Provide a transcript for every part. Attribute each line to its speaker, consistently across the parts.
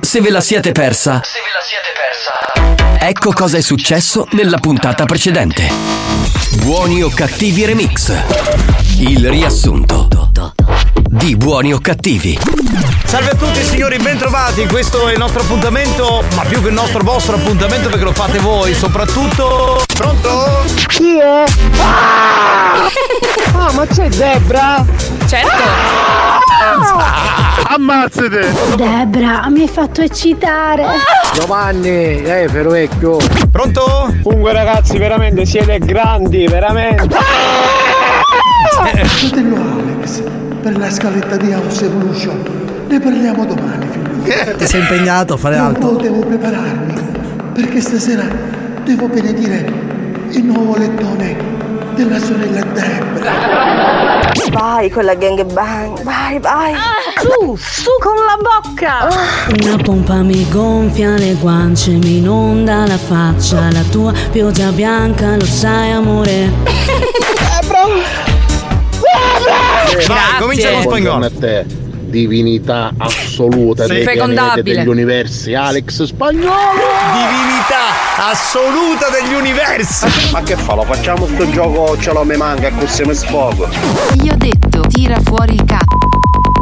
Speaker 1: se ve la siete persa.
Speaker 2: Se ve la siete persa.
Speaker 1: Ecco cosa è successo nella puntata precedente. Buoni o cattivi remix. Il riassunto di buoni o cattivi.
Speaker 3: Salve a tutti signori, bentrovati, questo è il nostro appuntamento, ma più che il nostro vostro appuntamento perché lo fate voi, soprattutto... Pronto?
Speaker 4: Chi è? Ah, ah ma c'è Zebra?
Speaker 5: Certo.
Speaker 4: Ah!
Speaker 6: Ammazzate!
Speaker 7: Debra, mi hai fatto eccitare!
Speaker 4: Giovanni, eh, ferrovecchio!
Speaker 3: Pronto?
Speaker 4: Comunque ragazzi, veramente siete grandi, veramente!
Speaker 8: Ah! Fratello Alex, per la scaletta di House Evolution, ne parliamo domani, figlio.
Speaker 3: Ti sei impegnato a fare
Speaker 8: non
Speaker 3: altro?
Speaker 8: Non potevo prepararmi, perché stasera devo benedire il nuovo lettone della sorella Debra.
Speaker 9: Vai con la gang bang, vai, vai.
Speaker 10: Ah, su, su con la bocca.
Speaker 11: Ah. Una pompa mi gonfia le guance, mi inonda la faccia, la tua pioggia bianca, lo sai amore.
Speaker 4: Debra! Debra!
Speaker 3: Eh, vai, comincia con spagnolo.
Speaker 12: Divinità assoluta sì. dei pianeti degli universi, Alex Spagnolo!
Speaker 3: divinità assoluta degli universi.
Speaker 12: Ma che fa? Lo facciamo sto gioco ce l'ho mi manca e così mi sfogo.
Speaker 13: Io ho detto, tira fuori il cazzo.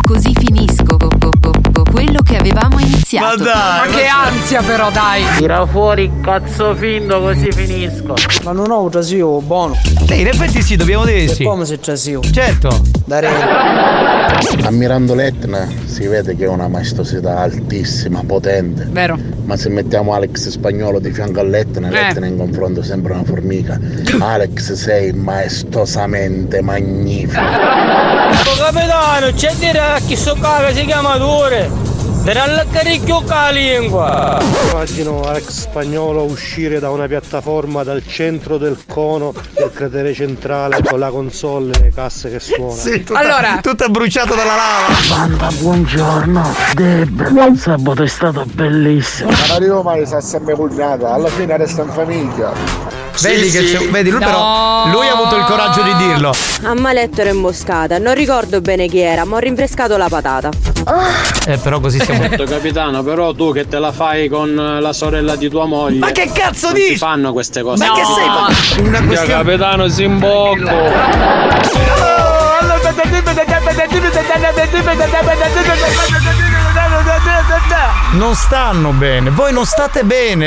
Speaker 13: Così finisco po, po, po, quello che avevamo iniziato.
Speaker 3: Ma dai!
Speaker 5: Ma che ansia però, dai!
Speaker 14: Tira fuori il cazzo finto così finisco.
Speaker 4: Ma non ho un trasio buono.
Speaker 3: Sì, in effetti sì, dobbiamo dire sì.
Speaker 4: Come se trasio?
Speaker 3: Certo.
Speaker 4: Dare.
Speaker 12: Ammirando l'Etna si vede che è una maestosità altissima, potente.
Speaker 5: Vero.
Speaker 12: Ma se mettiamo Alex spagnolo di fianco all'Etna, eh. l'Etna in confronto sembra una formica. Alex sei maestosamente magnifico.
Speaker 4: Capitano, c'è dire chi so che si chiama Dure. Per allaccaricchio la lingua!
Speaker 12: Immagino Alex Spagnolo uscire da una piattaforma dal centro del cono del cratere centrale con la console e le casse che suonano.
Speaker 3: Sì, tutta, allora. tutta bruciata dalla lava!
Speaker 15: Banda, buongiorno! Deb, sabato è stato bellissimo!
Speaker 12: Ma Mario Mari si è sempre pulnata, alla fine resta in famiglia.
Speaker 3: Vedi, sì, sì. Vedi lui no. però lui ha avuto il coraggio di dirlo.
Speaker 16: A Maletto era imboscata, non ricordo bene chi era, ma ho rinfrescato la patata.
Speaker 3: Ah. Eh però così siamo.
Speaker 17: Certo, capitano, però tu che te la fai con la sorella di tua moglie.
Speaker 3: Ma che cazzo non dici?
Speaker 17: fanno queste cose.
Speaker 3: Ma no. che sei?
Speaker 17: Una questione... Io, capitano si imbocco.
Speaker 3: Oh! Non stanno bene, voi non state bene.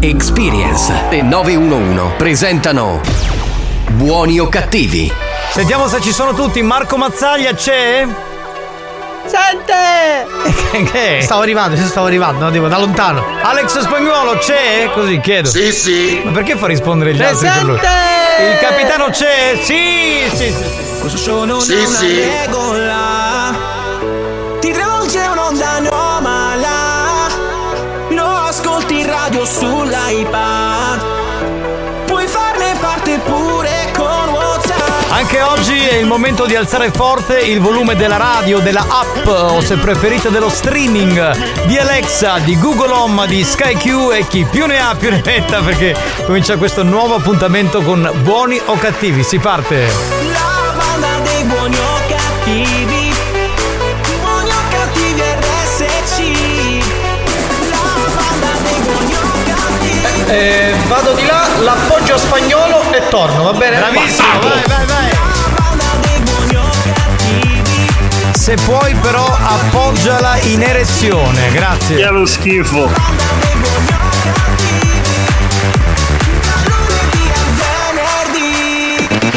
Speaker 1: Experience e 911 presentano Buoni o cattivi.
Speaker 3: Sentiamo se ci sono tutti. Marco Mazzaglia c'è?
Speaker 18: Sente!
Speaker 3: Eh. che? Stavo arrivando, stavo arrivando, no, tipo, da lontano. Alex Spagnolo c'è? Così chiedo.
Speaker 18: Sì, sì.
Speaker 3: Ma perché fa rispondere gli
Speaker 18: Presente!
Speaker 3: altri per lui? Il capitano c'è? Sì, sì, sì.
Speaker 18: Cosa sono sì, una sì. regola? Ti travolge un'onda anomala ascolti radio sull'iPad. Puoi farne parte pure con WhatsApp.
Speaker 3: Anche oggi è il momento di alzare forte il volume della radio, della app o se preferite dello streaming di Alexa, di Google Home, di SkyQ e chi più ne ha più ne metta perché comincia questo nuovo appuntamento con buoni o cattivi. Si parte.
Speaker 18: La banda dei buoni o cattivi.
Speaker 3: Eh, vado di là, l'appoggio a spagnolo e torno, va bene?
Speaker 18: Bravissimo,
Speaker 3: Passato. vai, vai, vai. Se puoi però appoggiala in erezione, grazie.
Speaker 18: Che lo schifo.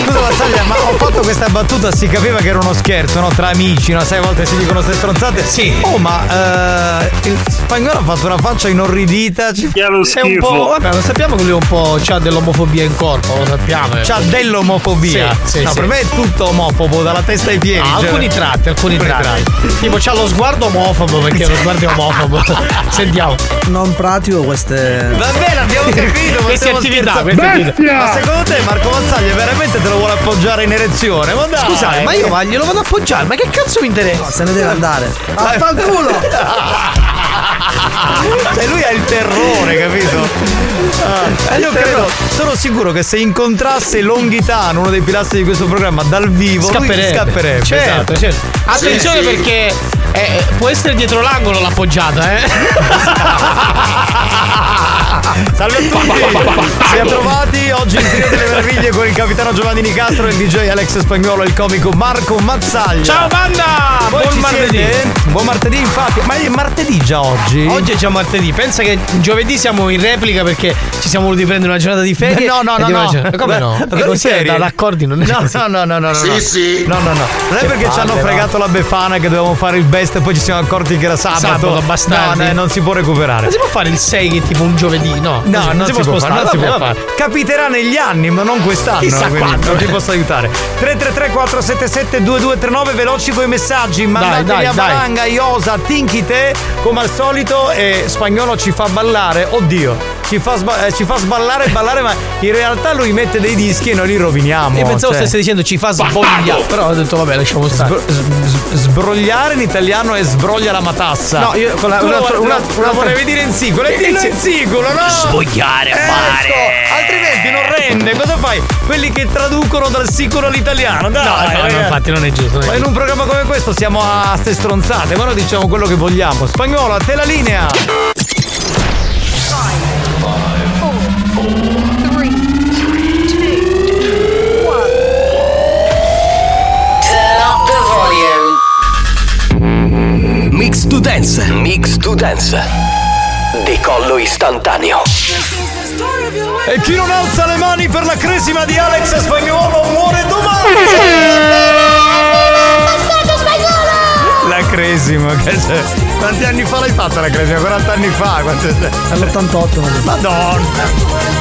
Speaker 3: Cosa Rosalia, ma ho fatto questa battuta, si capiva che era uno scherzo, no? Tra amici, no? Sai, a volte si dicono queste stronzate. Sì. Oh, ma eh, il spagnolo ha fatto una faccia inorridita. Ci
Speaker 4: È un
Speaker 3: è un po'. Vabbè, lo sappiamo che lui è un po'. c'ha dell'omofobia in corpo, lo sappiamo.
Speaker 8: eh.
Speaker 3: C'ha dell'omofobia.
Speaker 8: Sì, sì,
Speaker 3: no,
Speaker 8: sì.
Speaker 3: per me è tutto omofobo, dalla testa ai piedi.
Speaker 8: Ah,
Speaker 3: cioè.
Speaker 8: alcuni tratti, alcuni tratti. Tipo c'ha lo sguardo omofobo, perché lo sguardo è omofobo. Sentiamo.
Speaker 19: Non pratico queste.
Speaker 3: Va bene, abbiamo capito. ma
Speaker 8: Queste
Speaker 3: stiamo
Speaker 8: attività,
Speaker 3: scherzando.
Speaker 8: queste attività. Bestia!
Speaker 3: Ma secondo te Marco Mazzaglia veramente te lo vuole appoggiare in erezione? Ma dai.
Speaker 8: Scusate, ma io ma glielo vado a appoggiare, ma che cazzo mi interessa? Ah, se ne deve andare.
Speaker 3: Eh,
Speaker 19: Vaffanculo!
Speaker 3: E Cioè, lui ha il terrore, capito? Ah, io credo, sono sicuro che se incontrasse Longhitano, uno dei pilastri di questo programma, dal vivo, lui
Speaker 8: Scapperebbe.
Speaker 3: scapperebbe. esatto.
Speaker 8: Certo, certo. Attenzione
Speaker 3: Sì.
Speaker 8: perché eh, può essere dietro l'angolo l'appoggiata, eh.
Speaker 3: Salve a tutti! Siamo trovati oggi in Trio delle Meraviglie con il capitano Giovanni Nicastro, il DJ Alex Spagnolo e il comico Marco Mazzaglia.
Speaker 8: Ciao, banda!
Speaker 3: Voi
Speaker 8: Buon
Speaker 3: ci
Speaker 8: martedì.
Speaker 3: siete? Buon martedì infatti, ma è martedì già oggi?
Speaker 8: Oggi è già martedì, pensa che giovedì siamo in replica perché ci siamo voluti prendere una giornata di ferie.
Speaker 3: No, no,
Speaker 8: e
Speaker 3: no,
Speaker 8: di
Speaker 3: cioè, no.
Speaker 8: mangiare. Come no?
Speaker 3: Beh, eh,
Speaker 8: Che cos'è?
Speaker 3: serie.
Speaker 8: Da- D'accordi non è
Speaker 3: No, no, no, no, no, no. no. No, no, no. Non è
Speaker 8: Che
Speaker 3: perché ci hanno
Speaker 8: palle,
Speaker 3: fregato la Befana che dovevamo fare il best e poi ci siamo accorti che era sabato.
Speaker 8: Sabato, Ah, bastardi.
Speaker 3: No, no, non si può recuperare.
Speaker 8: Ma si può fare il 6 che è tipo un giovedì? No,
Speaker 3: No, non si, può fare,
Speaker 8: spostare,
Speaker 3: non si
Speaker 8: vabbè,
Speaker 3: può
Speaker 8: vabbè.
Speaker 3: fare. Capiterà negli anni, ma non quest'anno.
Speaker 8: Chissà
Speaker 3: quindi
Speaker 8: quando.
Speaker 3: Non ti posso aiutare. 333 477 2239, veloci coi messaggi. Mandateli
Speaker 8: dai,
Speaker 3: a
Speaker 8: dai.
Speaker 3: Valanga, Iosa, Tinky te, come al solito. E spagnolo ci fa ballare. Oddio, ci fa, sba- eh, ci fa sballare e ballare, ma in realtà lui mette dei dischi e noi li roviniamo.
Speaker 8: Io pensavo
Speaker 3: cioè.
Speaker 8: stesse dicendo ci fa sbogliare. Però ho detto vabbè, lasciamo stare.
Speaker 3: Sbrogliare in italiano è sbroglia la matassa.
Speaker 8: No, io con la-
Speaker 3: Tu
Speaker 8: un
Speaker 3: lo-
Speaker 8: altro-
Speaker 3: lo-
Speaker 8: un altro-
Speaker 3: lo volevi dire in sicolo, e dillo in sicolo, no?
Speaker 8: Svogliare,
Speaker 3: Ecco,
Speaker 8: fare.
Speaker 3: Altrimenti non rende. Cosa fai? Quelli che traducono dal sicolo all'italiano, dai.
Speaker 8: no, no,
Speaker 3: ragazzi.
Speaker 8: infatti non è giusto. non è
Speaker 3: Ma in un programma come questo siamo a ste stronzate, ma noi diciamo quello che vogliamo. Spagnolo, a te la linea!
Speaker 1: Mix to dance. Mix to dance. Decollo istantaneo.
Speaker 3: E chi non alza le mani per la cresima di Alex Spagnolo muore domani! La cresima, che c'è? Quanti anni fa l'hai fatta la cresima? 40 anni fa? All'88 Madonna!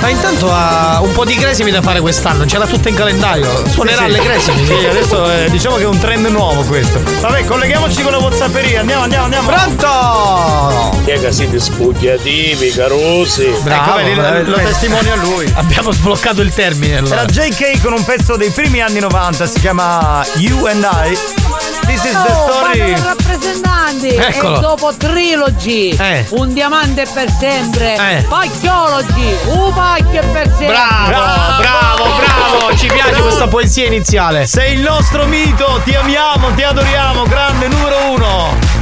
Speaker 8: Ma intanto ha un po' di cresimi da fare quest'anno, ce l'ha tutta in calendario. Suonerà
Speaker 3: Eh Sì,
Speaker 8: alle
Speaker 3: sì.
Speaker 8: cresimi.
Speaker 3: Sì, adesso eh, diciamo che è un trend nuovo questo. Vabbè, colleghiamoci con la Whatsapperia. Andiamo, andiamo, andiamo. Pronto!
Speaker 4: Raga, siete spugliativi, carosi.
Speaker 3: Bravo, Ecco, vedi, lo- lo testimonia lui.
Speaker 8: eh, Abbiamo sbloccato il termine allora.
Speaker 3: Era JK con un pezzo dei primi anni 90, si chiama You and I. This is the story.
Speaker 18: rappresentanti
Speaker 3: Eccolo.
Speaker 18: e dopo Trilogy
Speaker 3: Eh.
Speaker 18: un diamante per sempre
Speaker 3: Eh.
Speaker 18: pacchiologi un pacchio per sempre
Speaker 8: Bravo, bravo, bravo. Ci piace questa poesia iniziale.
Speaker 3: Sei il nostro mito, ti amiamo, ti adoriamo, grande numero uno.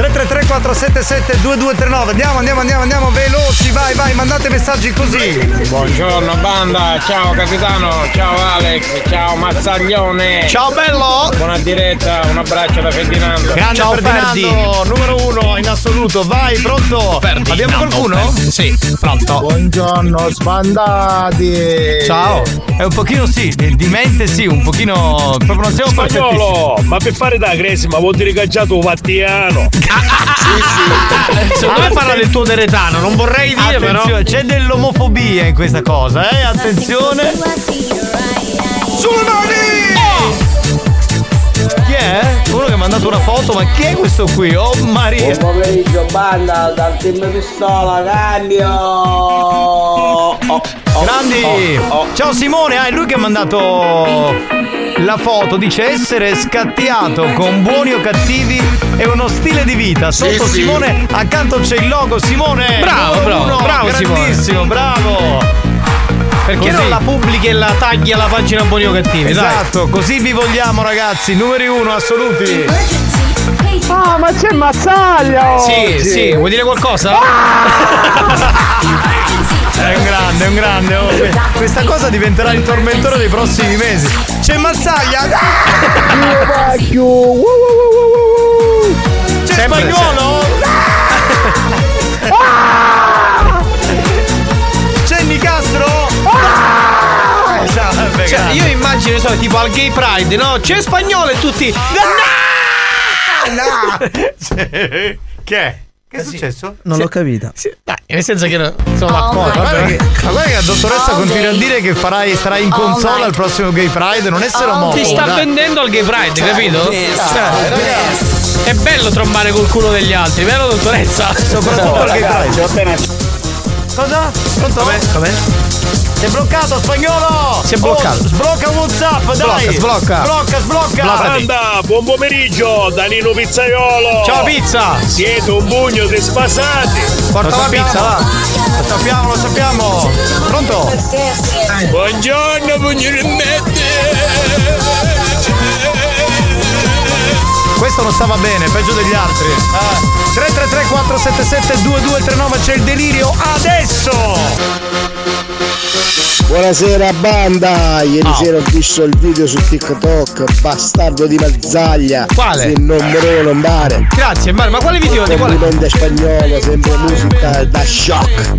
Speaker 3: 333 477 2239 Andiamo, andiamo, andiamo, andiamo, veloci, vai, vai, mandate messaggi così.
Speaker 4: Buongiorno banda, ciao capitano, ciao Alex, ciao Mazzaglione.
Speaker 3: Ciao, bello.
Speaker 4: Buona diretta, un abbraccio da Ferdinando.
Speaker 3: Grande
Speaker 4: ciao
Speaker 3: Ferdinando, numero uno in assoluto, vai, pronto. Abbiamo qualcuno?
Speaker 8: Sì, pronto.
Speaker 3: Buongiorno, sbandati. Ciao. È un pochino sì, di di mente sì, un pochino... Proprio non siamo
Speaker 4: Spagnolo,
Speaker 3: perfetti.
Speaker 4: ma per fare da cresima vuol dire cacciato Vattiano.
Speaker 3: Ah,
Speaker 8: Secondo me parla del tuo deretano, non vorrei dire però.
Speaker 3: Attenzione, c'è dell'omofobia in questa cosa, eh? Attenzione. Sulle mani! Eh! Chi è? Uno che mi ha mandato una foto, ma chi è questo qui? Oh Maria!
Speaker 20: pomeriggio banda dal team pistola cambio
Speaker 8: Oh,
Speaker 3: Grandi! Ciao Simone, ah, è lui che ha mandato la foto, dice essere scattiato con buoni o cattivi è uno stile di vita. Sotto
Speaker 8: sì.
Speaker 3: Simone, accanto c'è il logo Simone.
Speaker 8: Bravo,
Speaker 3: numero
Speaker 8: bravo,
Speaker 3: uno,
Speaker 8: bravo Simone.
Speaker 3: grandissimo, bravo.
Speaker 8: Perché
Speaker 3: Così.
Speaker 8: non la pubblichi e la tagli alla pagina buoni o cattivi?
Speaker 3: Esatto, così vi vogliamo ragazzi, numeri uno assoluti.
Speaker 21: Ah, ma c'è Mazzaglia!
Speaker 8: Dai.
Speaker 21: oggi!
Speaker 8: Sì, sì, vuoi dire qualcosa?
Speaker 3: È un grande, è un grande. oh. Que- Questa cosa diventerà il tormentore dei prossimi mesi. C'è Mazzaglia! C'è
Speaker 21: Sempre,
Speaker 3: Spagnolo!
Speaker 21: Ah!
Speaker 3: C'è Nicastro! Esatto,
Speaker 8: Cioè,
Speaker 3: grande.
Speaker 21: Ah!
Speaker 8: io immagino ne so, tipo al gay pride, no? C'è spagnolo e tutti. No!
Speaker 3: che è? Che
Speaker 8: Eh
Speaker 3: è successo?
Speaker 22: Non l'ho capita.
Speaker 8: Nel senso che non sono d'accordo. eh.
Speaker 3: Guarda
Speaker 8: vabbè.
Speaker 3: che, guarda che la
Speaker 8: Oh
Speaker 3: dottoressa continua a dire che farai, starai in console al prossimo Gay Pride, non essere omofobo.
Speaker 8: Oh, Ti sta vendendo al gay pride, capito? Cioè, è bello trombare col culo degli altri, vero dottoressa?
Speaker 3: Soprattutto al Gay Pride. Cosa? Pronto?
Speaker 22: Com'è?
Speaker 3: Si è bloccato spagnolo! Oh,
Speaker 8: Si è bloccato.
Speaker 3: sblocca WhatsApp, dai!
Speaker 8: Sblocca, sblocca.
Speaker 3: Sblocca, sblocca!
Speaker 18: Anda, buon pomeriggio, Danilo Pizzaiolo!
Speaker 3: Ciao, Pizza.
Speaker 18: Siete un bugno di spasati!
Speaker 3: Porta la pizza, va! Lo sappiamo, lo sappiamo! Pronto?
Speaker 18: Buongiorno, pugno di
Speaker 3: Questo non stava bene, peggio degli altri. Ah. 333 477 2239 c'è il delirio adesso!
Speaker 23: Buonasera banda, ieri sera ho visto il video su TikTok, bastardo di Mazzaglia.
Speaker 8: Quale?
Speaker 23: Se non volevo lombare.
Speaker 8: Grazie, Mario, ma quale video? Di quale?
Speaker 23: Complimenti spagnolo, sembra musica da shock.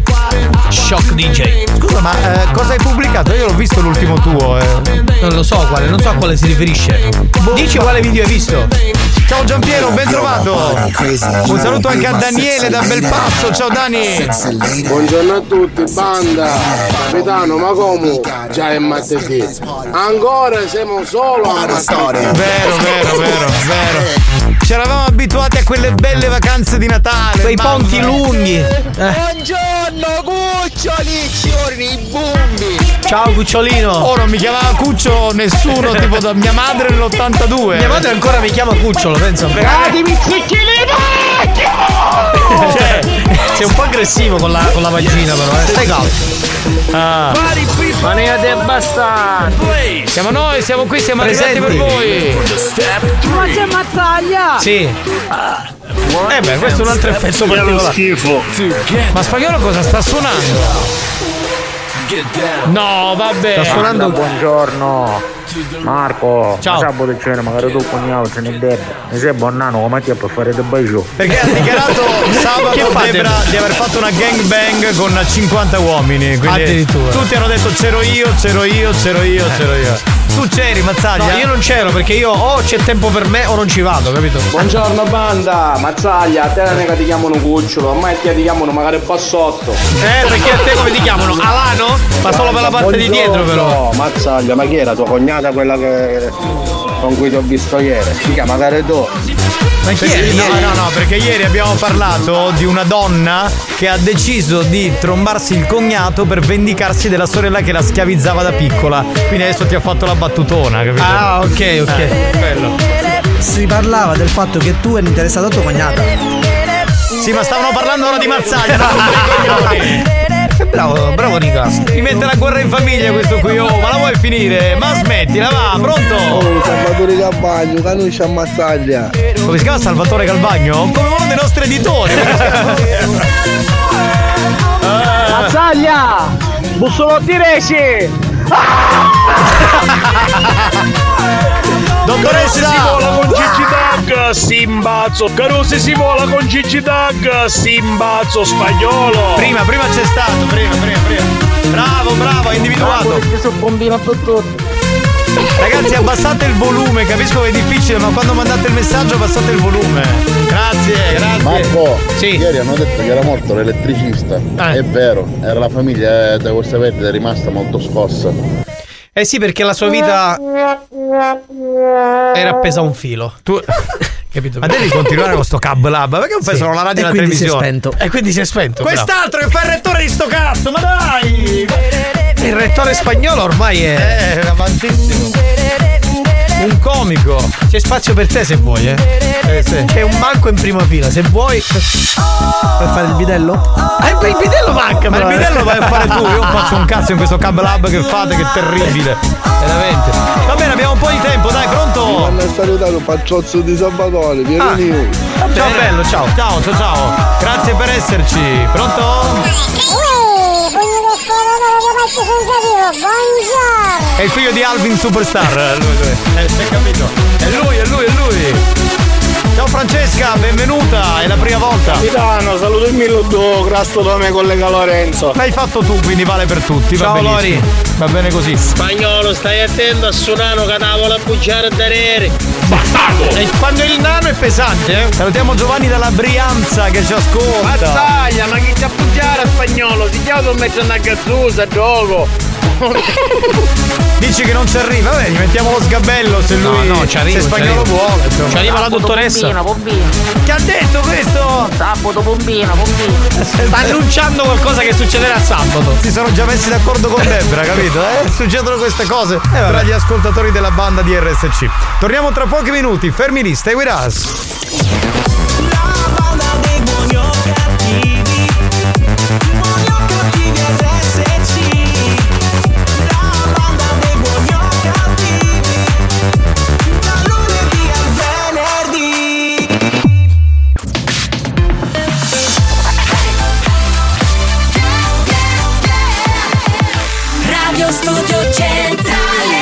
Speaker 8: Shock DJ.
Speaker 3: Scusa, ma eh, cosa hai pubblicato? Io l'ho visto l'ultimo tuo. eh.
Speaker 8: Non lo so quale, non so a quale si riferisce. Dici quale video hai visto.
Speaker 3: Boh, Ciao Giampiero, ben trovato! Un saluto anche a Daniele da Belpasso, ciao Dani!
Speaker 12: Buongiorno a tutti, banda! Capitano, ma come? Già è martedì. Ancora siamo solo a martedì.
Speaker 3: Vero, vero, vero, vero. Ci eravamo abituati a quelle belle vacanze di Natale.
Speaker 8: Quei
Speaker 3: mamma.
Speaker 8: ponti lunghi. Eh.
Speaker 1: Buongiorno cuccioli, ciorni, bumbi.
Speaker 8: Ciao cucciolino.
Speaker 3: Oh, non mi chiamava Cuccio nessuno, tipo da mia madre Ah, nell'82.
Speaker 8: Mia madre ancora mi chiama Cucciolo, penso.
Speaker 1: Datemi zicchini vecchio!
Speaker 8: Cioè, sei un po' aggressivo con la, con la vagina, però, eh. Stai calmo. Ah.
Speaker 24: Ma ne avete abbastanza.
Speaker 3: Siamo noi, siamo qui, siamo
Speaker 8: Presenti.
Speaker 3: arrivati per voi.
Speaker 25: Ma c'è Mazzaglia!
Speaker 8: Sì. Eh beh, questo Ah. è un altro effetto particolare.
Speaker 18: schifo.
Speaker 3: Ma spagnolo cosa sta suonando?
Speaker 4: Cioè,
Speaker 3: No, vabbè.
Speaker 8: Sta suonando un-
Speaker 4: Buongiorno Marco,
Speaker 8: Ciao.
Speaker 4: Ma sabato c'era magari tu cognato se ne debba. Mi sei buon nano, come ti ha per fare del bacio?
Speaker 3: Perché ha dichiarato
Speaker 8: Che
Speaker 3: sabato
Speaker 8: fate?
Speaker 3: Debra di aver fatto una gangbang con 50 uomini. Quindi
Speaker 8: Addirittura. Eh.
Speaker 3: Tutti hanno detto c'ero io, c'ero io, c'ero io, c'ero io. Tu c'eri, Mazzaglia?
Speaker 8: No, io non c'ero perché io
Speaker 3: oh,
Speaker 8: o c'è tempo per me o non ci vado, capito?
Speaker 12: Buongiorno banda, Mazzaglia, a te la nega ti chiamano cucciolo, a me ti chiamano magari bassotto.
Speaker 8: Eh, perché a te come ti chiamano? Alano? Ma solo per la parte di dietro però.
Speaker 4: No, mazzaglia, ma chi era tua cognata quella che... con cui ti ho visto ieri? Mica magari tu.
Speaker 3: Ma
Speaker 8: chi è?
Speaker 3: No, no, no, perché ieri abbiamo parlato di una donna che ha deciso di trombarsi il cognato per vendicarsi della sorella che la schiavizzava da piccola. Quindi adesso ti ha fatto la battutona, capito? Eh,
Speaker 8: Ah, ok, ok.
Speaker 3: Bello.
Speaker 22: Si parlava del fatto che tu eri interessato a tua cognata.
Speaker 3: Sì, ma stavano parlando ora di Mazzaglia. non coglioni.
Speaker 8: Bravo, bravo Nicastro.
Speaker 3: Mi mette la guerra in famiglia questo qui, oh, ma la vuoi finire? Ma smettila, va, pronto?
Speaker 4: Oh, Salvatore Campagno, che noi ci ammazzaglia.
Speaker 3: Come si chiama Salvatore Calvagno? Come uno dei nostri editori.
Speaker 8: Eh.
Speaker 1: Mazzaglia! Bussolotti Reci!
Speaker 3: Dottoressa!
Speaker 18: Si vola con Gigi
Speaker 3: Ah!
Speaker 18: Tag, si imbazzo. Carusi si vola con Gigi Tag, si imbazzo spagnolo.
Speaker 3: Prima, prima c'è stato, prima, prima, prima. Bravo, bravo, hai individuato.
Speaker 4: sono bombino a tutti.
Speaker 3: Ragazzi abbassate il volume, capisco che è difficile, ma quando mandate il messaggio abbassate il volume. Grazie, grazie.
Speaker 4: Marco,
Speaker 3: Sì.
Speaker 4: ieri hanno detto che era morto l'elettricista. È vero, era la famiglia eh, da questa perdita è rimasta molto scossa.
Speaker 8: Eh sì, perché la sua vita era appesa a un filo.
Speaker 3: Tu...
Speaker 8: Capito?
Speaker 3: Ma devi continuare con sto cab lab, perché non fai solo la radio e la
Speaker 22: quindi si è
Speaker 3: televisione?
Speaker 22: spento.
Speaker 8: E quindi si è spento. bravo.
Speaker 3: Quest'altro che fa il rettore di sto cazzo, ma dai!
Speaker 8: Il rettore spagnolo ormai è
Speaker 3: Eh, avantissimo.
Speaker 8: un comico. C'è spazio per te se vuoi, eh. C'è un banco in prima fila, se vuoi.
Speaker 22: Per fare il bidello?
Speaker 8: Ah, il bidello manca,
Speaker 3: Ma il
Speaker 8: però, eh.
Speaker 3: bidello vai a fare tu, io non faccio un cazzo in questo cab lab che fate, che è terribile. Veramente. Va bene, abbiamo un po' di tempo, dai, pronto? Ah.
Speaker 4: hanno salutato un panciozzo di Salvatore, vieni lì.
Speaker 3: Ciao bello, ciao. Ciao, ciao, ciao. Grazie per esserci. Pronto?
Speaker 13: Buongiorno!
Speaker 3: È il figlio di Alvin Superstar. Eh, Lui, lui. Eh, si è capito. È lui, è lui, è lui. Ciao Francesca, benvenuta. benvenuta, è la prima volta.
Speaker 26: Capitano, saluto il mio tuo grasso nome collega Lorenzo.
Speaker 3: L'hai fatto tu, quindi vale per tutti. va
Speaker 26: Ciao,
Speaker 3: benissimo. Va bene così.
Speaker 18: Spagnolo, stai attento a Sunano che la vuole bugiare da rere. Eh,
Speaker 3: E quando il nano è pesante, eh? Salutiamo Giovanni dalla Brianza che ci ascolta.
Speaker 18: Mazzaglia, ma chi ti appoggiare spagnolo? Ti chiamo mezzo una gazzusa, gioco.
Speaker 3: Dici che non ci arriva, vabbè, gli mettiamo lo sgabello se
Speaker 8: No,
Speaker 3: lui.
Speaker 8: no, ci arrivo,
Speaker 3: Se
Speaker 8: ci
Speaker 3: spagnolo
Speaker 8: arrivo.
Speaker 3: vuole.
Speaker 8: Ci arriva la dottoressa.
Speaker 18: Pompino, pompino.
Speaker 3: Che ha detto questo?
Speaker 18: Sabato, pompino, pompino.
Speaker 3: Sta
Speaker 8: annunciando qualcosa che succederà sabato.
Speaker 3: Si sono già messi d'accordo con Debra, capito? Eh? Succedono queste cose tra gli ascoltatori della banda di RSC. Torniamo tra pochi minuti, fermi lì, stay with us.
Speaker 13: Radio Studio Centrale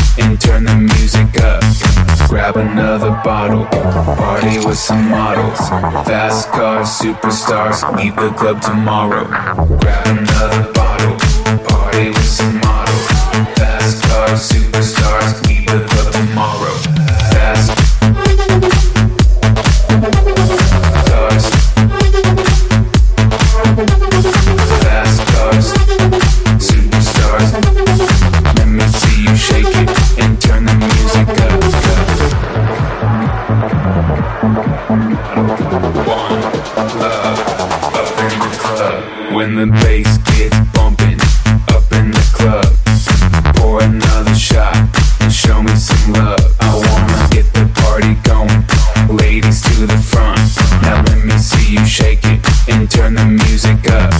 Speaker 27: and turn the music up. Grab another bottle, party with some models, fast cars, superstars. Leave the club tomorrow. Grab another bottle, party with some models, fast cars, superstars. Leave the club tomorrow. Fast cars, fast cars, superstars. Let me see you shake it and turn the music up. One love up in the club. When the bass gets bumping up in the club, pour another shot and show me some love. I wanna get the party going, ladies to the front. Now let me see you shake it and turn the music up.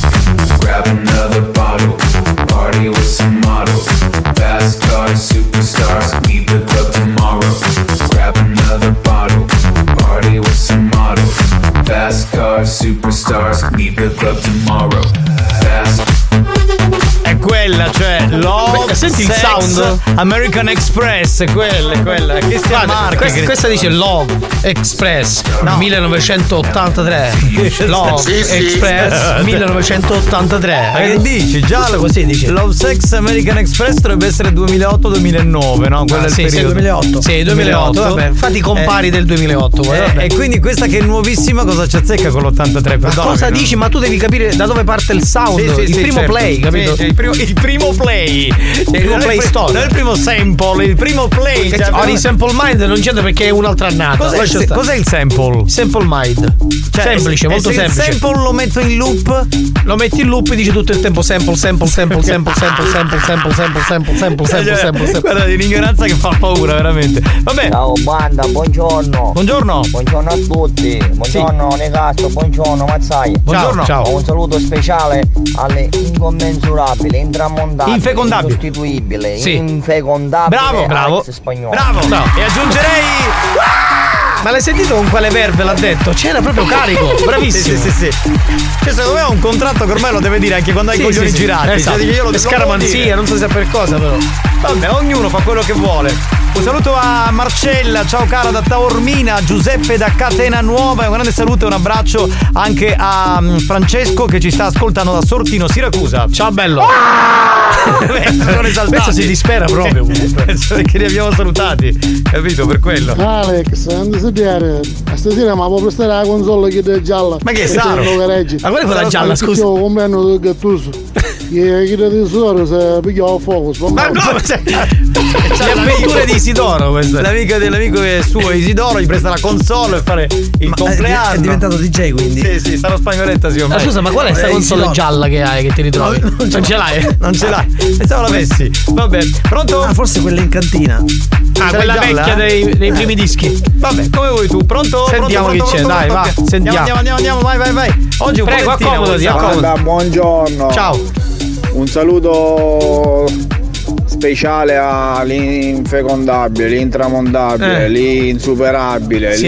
Speaker 27: Grab another bottle, party with some models, fast cars, superstars. Leave the club tomorrow. Grab another bottle, party with some models, fast cars, superstars. Leave the club tomorrow. Fast.
Speaker 3: È quella, cioè Love,
Speaker 8: Beh, senti il
Speaker 3: Sex,
Speaker 8: sound?
Speaker 3: American Express, quella, è quella. Cristian
Speaker 8: Guarda,
Speaker 3: Marchi.
Speaker 8: questa, questa dice Love Express 1983. Love
Speaker 3: Sì, sì.
Speaker 8: Express 1983.
Speaker 3: Ma che dici? Già lo- Love Sex American Express dovrebbe essere 2008-2009, no? Quello
Speaker 8: Ah,
Speaker 3: è il
Speaker 8: sì, sì,
Speaker 3: periodo.
Speaker 8: 2008. Sì, 2008, vabbè. Infatti i compari del 2008, guarda, vabbè.
Speaker 3: Eh, E quindi questa che è nuovissima cosa ci azzecca con l'83?
Speaker 8: Ma cosa dici? Ma tu devi capire da dove parte il sound, il primo play, capito?
Speaker 3: certo, il, primo, il primo play. Il
Speaker 8: primo play store.
Speaker 3: Cioè, Non è il primo sample, il primo play.
Speaker 8: Che-
Speaker 3: cioè,
Speaker 8: oh,
Speaker 3: abbiamo-
Speaker 8: di Sample Mind non c'entra perché è un'altra annata.
Speaker 3: Cos'è,
Speaker 8: Lascia
Speaker 3: il,
Speaker 8: stare.
Speaker 3: cos'è il sample?
Speaker 8: Sample Mind.
Speaker 3: Cioè,
Speaker 8: semplice,
Speaker 3: e
Speaker 8: molto
Speaker 3: se il
Speaker 8: semplice.
Speaker 3: sample lo metto in loop.
Speaker 8: Lo metti in loop e dici tutto il tempo sample, sample, sample, sample, sample, sample, sample, sample, sample, sample, sample, sample, sample.
Speaker 3: Eh, Guarda, di un'ignoranza che fa paura, veramente. Vabbè.
Speaker 4: Ciao banda, buongiorno.
Speaker 3: Buongiorno.
Speaker 4: Buongiorno a tutti. Buongiorno Negasso, buongiorno Mazzai.
Speaker 3: Buongiorno. Ciao.
Speaker 4: Un saluto speciale alle incommensurabili, intramontabili,
Speaker 3: Infecondabili.
Speaker 4: insostituibili,
Speaker 3: Sì.
Speaker 4: infecondabili.
Speaker 3: Bravo, bravo.
Speaker 4: Alex Spagnolo.
Speaker 3: Bravo. E aggiungerei.
Speaker 8: Ma l'hai sentito con quale verve l'ha detto? C'era proprio carico, bravissimo.
Speaker 3: Sì, sì, sì. Cioè, secondo me è un contratto che ormai lo deve dire anche quando hai i
Speaker 8: Sì,
Speaker 3: coglioni
Speaker 8: sì, sì.
Speaker 3: girati.
Speaker 8: Esatto.
Speaker 3: Cioè, io lo-
Speaker 8: È
Speaker 3: lo devo
Speaker 8: scaramanzia,
Speaker 3: dire.
Speaker 8: non so se per cosa però.
Speaker 3: Vabbè, ognuno fa quello che vuole. oh. Un saluto a Marcella, ciao cara da Taormina, Giuseppe da Catena Nuova e un grande saluto e un abbraccio anche a mm, Francesco che ci sta ascoltando da Sortino, Siracusa. Ah! Ciao bello!
Speaker 8: Questo si dispera proprio,
Speaker 3: Perché li abbiamo salutati, capito? Per quello.
Speaker 4: Eh,
Speaker 12: Alex, andiamo a sapere, stasera mi può prestare la console che è gialla.
Speaker 3: Ma che saro? Ma qual è quella gialla, scusa?
Speaker 12: Io comprenno del gattuso. E chi del tesoro se pigliava fuoco. Ma
Speaker 3: Le avventure di Isidoro questo. Cioè, L'amico, dell'amico è suo Isidoro gli presta la console per fare il compleanno.
Speaker 28: eh, È diventato DJ quindi.
Speaker 3: Sì, sì, sarà spagnoletta secondo
Speaker 8: Ma
Speaker 3: me.
Speaker 8: scusa, ma qual è sta
Speaker 3: Eh,
Speaker 8: console
Speaker 3: Isidoro.
Speaker 8: gialla che hai che ti ritrovi?
Speaker 3: No,
Speaker 8: non, ce l'hai?
Speaker 3: Non ce l'hai. Pensavo l'avessi. Vabbè, pronto? Ah,
Speaker 28: forse quella in cantina.
Speaker 8: Ah,
Speaker 3: Sarà
Speaker 8: quella
Speaker 3: gialla? eh?
Speaker 8: vecchia dei, dei primi dischi.
Speaker 3: Vabbè, come vuoi tu? Pronto?
Speaker 8: Sentiamo
Speaker 3: Pronto,
Speaker 8: chi
Speaker 3: pronto,
Speaker 8: c'è,
Speaker 3: pronto,
Speaker 8: dai,
Speaker 3: pronto?
Speaker 8: va,
Speaker 3: Ok.
Speaker 8: sentiamo.
Speaker 3: Andiamo, andiamo, andiamo, vai, vai, vai. Oggi un
Speaker 8: Prego,
Speaker 3: Valentino,
Speaker 8: accomodati,
Speaker 3: vuoi-
Speaker 8: accomodati.
Speaker 29: Banda, buongiorno.
Speaker 3: Ciao.
Speaker 29: Un saluto speciale all'infecondabile, l'intramondabile,
Speaker 8: Eh.
Speaker 29: l'insuperabile,
Speaker 8: Sì.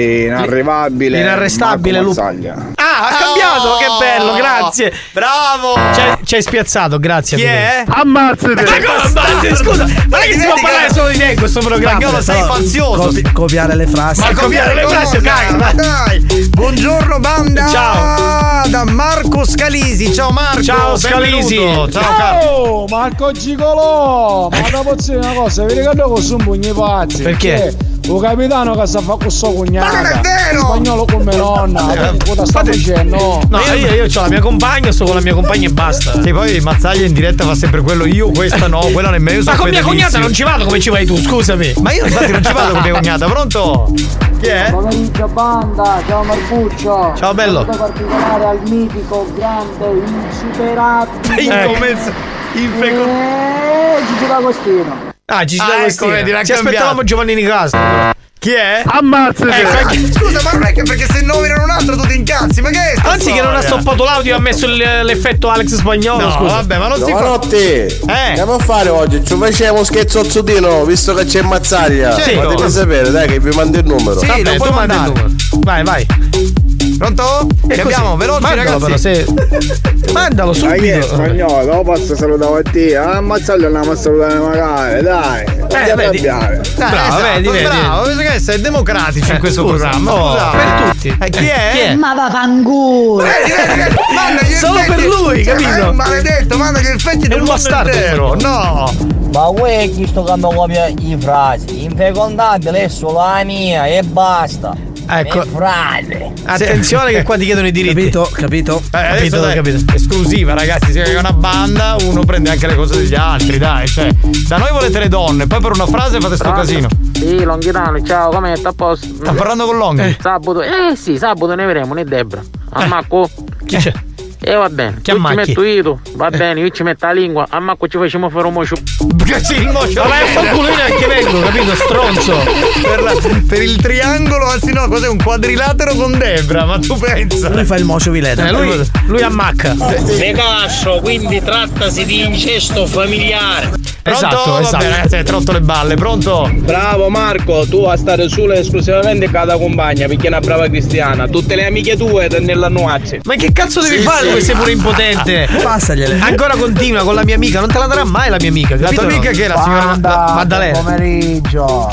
Speaker 29: l'inarrivabile,
Speaker 8: L'inarrestabile,
Speaker 29: Marco
Speaker 8: Lu-
Speaker 29: Mazzaglia.
Speaker 3: Ah, ha
Speaker 8: cambiato, che bello, grazie. Cioè,
Speaker 3: Bravo.
Speaker 8: Ci- Ci hai spiazzato, grazie.
Speaker 3: Chi
Speaker 8: amico.
Speaker 3: è?
Speaker 30: Ammazzate!
Speaker 8: Ma come ammazzi? Scusa, ma non è che si può
Speaker 28: Dimentica-
Speaker 8: parlare solo di te in questo programma?
Speaker 28: Spagnolo, sei fazioso. Copi- copiare le frasi.
Speaker 8: Ma copiare le frasi,
Speaker 28: cosa?
Speaker 8: caga.
Speaker 28: Ma Dai. Buongiorno banda.
Speaker 3: Ciao.
Speaker 28: Da Marco Scalisi. Ciao Marco.
Speaker 3: Ciao, Scalisi.
Speaker 28: benvenuto.
Speaker 3: Ciao, caro.
Speaker 18: Oh, Marco Gigolò! Ma da posso dire una cosa, vi ricordo che sono pugni pazzi.
Speaker 3: Perché?
Speaker 18: Che Un capitano che sa fa con sua cognata. Ma non è vero! Spagnolo come nonna. Cosa sta dicendo? eh,
Speaker 8: No, io, io ho la mia compagna, sto con la mia compagna e basta.
Speaker 3: Sì, poi Mazzaglia in diretta fa sempre quello io, questa no, quella nemmeno io
Speaker 8: Ma
Speaker 3: sono
Speaker 8: con mia
Speaker 3: fedelissimo.
Speaker 8: cognata non ci vado come ci vai tu, scusami.
Speaker 3: Ma io infatti non ci vado con mia cognata, pronto? Chi è?
Speaker 18: Pomeriggio banda, ciao Marcuccio!
Speaker 3: Ciao, bello.
Speaker 18: Saluto particolare al mitico, grande, insuperabile!
Speaker 3: Ecco. Incomenso-
Speaker 18: Eh, Gigi D'Agostino!
Speaker 8: Ah, ci
Speaker 3: Ah,
Speaker 8: sono
Speaker 3: ecco,
Speaker 8: questi.
Speaker 3: vedi, l'ha
Speaker 8: Ci
Speaker 3: cambiato.
Speaker 8: aspettavamo Giovanni Nicastro.
Speaker 3: Chi è?
Speaker 18: Eh,
Speaker 8: Ammazzate! Ecco, anche-
Speaker 31: Scusa, ma non è che perché se nominano un altro tu ti incazzi, ma che è? sta
Speaker 8: Anzi, che non ha
Speaker 31: storia?
Speaker 8: stoppato l'audio, ha messo l- l'effetto Alex Spagnolo.
Speaker 3: No,
Speaker 8: scusa.
Speaker 3: vabbè, ma non si fa. Eh.
Speaker 12: Giovanotti, andiamo a fare oggi? Ci facciamo uno scherzo zozzutino, visto che c'è Mazzaglia.
Speaker 3: Sì.
Speaker 12: Fatemi sapere, dai, che vi mando il numero.
Speaker 3: Sì,
Speaker 8: Vabbè,
Speaker 3: lo puoi
Speaker 8: tu mandi
Speaker 3: mandare.
Speaker 8: il
Speaker 3: Vai, vai. Pronto? Che abbiamo? Veloci,
Speaker 29: Mandalo,
Speaker 3: ragazzi.
Speaker 29: però,
Speaker 3: Mandalo
Speaker 29: Dai, che
Speaker 3: subito.
Speaker 29: spagnolo, posso salutare te? Ah, Mazzaglia andiamo a salutare magari, dai. Andiamo a
Speaker 3: vedi.
Speaker 29: beviare.
Speaker 3: Dai,
Speaker 29: Bravo,
Speaker 3: esatto,
Speaker 29: vedi, vedi.
Speaker 3: bravo, penso che sei democratici
Speaker 29: Eh,
Speaker 3: in questo
Speaker 29: scusa,
Speaker 3: programma.
Speaker 29: no,
Speaker 3: Scusa.
Speaker 29: per tutti.
Speaker 3: Eh, chi è?
Speaker 32: Ma va fanculo.
Speaker 3: Solo per lui,
Speaker 31: Cioè, ma è
Speaker 3: capito?
Speaker 31: un maledetto, manda che effetti
Speaker 3: È
Speaker 31: del
Speaker 3: un
Speaker 31: mondo
Speaker 3: bastardo,
Speaker 31: intero.
Speaker 3: però. No!
Speaker 33: Ma voi chi sto quando copia i frasi? Infecondabile è solo la mia e basta.
Speaker 3: Ecco.
Speaker 33: Le frasi.
Speaker 3: Attenzione che qua ti chiedono i diritti.
Speaker 28: Capito, capito.
Speaker 3: Eh, adesso,
Speaker 28: capito,
Speaker 3: dai, Esclusiva, ragazzi. Se è una banda, uno prende anche le cose degli altri, dai. Cioè, da noi volete le donne, poi per una frase fate sto
Speaker 4: Pronto?
Speaker 3: casino.
Speaker 4: Sì, Longhitano, ciao, come sta a posto?
Speaker 3: Sta parlando con Long.
Speaker 4: Sabato, eh sì, sabato ne vedremo, né Debra. Ammacco.
Speaker 3: Eh. Chi c'è?
Speaker 4: E Eh, va bene, io ci
Speaker 3: ammacchi?
Speaker 4: metto io,
Speaker 3: Eh.
Speaker 4: va bene, io ci metto la lingua, ammacco ci facciamo fare un mocio.
Speaker 3: Sì, il mocio.
Speaker 4: Vabbè, fanculo, io neanche vengo, capito, stronzo.
Speaker 3: per, la- per il triangolo, anzi no, cos'è? Un quadrilatero con Debra, ma tu pensa. Lui fa il mocio vileta.
Speaker 8: lui-
Speaker 3: ammacca.
Speaker 34: Megascio, quindi trattasi di incesto familiare.
Speaker 3: Pronto?
Speaker 4: Esatto,
Speaker 3: Vabbè, ragazzi, hai trotto le balle, pronto?
Speaker 35: Bravo Marco, tu a stare solo e esclusivamente con la compagna, perché è una brava cristiana. Tutte le amiche tue nella nuazze.
Speaker 3: Ma che cazzo devi
Speaker 35: Sì,
Speaker 3: fare
Speaker 35: sì.
Speaker 3: tu che sei pure impotente?
Speaker 28: Passagliele.
Speaker 3: Ancora continua con la mia amica, non te la darà mai la mia amica.
Speaker 18: La
Speaker 3: capito
Speaker 18: tua
Speaker 3: o no?
Speaker 18: amica che è la signora Ma- la- Maddalena. pomeriggio.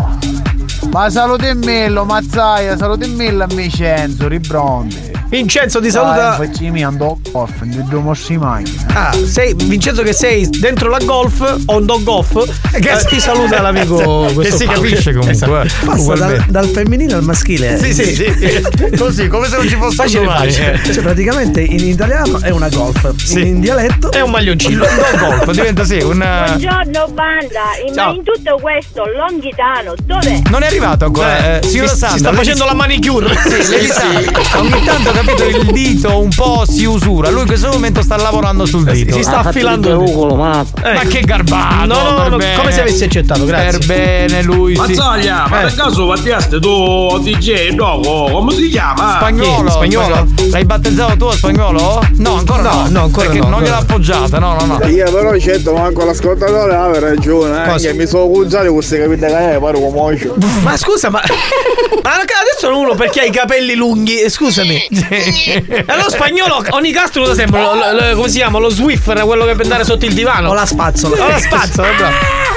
Speaker 18: Ma saluti in millo, Mazzaia, saluti in millo a Vincenzo, ribronde.
Speaker 3: Vincenzo ti saluta.
Speaker 18: Facimi andò off, non domossi mai.
Speaker 3: Ah, sei Vincenzo che sei dentro la golf, on dog off. Che
Speaker 8: eh,
Speaker 3: ti saluta l'amico.
Speaker 8: Che
Speaker 3: questo
Speaker 8: si
Speaker 3: qua.
Speaker 8: capisce comunque,
Speaker 3: Esatto.
Speaker 8: eh.
Speaker 28: Passa dal,
Speaker 3: Ugualmente.
Speaker 28: dal femminile al maschile.
Speaker 3: Sì, sì, sì. Così, come se non ci fosse
Speaker 28: Facile,
Speaker 3: un domani.
Speaker 28: facile. Cioè, praticamente in italiano è una golf. In dialetto è
Speaker 3: un maglioncino. Un dog golf, diventa sì, un.
Speaker 36: Buongiorno banda, In-
Speaker 3: Ciao.
Speaker 36: ma in tutto questo Longhitano dov'è?
Speaker 3: Non è arrivato ancora.
Speaker 8: Eh,
Speaker 3: Eh, signora
Speaker 8: si- si
Speaker 3: Sandra,
Speaker 8: sta
Speaker 3: lei
Speaker 8: facendo
Speaker 3: mi-
Speaker 8: la manicure.
Speaker 3: Sì, lei mi sa, Ogni tanto capito il dito un po' si usura. Lui in questo momento sta lavorando sul dito.
Speaker 8: Eh si sta affilando il
Speaker 3: dito. Eh, Ma che garbato!
Speaker 8: No, no,
Speaker 3: per
Speaker 8: no,
Speaker 3: bene.
Speaker 8: come se avessi accettato, grazie.
Speaker 3: Per bene eh, lui. sì. Eh.
Speaker 35: Mazzaglia, ma per caso battiaste tu DJ dopo, come si chiama?
Speaker 3: Spagnolo, spagnolo. L'hai battezzato tu a spagnolo? No, ancora no.
Speaker 35: No, no, ancora
Speaker 3: Perché
Speaker 35: no,
Speaker 3: non
Speaker 35: ancora
Speaker 3: gliel'ha
Speaker 35: no.
Speaker 3: appoggiata, no, no, no.
Speaker 29: Io però certo manco l'ascoltatore aveva ragione, eh,
Speaker 3: Cosa?
Speaker 29: che mi sono cuzzato queste capite che è, pare come
Speaker 3: Eh.
Speaker 8: Ma scusa, ma. ma adesso uno perché ha i capelli lunghi, eh, scusami.
Speaker 37: Allora spagnolo ogni cazzo lo sembra, lo- lo- lo- come si chiama? Lo Swiffer, quello che per andare sotto il divano. O la spazzola. O la spazzola,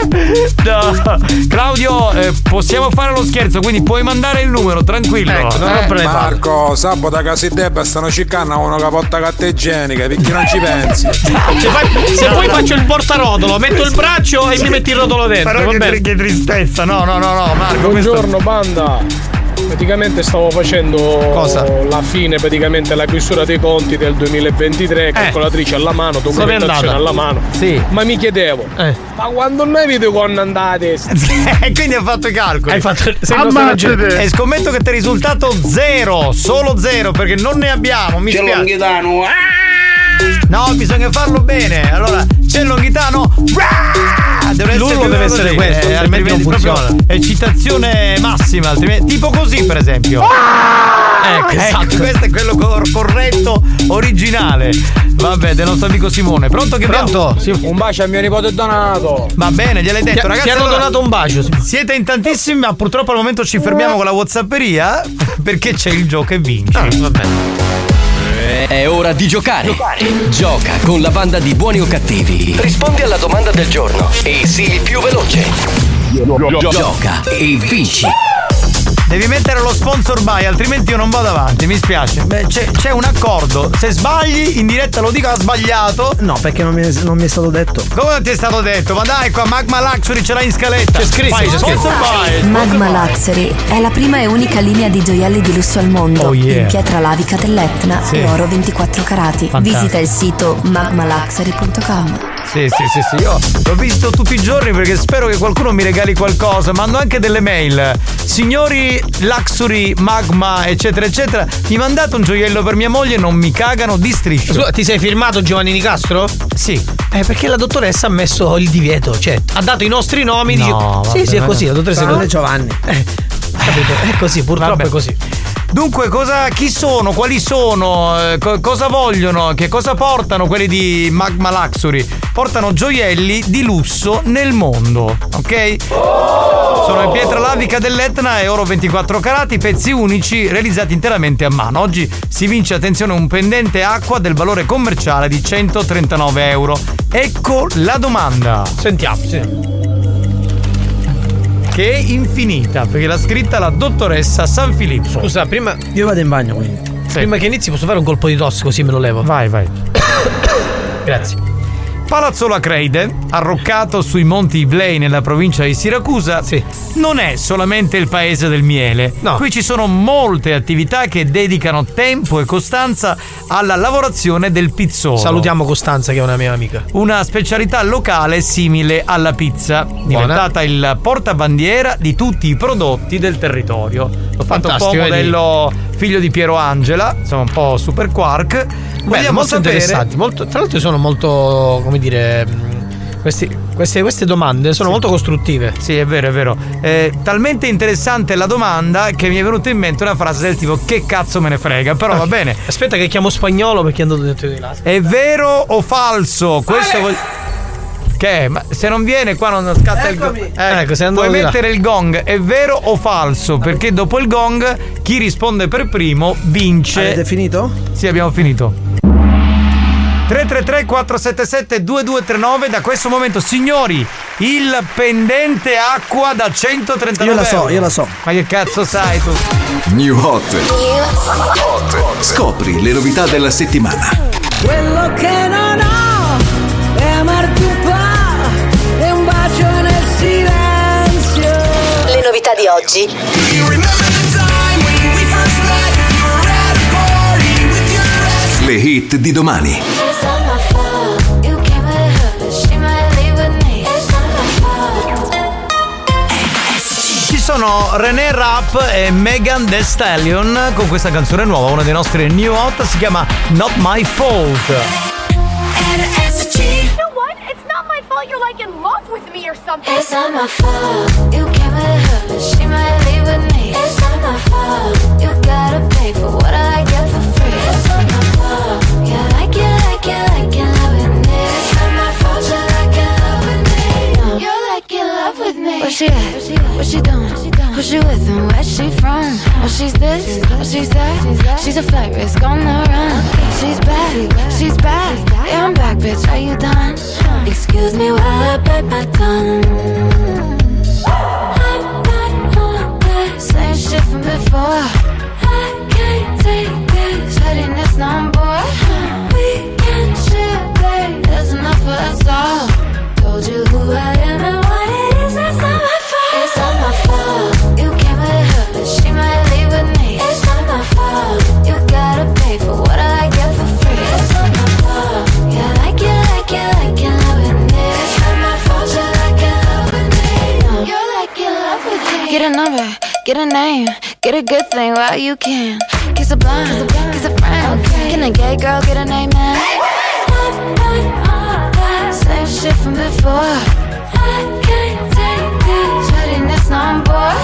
Speaker 37: bravo. No.
Speaker 3: Claudio, eh, possiamo fare lo scherzo, quindi puoi mandare il numero, tranquillo.
Speaker 8: Ecco,
Speaker 3: non
Speaker 38: Eh,
Speaker 3: rompere le palle.
Speaker 38: Marco, sabato che si debba stanno cercando una capotta cattegienica, perché non ci pensi?
Speaker 37: Se, fai- se poi faccio il portarotolo, metto il braccio e mi metti il rotolo dentro.
Speaker 3: Però che
Speaker 37: vabbè.
Speaker 3: tri- che tristezza, no, no, no, no, Marco.
Speaker 18: Buongiorno banda. Praticamente stavo facendo la fine, praticamente la chiusura dei conti del
Speaker 8: Eh.
Speaker 18: 2023, calcolatrice alla mano,
Speaker 4: Come è
Speaker 18: documentazione
Speaker 4: andata?
Speaker 18: alla mano.
Speaker 3: Sì.
Speaker 18: Ma mi chiedevo,
Speaker 3: Eh.
Speaker 18: ma quando noi vi dico andate?
Speaker 3: E quindi ha fatto i calcoli. Hai
Speaker 37: fatto
Speaker 3: Sei il nostro agente. E scommetto che ti è risultato zero, solo zero, perché non ne abbiamo. Mi
Speaker 4: C'è
Speaker 3: spiace.
Speaker 4: l'onghitano. Ah!
Speaker 3: No, bisogna farlo bene. Allora, c'è l'onghitano. Ah, Deve
Speaker 4: L'urlo
Speaker 3: più o meno
Speaker 4: deve
Speaker 3: così,
Speaker 4: essere questo,
Speaker 3: eh, altrimenti
Speaker 4: altrimenti non
Speaker 3: proprio
Speaker 4: funziona.
Speaker 3: Eccitazione massima, altrimenti. Tipo così, per esempio. Ecco,
Speaker 4: esatto.
Speaker 3: questo è quello cor- corretto, originale. Vabbè, del nostro amico Simone. Pronto che pronto?
Speaker 4: Un bacio a mio nipote
Speaker 1: Certo.
Speaker 4: Donato.
Speaker 3: Va bene, gliel'hai detto,
Speaker 4: Ti-
Speaker 3: ragazzi.
Speaker 4: ti hanno donato
Speaker 37: un bacio.
Speaker 3: Siete in tantissimi, ma purtroppo al momento ci fermiamo con la WhatsApperia perché c'è il gioco e vinci.
Speaker 1: È ora di giocare. Gioca con la banda di buoni o cattivi. Rispondi alla domanda del giorno e sii il più veloce. Gioca e vinci.
Speaker 3: Devi mettere lo sponsor by, altrimenti io non vado avanti, mi spiace. Beh, c'è, c'è un accordo. Se sbagli, in diretta lo dico, ha sbagliato.
Speaker 39: No, perché non mi, è, non mi è stato detto.
Speaker 3: Come non ti è stato detto? Ma dai qua, Magma Luxury ce l'hai in scaletta. C'è scritto,
Speaker 39: c'è scritto.
Speaker 3: Sponsor by.
Speaker 7: Magma Luxury è la prima e unica linea di gioielli di lusso al mondo
Speaker 3: Oh, yeah.
Speaker 7: in pietra lavica dell'Etna
Speaker 3: Sì.
Speaker 7: e oro 24 carati.
Speaker 3: Fantastico.
Speaker 7: Visita il sito magmaluxury.com.
Speaker 3: Sì, sì, sì, sì, io l'ho visto tutti i giorni perché spero che qualcuno mi regali qualcosa. Mando anche delle mail. Signori Luxury, Magma, eccetera, eccetera, mi mandate un gioiello per mia moglie, non mi cagano di striscio.
Speaker 8: Scusa, ti sei firmato Giovanni Nicastro?
Speaker 3: Sì.
Speaker 8: Eh, perché la dottoressa ha messo il divieto, cioè ha dato i nostri nomi.
Speaker 3: No,
Speaker 8: dice,
Speaker 3: vabbè,
Speaker 8: sì, sì, è così, la dottoressa
Speaker 3: Paolo e
Speaker 8: Giovanni. Eh, capito? È così, purtroppo
Speaker 3: Vabbè.
Speaker 8: è così.
Speaker 3: Dunque, cosa, chi sono? Quali sono? Eh, co- cosa vogliono? Che cosa portano quelli di Magma Luxury? Portano gioielli di lusso nel mondo, ok? Sono in pietra lavica dell'Etna e oro 24 carati, pezzi unici realizzati interamente a mano. Oggi si vince, attenzione, un pendente acqua del valore commerciale di 139 euro. Ecco la domanda.
Speaker 37: Sentiamo,
Speaker 3: Che è infinita, perché l'ha scritta la dottoressa San Filippo.
Speaker 8: Scusa, prima. Io vado in bagno quindi. Prima che inizi posso fare un colpo di tosse così me lo levo.
Speaker 3: Vai, vai.
Speaker 8: Grazie.
Speaker 3: Palazzo Lacreide, arroccato sui monti Iblei nella provincia di Siracusa, non è solamente il paese del miele. Qui ci sono molte attività che dedicano tempo e costanza alla lavorazione del pizzolo.
Speaker 8: Salutiamo Costanza che è una mia amica.
Speaker 3: Una specialità locale simile alla pizza, diventata il portabandiera di tutti i prodotti del territorio. L'ho fatto un
Speaker 8: Fantastico,
Speaker 3: po'
Speaker 8: vedi?
Speaker 3: modello figlio di Piero Angela, insomma un po' super quark.
Speaker 8: Beh, molto interessanti. molto- tra l'altro sono molto, come dire, mh, questi- queste, queste domande sono molto costruttive.
Speaker 3: Sì, è vero, è vero. Eh, talmente interessante la domanda che mi è venuta in mente una frase del tipo che cazzo me ne frega, però va bene.
Speaker 8: Ah, Aspetta che chiamo spagnolo perché è andato dentro di là.
Speaker 3: È vero o falso? Questo vuol- Che è? Ma se non viene qua non scatta il gong.
Speaker 8: Ecco, sei andato
Speaker 3: puoi
Speaker 8: di là.
Speaker 3: mettere il gong, è vero o falso? Perché dopo il gong chi risponde per primo vince.
Speaker 39: Avete finito?
Speaker 3: Sì, abbiamo finito. 333 477 2239 da questo momento signori il pendente acqua da 139
Speaker 39: Io la so,
Speaker 3: euro.
Speaker 39: io la so.
Speaker 3: ma che cazzo sai tu
Speaker 40: New Hot. Scopri le novità della settimana.
Speaker 41: Quello che non ho è amarti un po', è un bacio nel silenzio. Le novità di oggi.
Speaker 40: Le hit di domani.
Speaker 3: Ci sono René Rapp e Megan Thee Stallion con questa canzone nuova, una dei nostri new hot, si chiama Not My Fault.
Speaker 11: You know what? It's not my fault you're like in love with me or something. It's not my fault. You came with her, but she might leave with me. It's not my fault. You gotta pay for what I get for free. It's not my fault. Yeah, like it, like it, like it, loving it. It's not my fault you're like in love with me. No, You're like in love with me. Where she at? What she doing? Who she with and where she from? Oh, she's this, oh she's that. She's a flight risk on the run. She's back, she's back. Yeah, I'm back, bitch. Are you done? Excuse me while I bite my tongue. I'm not all that same shit from before. I can't take this pettiness no more. We can share, babe. There's enough for us all. Told you who I am and what it is. It's not my fault. It's not my fault. You came with her, but she might leave with me. It's not my fault. You gotta pay for what I get for free. It's not my fault. Yeah, like you, like you, like you, loving it. It's not my fault. You're like you, loving it. You're like you, love with it. Get a number, get a name, get a good thing while you can. Kiss a blind, kiss a friend. Can a gay girl get a name now? I'm not all that same shit from before. I can't take this pettiness no more.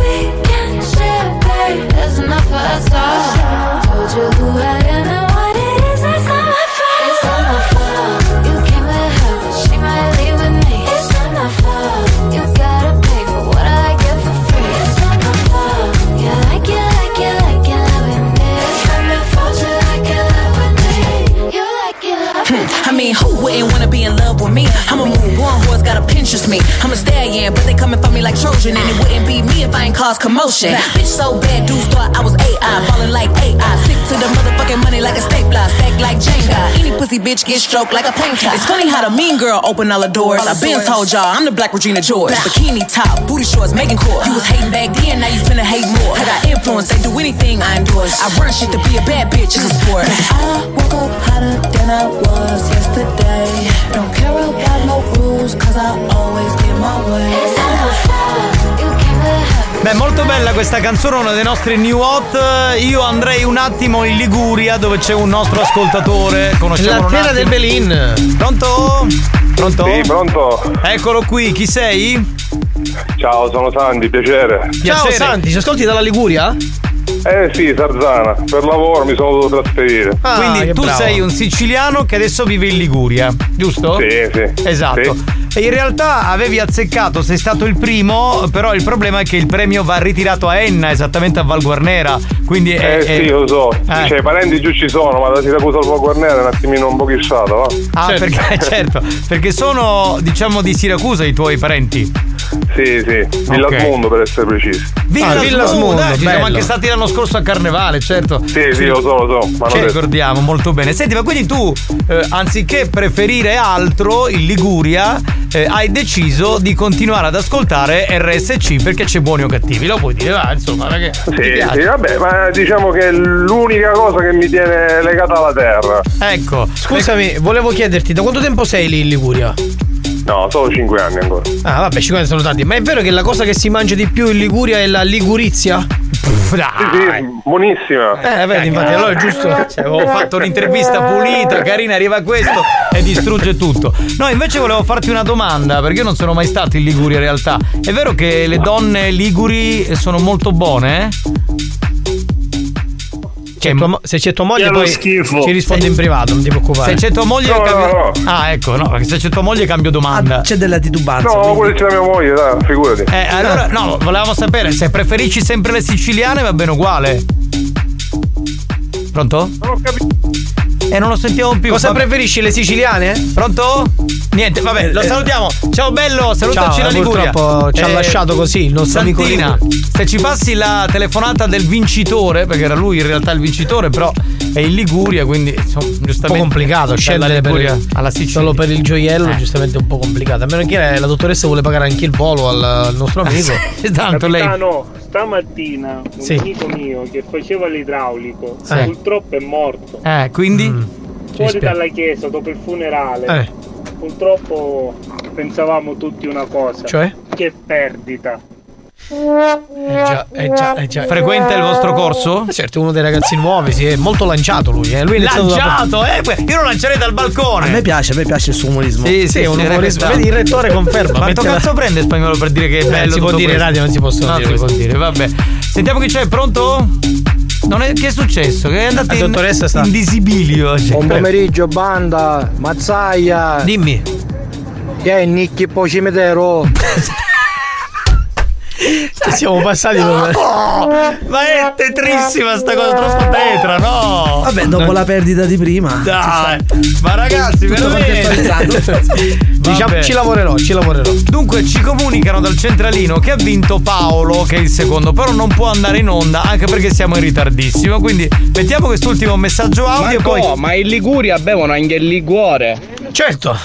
Speaker 11: We can share, babe. There's enough for us all. Told you who I am and what it is. It's not my fault. It's not my fault. You came with her, but she might leave with me. It's not my fault. You gotta pay for what I get for free. It's not my fault. Yeah, like you, like you, like you, loving it. It's not my fault. You like you, loving it. You like you, loving it.
Speaker 42: Hmm. I mean, who wouldn't wanna be in love with me? I'm a moon, one horse got a Pinterest me. I'm a stallion, but they coming for me like Trojan, and it wouldn't be me if I ain't caused commotion. Bitch, so bad, dudes thought I was AI, falling like AI. Stick to the motherfucking money like a stapler, stack like Jenga. Any pussy bitch get stroked like a paint tie. It's funny how the mean girl open all the doors. I've been told y'all I'm the black Regina George. Bikini top, booty shorts, making core. You was hating back then, now you finna hate more. I got influence, they do anything I endorse. I run shit to be a bad bitch, it's a sport.
Speaker 43: I woke up hotter than I was yesterday. Don't care about no rules, cause I always get my way.
Speaker 3: Beh, molto bella questa canzone dei nostri new hot. Io andrei un attimo in Liguria dove c'è un nostro ascoltatore. Conosciamo
Speaker 8: La terra del Belin.
Speaker 3: Pronto? Pronto?
Speaker 4: Sì, pronto.
Speaker 3: Eccolo qui, chi sei?
Speaker 4: Ciao, sono Sandy, piacere.
Speaker 8: Ciao Santi, ci ascolti dalla Liguria?
Speaker 4: Eh sì, Sarzana, per lavoro mi sono dovuto trasferire.
Speaker 8: Ah,
Speaker 3: Quindi tu sei un siciliano che adesso vive in Liguria, giusto?
Speaker 4: Sì, sì.
Speaker 3: Esatto.
Speaker 4: Sì.
Speaker 3: E in realtà avevi azzeccato, sei stato il primo, però il problema è che il premio va ritirato a Enna, esattamente a Val Guarnera. Quindi è,
Speaker 4: Eh
Speaker 3: è- eh.
Speaker 4: sì, lo so. Cioè, i parenti giù ci sono, ma da Siracusa al Guarnera è un attimino un po' chisciato, Eh,
Speaker 3: Ah,
Speaker 4: va?
Speaker 3: perché certo, perché sono diciamo di Siracusa i tuoi parenti.
Speaker 4: Sì, sì, Villa
Speaker 3: Ok.
Speaker 4: Smondo per essere precisi.
Speaker 3: Ah,
Speaker 4: Ah,
Speaker 3: Villa, Smondo, dai, ci siamo
Speaker 4: bello.
Speaker 3: anche stati l'anno scorso a Carnevale, certo.
Speaker 4: Sì, sì, lo so, lo so. Ma
Speaker 3: Ci
Speaker 4: non adesso.
Speaker 3: ricordiamo molto bene. Senti, ma quindi tu, eh, anziché preferire altro in Liguria, eh, hai deciso di continuare ad ascoltare RSC perché c'è buoni o cattivi, lo puoi dire, va, insomma, perché ti
Speaker 4: Sì,
Speaker 3: piace.
Speaker 4: sì, eh, vabbè, ma diciamo che è l'unica cosa che mi tiene legata alla terra.
Speaker 8: Ecco. Scusami, volevo chiederti da quanto tempo sei lì in Liguria?
Speaker 4: No, solo 5 anni ancora.
Speaker 8: Ah, vabbè, 50 sono tanti. Ma è vero che la cosa che si mangia di più in Liguria è la ligurizia?
Speaker 4: Sì, sì, buonissima.
Speaker 8: Eh, vedi, infatti, allora è giusto.
Speaker 3: Cioè, avevo fatto un'intervista pulita, carina, arriva questo e distrugge tutto. No, invece volevo farti una domanda, perché io non sono mai stato in Liguria in realtà. È vero che le donne liguri sono molto buone? Cioè,
Speaker 8: se c'è tua moglie, poi ci risponde in privato, non ti preoccupare. Cioè,
Speaker 3: Se c'è tua moglie
Speaker 8: No,
Speaker 3: cambio...
Speaker 8: no,
Speaker 3: Ah, ecco, no, perché se c'è tua moglie cambio domanda. Ah, c'è della titubanza.
Speaker 4: No,
Speaker 8: cioè,
Speaker 4: pure c'è la mia moglie, dai, figurati.
Speaker 3: Eh, allora, no, volevamo sapere se preferisci sempre le siciliane va bene uguale. Pronto? Non ho capito. E non lo sentiamo più.
Speaker 8: Cosa preferisci, le siciliane?
Speaker 3: Pronto? Niente, vabbè, lo
Speaker 8: Eh.
Speaker 3: salutiamo. Ciao
Speaker 8: Oh,
Speaker 3: bello, salutaci
Speaker 8: Ciao, eh,
Speaker 3: la Liguria.
Speaker 8: purtroppo ci ha lasciato così il nostro amico
Speaker 3: Santina,
Speaker 8: Ligure.
Speaker 3: se ci passi la telefonata del vincitore, perché era lui in realtà il vincitore, però è in Liguria, quindi insomma, giustamente
Speaker 8: Un po' complicato
Speaker 3: dalla
Speaker 8: Ah, scendere
Speaker 3: Liguria
Speaker 8: per,
Speaker 3: alla Sicilia. Eh.
Speaker 8: solo per il gioiello, giustamente un po' complicato. A meno che eh, la dottoressa vuole pagare anche il volo al, al nostro amico.
Speaker 3: Ah, Tanto lei-
Speaker 18: Capitano, stamattina un
Speaker 8: Sì.
Speaker 18: amico mio che faceva l'idraulico
Speaker 8: Sì.
Speaker 18: purtroppo è morto.
Speaker 3: Eh, quindi?
Speaker 18: Fuori
Speaker 3: dispiace.
Speaker 18: dalla chiesa dopo il funerale.
Speaker 3: Eh.
Speaker 18: Purtroppo pensavamo tutti una cosa.
Speaker 3: Cioè?
Speaker 18: Che perdita.
Speaker 8: già, eh già, eh già.
Speaker 3: Frequenta il vostro corso?
Speaker 8: Eh Certo, è uno dei ragazzi nuovi, si è molto lanciato lui. Eh. lui è iniziato da-
Speaker 3: Lanciato, eh? Io lo lancerei dal balcone.
Speaker 44: A me piace, a me piace il suo umorismo.
Speaker 3: Sì, sì,
Speaker 44: è
Speaker 3: sì, ragazzi.
Speaker 44: Vedi, il rettore conferma.
Speaker 3: Quanto
Speaker 44: mette la-
Speaker 3: cazzo prende spagnolo per dire che è
Speaker 44: Eh,
Speaker 3: bello?
Speaker 44: si può
Speaker 3: tutto
Speaker 44: dire,
Speaker 3: questo?
Speaker 44: radio non si possono
Speaker 3: No,
Speaker 44: dire
Speaker 3: si può
Speaker 44: queste.
Speaker 3: dire, vabbè. Sentiamo chi c'è, pronto? Non è- che è successo? Che è andato in, in disibilio. cioè.
Speaker 45: Buon pomeriggio, banda, mazzaia.
Speaker 3: Dimmi.
Speaker 45: Che è Nicchi po cimitero.
Speaker 8: Ci siamo passati dove.
Speaker 3: Ma è tetrissima sta cosa, troppo tetra, no?
Speaker 46: Vabbè, dopo la perdita di prima.
Speaker 3: Dai, ma ragazzi,
Speaker 46: Tutto
Speaker 3: veramente.
Speaker 8: Diciamo, ci lavorerò, ci lavorerò.
Speaker 3: Dunque, ci comunicano dal centralino che ha vinto Paolo, che è il secondo, però non può andare in onda anche perché siamo in ritardissimo. Quindi, mettiamo quest'ultimo messaggio audio e
Speaker 47: Marco,
Speaker 3: poi.
Speaker 47: ma in Liguria bevono anche il liquore.
Speaker 3: Certo.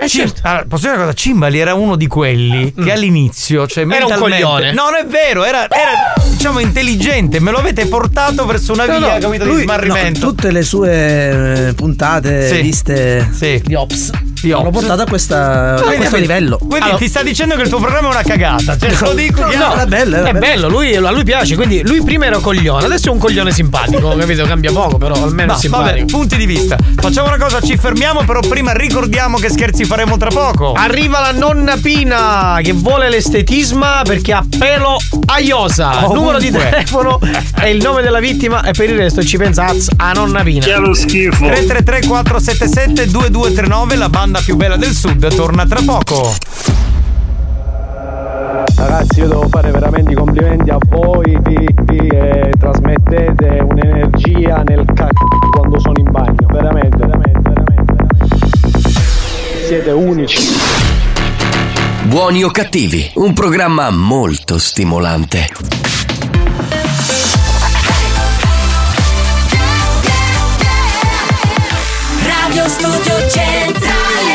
Speaker 3: Eh, certo. Allora, posso dire una cosa? Cimbali era uno di quelli che all'inizio, cioè
Speaker 8: Era un
Speaker 3: mentalmente-
Speaker 8: coglione.
Speaker 3: No, non è vero, era, era, diciamo intelligente, me lo avete portato verso una
Speaker 46: No,
Speaker 3: via,
Speaker 46: no,
Speaker 3: capito,
Speaker 46: lui-
Speaker 3: di smarrimento.
Speaker 46: no, tutte le sue eh, puntate
Speaker 3: Sì.
Speaker 46: viste
Speaker 3: di
Speaker 46: Ops.
Speaker 3: Ops.
Speaker 46: L'ho portata a, questa- a
Speaker 3: Quindi,
Speaker 46: questo
Speaker 3: capito?
Speaker 46: livello. Ah,
Speaker 3: Quindi ti sta dicendo che il tuo programma è una cagata. Cioè, te lo dico
Speaker 46: No,
Speaker 3: chiaro.
Speaker 46: no, era bello, era
Speaker 8: è bello, lui, a lui piace, quindi lui prima era un coglione, adesso è un coglione simpatico, capito? Cambia poco, però almeno
Speaker 3: Ma,
Speaker 8: è
Speaker 3: vabbè,
Speaker 8: simpatico.
Speaker 3: punti di vista. Facciamo una cosa, ci fermiamo, però prima ricordiamo che scherzi faremo tra poco.
Speaker 8: Arriva la nonna Pina che vuole l'estetisma perché ha pelo a Iosa.
Speaker 3: Ovunque.
Speaker 8: Numero di telefono e il nome della vittima e per il resto ci pensa az- a nonna Pina.
Speaker 3: Che lo schifo. 333 477 2239, la banda più bella del sud, torna tra poco.
Speaker 48: Ragazzi, io devo fare veramente i complimenti a voi che eh, trasmettete un'energia nel cacchio quando sono in bagno. Veramente, veramente, veramente, veramente. Siete unici.
Speaker 1: Buoni o cattivi, un programma molto stimolante.
Speaker 49: Radio Studio Centrale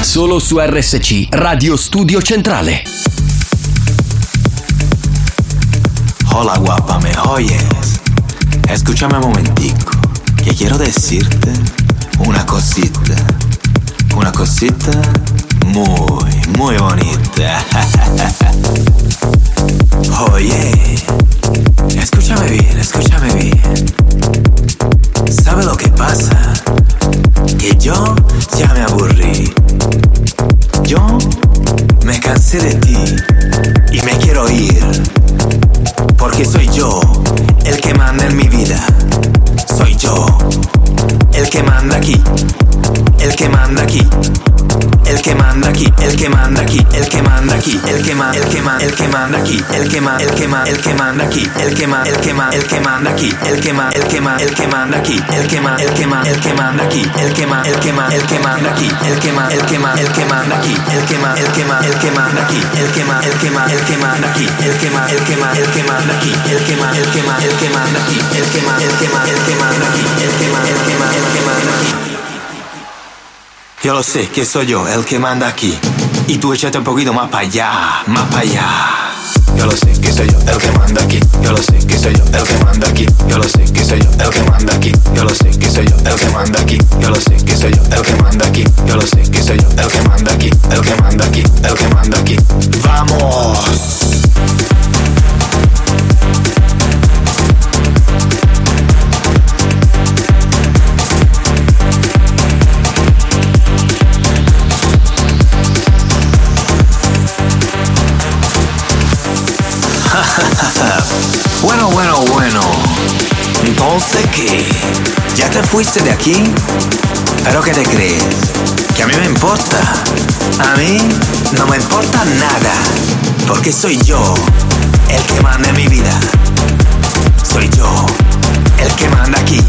Speaker 1: Solo su RSC, Radio Studio Centrale.
Speaker 18: Hola guapa, me oyes. Escúchame un momentico, que quiero decirte una cosita. Una cosita muy, muy bonita. Oye, escúchame bien, escúchame bien. ¿Sabe lo que pasa? Que yo ya me aburrí. Yo me cansé de ti y me quiero ir. Porque soy yo el que manda en mi vida. Soy yo el que manda aquí. El que manda aquí. El que manda aquí, el que manda aquí, el que manda aquí, el que manda, el que manda, el que manda aquí, el que manda, el que manda, el que manda aquí, el que manda, el que manda, el que manda aquí, el que manda, el que manda, el que manda aquí, el que manda, el que manda, el que manda aquí, el que manda, el que manda, el que manda aquí, el que manda, el que manda, el que manda aquí, el que manda, el que manda, el que manda aquí, el que manda, el que manda, el que manda aquí, el que manda, el que manda, el que manda aquí, el que manda, el que manda, el que manda aquí, el que manda, el que manda, el que manda aquí, el que manda, el que manda, el que manda aquí. Yo lo sé, que soy yo el que manda aquí. Y tú échate un poquito más para allá, más para allá. Yo lo sé, que soy yo el que manda aquí. Yo lo sé, que soy yo el que manda aquí. Yo lo sé, que soy yo el que manda aquí. Yo lo sé, que soy yo el que manda aquí. Yo lo sé, que soy yo el que manda aquí. Yo lo sé, que soy yo el que manda aquí. El que manda aquí, el que manda aquí. ¡Vamos!
Speaker 50: bueno, bueno, bueno. Entonces, ¿qué? ¿Ya te fuiste de aquí? ¿Pero qué te crees? ¿Que a mí me importa? A mí no me importa nada. Porque soy yo el que manda en mi vida. Soy yo el que manda aquí.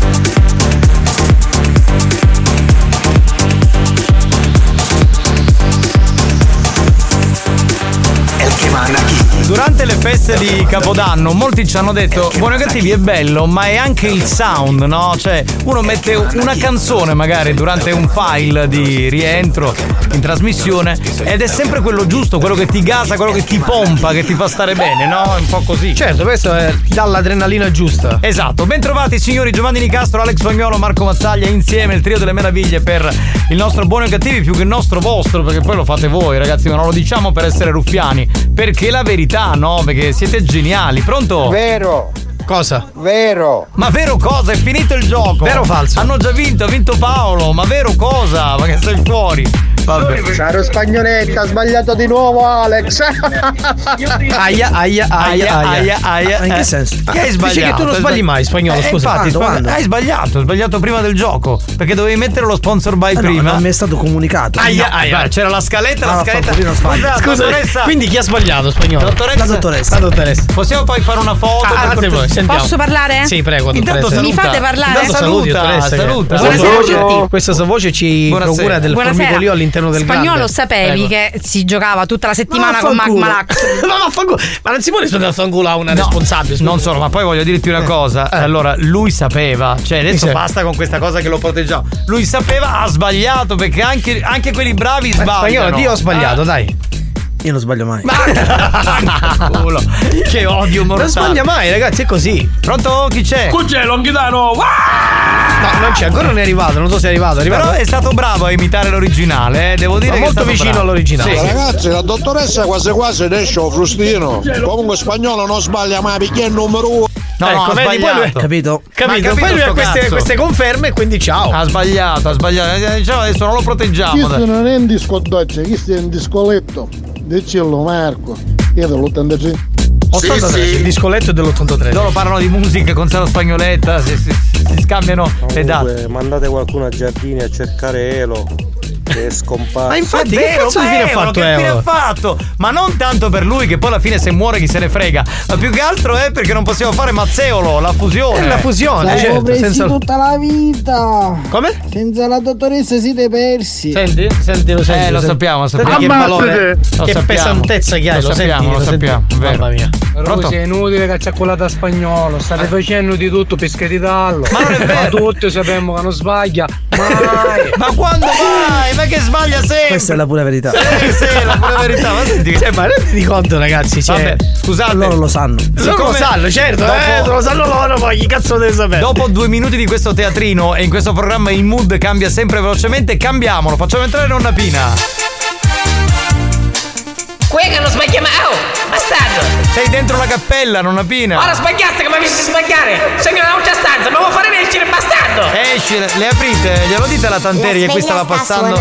Speaker 50: El que manda aquí.
Speaker 3: Durante le feste feste di Capodanno molti ci hanno detto Buoni o cattivi è bello ma è anche il sound no? Cioè uno mette una canzone magari durante un file di rientro in trasmissione ed è sempre quello giusto quello che ti gasa quello che ti pompa che ti fa stare bene Eh, no? È un po' così
Speaker 8: Certo, questo è dall'adrenalina giusta.
Speaker 3: Esatto, bentrovati signori Giovanni Nicastro, Alex Spagnolo, Marco Mazzaglia insieme il trio delle meraviglie per il nostro buono e cattivi più che il nostro vostro perché poi lo fate voi ragazzi ma non lo diciamo per essere ruffiani perché la verità no perché siete geniali pronto?
Speaker 51: Vero
Speaker 3: Cosa?
Speaker 51: Vero
Speaker 3: Ma vero cosa? È finito il gioco
Speaker 51: Vero o falso?
Speaker 3: Hanno già vinto, ha vinto Paolo ma vero cosa? Ma che sei fuori? Vabbè
Speaker 51: Caro spagnoletta, ha sbagliato di nuovo Alex.
Speaker 8: Aia, aia, aia,
Speaker 3: Aia, aia, aia. eh.
Speaker 8: Ma in che senso?
Speaker 3: Che hai
Speaker 8: Dice
Speaker 3: sbagliato?
Speaker 8: che tu non sbagli mai, spagnolo,
Speaker 3: Eh,
Speaker 8: scusa.
Speaker 3: Infatti,
Speaker 8: Quando,
Speaker 3: sbagli-
Speaker 8: quando?
Speaker 3: hai sbagliato, hai sbagliato prima del gioco. Perché dovevi mettere lo sponsor by
Speaker 8: Eh no,
Speaker 3: prima.
Speaker 8: non mi è stato comunicato.
Speaker 3: Aia,
Speaker 8: No.
Speaker 3: aia, c'era la scaletta,
Speaker 8: No,
Speaker 3: la
Speaker 8: no,
Speaker 3: scaletta.
Speaker 8: Fabio, io non sbaglio.
Speaker 3: Scusa,
Speaker 8: Scusa,
Speaker 3: dottoressa.
Speaker 8: quindi chi ha sbagliato, spagnolo? La
Speaker 3: Dottoressa.
Speaker 8: dottoressa. La dottoressa.
Speaker 3: Possiamo poi fare una foto?
Speaker 8: Ah,
Speaker 3: per
Speaker 8: un attimo,
Speaker 3: cortesia?
Speaker 8: sentiamo.
Speaker 37: Posso parlare?
Speaker 8: Sì, prego,
Speaker 37: Intanto
Speaker 8: dottoressa.
Speaker 37: saluta. Mi fate parlare?
Speaker 8: Intanto saluti,
Speaker 3: Saluta,
Speaker 8: dottoressa, che-
Speaker 3: saluta.
Speaker 8: Questa
Speaker 3: Buonasera
Speaker 8: voce-
Speaker 3: a tutti.
Speaker 8: Questa sua voce ci
Speaker 3: Buonasera.
Speaker 8: procura del
Speaker 37: Buonasera.
Speaker 8: formicolio all'interno del
Speaker 37: Spagnolo
Speaker 8: grande.
Speaker 37: sapevi
Speaker 8: Prego.
Speaker 37: che si giocava tutta la settimana
Speaker 8: Ma
Speaker 37: con Mac
Speaker 8: vaffanculo.
Speaker 37: Malax.
Speaker 8: Ma vaffanculo. Ma non si può rispondere a fanculo a una responsabile. scusa. Eh,
Speaker 3: Non solo, ma poi voglio dirti una cosa. Allora, lui sapeva, cioè adesso
Speaker 8: Sì.
Speaker 3: basta con questa cosa che lo proteggiamo. Lui sapeva, ha sbagliato perché anche, anche quelli bravi sbagliano.
Speaker 8: Eh, Spagnolo, io ho sbagliato, dai.
Speaker 52: Io non sbaglio mai.
Speaker 3: Ah, culo. che odio mortale.
Speaker 8: Non sbaglia mai, ragazzi, è così.
Speaker 3: Pronto? Chi c'è?
Speaker 8: Cugelo, anchitano. No, non c'è, ancora non è arrivato, non so se è arrivato. È arrivato.
Speaker 3: Però è stato bravo a imitare l'originale, eh, devo dire.
Speaker 8: Ma
Speaker 3: che è
Speaker 8: molto
Speaker 3: stato
Speaker 8: vicino
Speaker 3: bravo.
Speaker 8: all'originale.
Speaker 3: Sì.
Speaker 38: Ragazzi, la dottoressa quasi quasi ne esce un frustino. Comunque spagnolo non sbaglia mai perché è il numero uno.
Speaker 3: No, no, ha Ecco, sbagliato.
Speaker 52: Capito?
Speaker 3: Ma
Speaker 8: Capito? Poi lui ha
Speaker 3: sto
Speaker 8: queste,
Speaker 3: cazzo?
Speaker 8: queste conferme, quindi ciao.
Speaker 3: Ha sbagliato, ha sbagliato. Diciamo adesso non lo proteggiamo.
Speaker 12: Questo non è un disco dolce, questo è un discoletto. Dicello Marco, è dell'83.
Speaker 3: 83, il
Speaker 8: discoletto dell'83.
Speaker 3: Loro parlano di musica con Sara Spagnoletta, si, si- si scambiano le date.
Speaker 4: mandate qualcuno a Giardini a cercare Elo che è scomparso.
Speaker 3: Ma infatti, che cazzo di fine ha fatto? Che fine ha fatto? Ma non tanto per lui, che poi alla fine se muore chi se ne frega. Ma più che altro è perché non possiamo fare Mazzeolo, la fusione. eh,
Speaker 8: Eh, la fusione,
Speaker 3: Siamo
Speaker 8: certo,
Speaker 3: presi
Speaker 8: senza-
Speaker 3: tutti.
Speaker 12: Tutta la vita!
Speaker 8: Come?
Speaker 12: Senza la dottoressa siete persi.
Speaker 8: Senti, senti, lo senti.
Speaker 3: Eh, lo
Speaker 8: senti.
Speaker 3: sappiamo, lo sappiamo.
Speaker 8: Senti Che,
Speaker 3: Ammazzate!
Speaker 8: valore,
Speaker 3: Lo
Speaker 8: che
Speaker 3: sappiamo.
Speaker 8: pesantezza che hai,
Speaker 3: Lo
Speaker 8: lo, senti,
Speaker 3: sappiamo, lo
Speaker 8: senti?
Speaker 3: sappiamo, è vero.
Speaker 8: Mamma mia.
Speaker 3: Pronto?
Speaker 18: Rosi, è inutile che c'è quella da spagnolo, state facendo di tutto per screditarlo. Ma non è vero. tutti sappiamo che non sbaglia. Mai.
Speaker 3: Ma quando mai? Ma che sbaglia sempre?
Speaker 52: Questa è la pura verità.
Speaker 3: Eh, sì, la pura verità, ma senti che-
Speaker 8: Cioè, ma renditi conto, ragazzi. Cioè,
Speaker 3: Vabbè, scusate.
Speaker 52: Loro lo sanno.
Speaker 8: Loro lo
Speaker 3: Siccome-
Speaker 8: sanno, certo. eh,
Speaker 3: Dopo-
Speaker 8: lo sanno loro, poi chi cazzo deve sapere?
Speaker 3: Dopo due minuti di questo teatrino e in questo programma il mood cambia sempre velocemente, cambiamolo, facciamo entrare nonna Pina.
Speaker 53: Quei che non sbaglia mai. Oh, bastardo!
Speaker 3: Sei dentro la cappella, nonna Pina.
Speaker 53: Ora sbagliaste come mi si sbagliare! Sono una uncia stanza, ma vuoi fare leggere bastardo!
Speaker 3: Esci, le le aprite, glielo dite alla tanteria che qui stava passando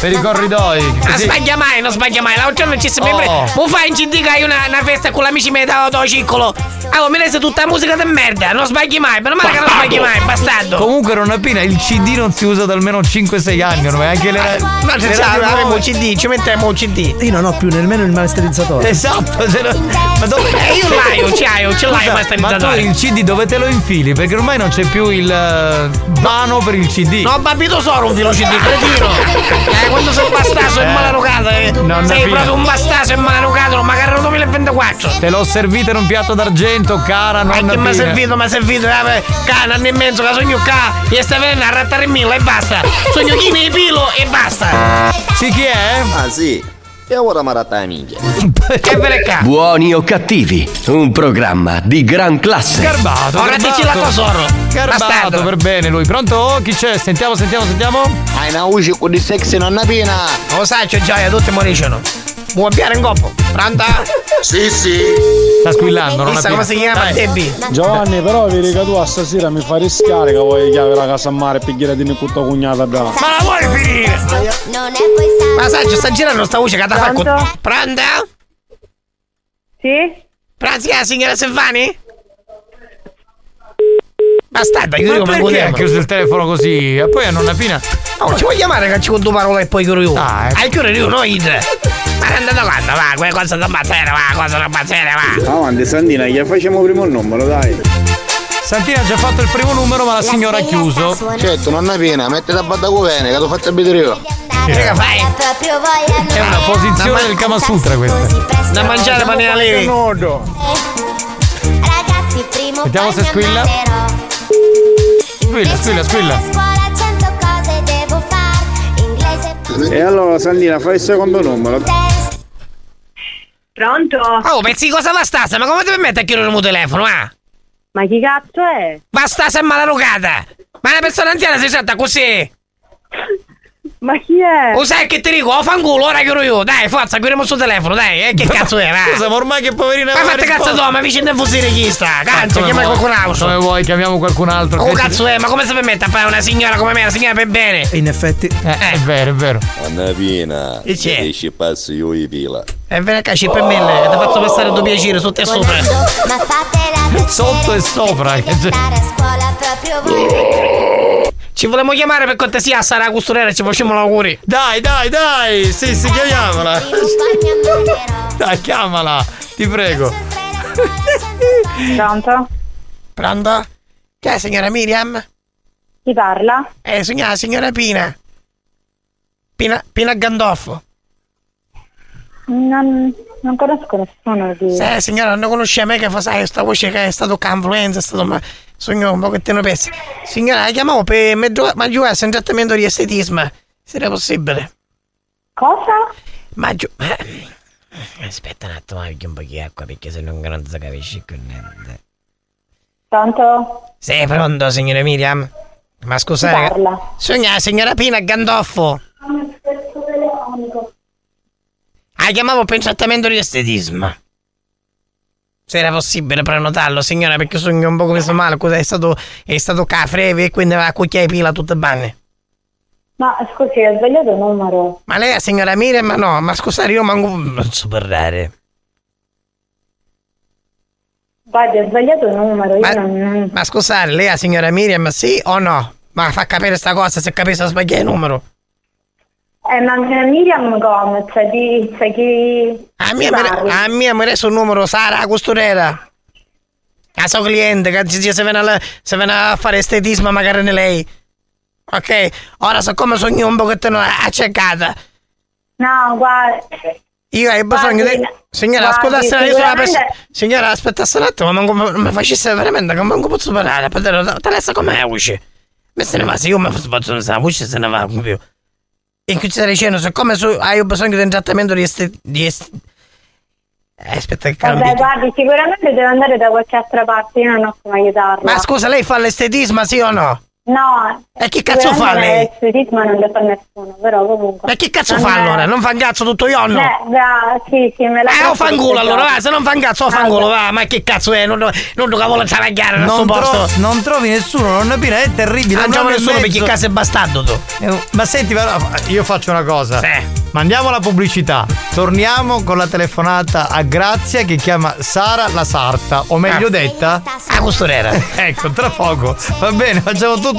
Speaker 3: per i corridoi.
Speaker 37: Non
Speaker 3: Così.
Speaker 37: sbaglia mai, non sbaglia mai. L'altro giorno ci siamo
Speaker 3: Oh.
Speaker 37: in pre- Mo fai in CD che hai una, una festa con l'amici miei da da ciccolo. Ah, mi resa tutta musica da merda. Non sbagli mai, meno male che non sbagli mai, bastardo.
Speaker 3: Comunque nonna Pina, il CD non si usa da almeno 5-6 anni ormai, anche le
Speaker 8: Ma
Speaker 3: le
Speaker 8: se
Speaker 3: radio
Speaker 8: avremo un
Speaker 3: nuove.
Speaker 8: CD, ci mettiamo un CD.
Speaker 52: Io non ho più nemmeno il masterizzatore.
Speaker 3: Esatto, se no- ma dove?
Speaker 37: Eh, io l'ho, ce l'ho, ce l'ho
Speaker 3: Scusa,
Speaker 37: il masterizzatore.
Speaker 3: Ma tu il CD dove te lo infili? Perché ormai non c'è più il eh, vano per il CD.
Speaker 37: No, babito solo un filo CD, cretino. Eh, quando sei un bastaso e
Speaker 3: Eh.
Speaker 37: malarucato, eh.
Speaker 3: Nonna
Speaker 37: Sei
Speaker 3: Pina.
Speaker 37: proprio un bastaso e malarucato, magari 2024.
Speaker 3: Te l'ho servito in un piatto d'argento, cara
Speaker 37: E
Speaker 3: nonna
Speaker 37: che mi
Speaker 3: Pina.
Speaker 37: ha Eh, servito, mi ha servito, eh, ca, un anno e mezzo che sogno ca, e sta venendo a rattare mille e basta. Sogno chine e pilo e basta.
Speaker 3: Sì, chi è?
Speaker 54: Ah sì, e ora marata minchia.
Speaker 37: Che ve ne
Speaker 3: Eh.
Speaker 37: ca?
Speaker 1: Buoni o cattivi, un programma di gran classe.
Speaker 3: Garbato.
Speaker 37: Ora
Speaker 3: garbato.
Speaker 37: dici la tesoro.
Speaker 3: Garbato
Speaker 37: Bastardo.
Speaker 3: per bene lui. Pronto? Chi c'è? Sentiamo, sentiamo, sentiamo.
Speaker 54: Hai una usci con il sexy nonna Pina.
Speaker 37: Lo sai, c'è gioia, tutti moriscono. Vuoi piare in coppo? Pronta?
Speaker 54: Sì, sì.
Speaker 3: Sta squillando, non
Speaker 37: Chissà come si chiama, Debbie.
Speaker 12: Giovanni, però vi dica tu, a stasera mi fai rischiare che vuoi chiave la casa a mare e pigliare di tutta cognata brava.
Speaker 37: Ma
Speaker 3: Ah,
Speaker 37: la vuoi finire? Ma sai, ci sta girando sta voce che ti fa
Speaker 55: Pronto?
Speaker 37: Pronta?
Speaker 55: Sì?
Speaker 37: Pronti la signora Silvani? Bastardo, io dico
Speaker 3: Ma
Speaker 37: manco
Speaker 3: perché ha
Speaker 37: tempo.
Speaker 3: chiuso il telefono così? E poi a nonna Pina.
Speaker 37: Oh, ci vuoi chiamare che ci conto parole e poi chiudo io?
Speaker 3: Ah, ecco.
Speaker 37: Ah, chiudo io, no, Idre. Ma andate avanti, va, quella cosa da battere, va, cosa da battere, va.
Speaker 56: Avanti Sandina, gli facciamo prima il numero, dai.
Speaker 3: Santina ha già fatto il primo numero, ma la signora ha chiuso.
Speaker 54: Certo, nonna Pina, metti la bada bene che l'ho fatta vedere io.
Speaker 3: Raga,
Speaker 53: fai.
Speaker 3: È una posizione del Kama Sutra questa.
Speaker 53: Da mangiare pane alla leve.
Speaker 4: Ragazzi, primo
Speaker 3: Vediamo se squilla.
Speaker 4: Squilla, squilla, squilla. scuola cento cose devo far. Inglese
Speaker 18: E allora Sandina fai il secondo numero.
Speaker 53: Pronto? Oh, pezzi di cosa bastassa? Ma come ti permette che io non ho un telefono,
Speaker 37: eh?
Speaker 53: ah?
Speaker 16: Ma chi cazzo è?
Speaker 53: Bastassa è malarugata! Ma una persona anziana si tratta così!
Speaker 16: Ma chi
Speaker 3: Eh.
Speaker 16: è?
Speaker 53: Lo sai che ti dico? Oh, fanculo, ora chiudo io! Dai, forza, chiudiamo sto telefono, dai! Eh, che cazzo è, va?
Speaker 3: Scusa, ma ormai che poverina.
Speaker 53: Ma
Speaker 3: non
Speaker 53: fate
Speaker 3: risponde.
Speaker 53: cazzo tua, ma vicino a fossi regista! Cazzo,
Speaker 3: come
Speaker 53: chiama
Speaker 3: vuoi?
Speaker 53: qualcun altro!
Speaker 3: Come vuoi, chiamiamo qualcun altro.
Speaker 53: Oh
Speaker 3: Che-
Speaker 53: cazzo è, ma come si permette a fare una signora come me, una signora per bene?
Speaker 37: In effetti.
Speaker 3: Eh, è vero, è vero.
Speaker 4: Annavina,
Speaker 53: Chi c'è?
Speaker 4: esci passo io e pila.
Speaker 53: E ve la Eh, cacci per mille, ti faccio passare il tuo piacere sotto e sopra.
Speaker 3: Sotto e sopra. che c'è?
Speaker 53: Ci volevamo chiamare per cortesia, Sara la costurera, ci facciamo gli auguri.
Speaker 3: Dai, dai, dai! Sì, sì, chiamiamola! Dai, chiamala! Ti prego!
Speaker 16: Pronto?
Speaker 53: Pronto? Che è, signora Miriam?
Speaker 16: Chi parla?
Speaker 53: Eh, signora, signora Pina. Pina, Pina Gandolfo.
Speaker 16: Non, non conosco nessuno di...
Speaker 53: Eh, signora, non conosce me che fa, sai, sta voce che è stato influenza, è stato ma sogno un pochettino pezzo. Signora, la chiamavo per maggiorare un trattamento di estetismo, se era possibile.
Speaker 16: Cosa?
Speaker 53: Ma giù. eh. Aspetta un attimo, voglio un po' di acqua perché se non non si capisce con niente.
Speaker 16: Pronto?
Speaker 53: Sei pronto, signora Miriam? Ma
Speaker 16: Chi
Speaker 53: scusate. che-
Speaker 16: parla?
Speaker 53: Signora, signora Pina Gandolfo. La chiamavo per un trattamento di estetismo. Se era possibile prenotarlo, signora, perché sogno un po' come sto male. Cos'è? È stato, è stato cafreve e quindi aveva cucchiai pila tutte bene.
Speaker 16: Ma scusi, ho sbagliato numero.
Speaker 53: Ma lei è la signora Miriam? Ma no, ma scusate, io manco. Non so parlare.
Speaker 16: Guardi, ho sbagliato numero, io
Speaker 53: Ma-
Speaker 16: non... non-
Speaker 53: Ma scusate, lei è la signora Miriam, sì o no? Ma fa capire sta cosa se capisse sbagliare il numero.
Speaker 16: Eh, ma Miriam come? C'è chi... C'è chi...
Speaker 53: A Ah, mia,
Speaker 16: chi
Speaker 53: me,
Speaker 16: parla?
Speaker 53: a mia mi reso il numero Sara, la costurera. La sua cliente, che dice se viene, alla- se viene a fare estetismo magari ne lei. Ok, ora siccome sogno un pochettino accecata,
Speaker 16: No, guarda...
Speaker 53: io ho bisogno
Speaker 16: Guardi,
Speaker 53: di... Signora,
Speaker 16: guardi,
Speaker 53: ascoltasse la sola persona...
Speaker 16: sicuramente-
Speaker 53: Signora, aspettasse un attimo, ma non mi facesse veramente che non posso parlare, perché te ne sa com'è la voce. Ma se ne va, se io mi faccio la voce se ne va più. In cui stai dicendo, siccome so- hai bisogno di un trattamento di... Est- di est- eh, aspetta che
Speaker 16: Vabbè,
Speaker 53: cambio.
Speaker 16: cioè, guardi, sicuramente deve andare da qualche altra parte, io non ho come aiutarla.
Speaker 53: Ma scusa, lei fa l'estetisma, sì o no?
Speaker 16: No.
Speaker 53: E che cazzo fa
Speaker 16: sicuramente
Speaker 53: lei?
Speaker 16: L'estetismo non lo fa nessuno, però comunque...
Speaker 53: Ma che cazzo fa allora? Non fa un cazzo tutto io o no?
Speaker 16: Eh, beh, sì, sì, me la...
Speaker 53: Eh, o
Speaker 16: faccio
Speaker 53: fanculo
Speaker 16: questa
Speaker 53: allora,
Speaker 16: cosa.
Speaker 53: va, se non fa un cazzo, o fanculo, va, ma che cazzo è? Non, non lo cavolo travagliare nel suo
Speaker 37: Non, tro-
Speaker 53: posto.
Speaker 37: non trovi nessuno, nonna Pina è terribile.
Speaker 53: Non
Speaker 37: un
Speaker 53: trovo
Speaker 37: anno e
Speaker 53: nessuno
Speaker 37: mezzo.
Speaker 53: perché cazzo è bastardo tu.
Speaker 37: È un-
Speaker 3: Eh, Ma senti, ma no, io faccio una cosa.
Speaker 53: Sì.
Speaker 3: Mandiamo la pubblicità. Torniamo con la telefonata a Grazia che chiama Sara la Sarta, o meglio
Speaker 53: Ah.
Speaker 3: detta
Speaker 53: la costurera.
Speaker 3: ecco, tra poco. Va bene, facciamo tutto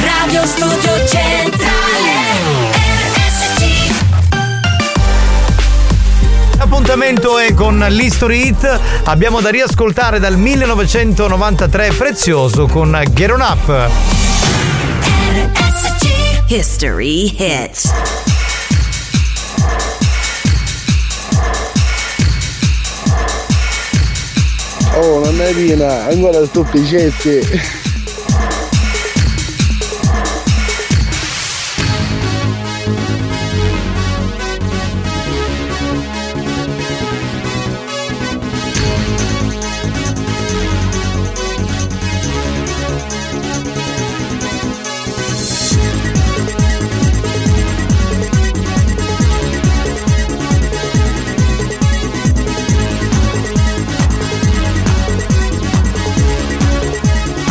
Speaker 13: Radio Studio Centrale RSC
Speaker 3: L'appuntamento è con l'History Hit. Abbiamo da riascoltare dal 1993 Prezioso con Get On Up.
Speaker 11: History hits.
Speaker 18: Oh nonnavina, ancora sto picetti.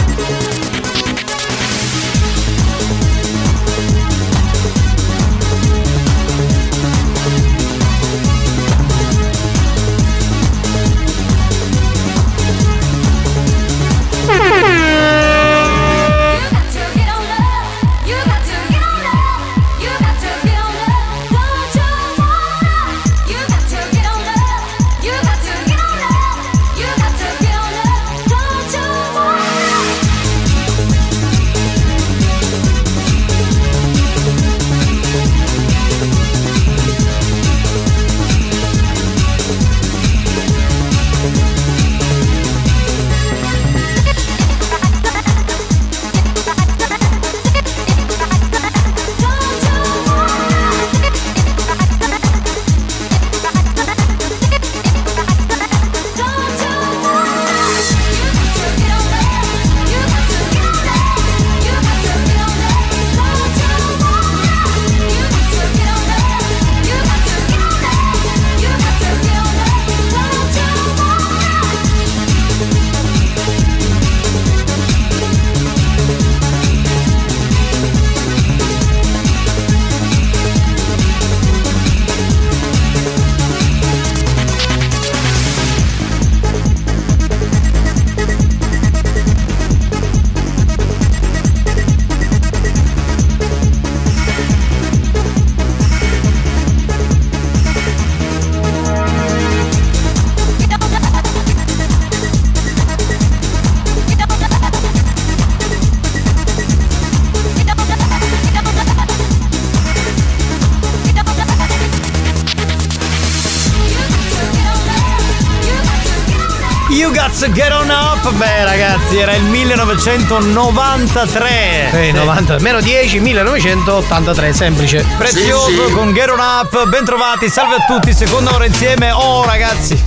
Speaker 13: Thank
Speaker 3: You Got to Get On Up. Beh, ragazzi, era il 1993.
Speaker 8: Sì, 90, meno 10, 1983, semplice.
Speaker 3: Prezioso con Get On Up, bentrovati, salve a tutti, seconda ora insieme. Oh ragazzi,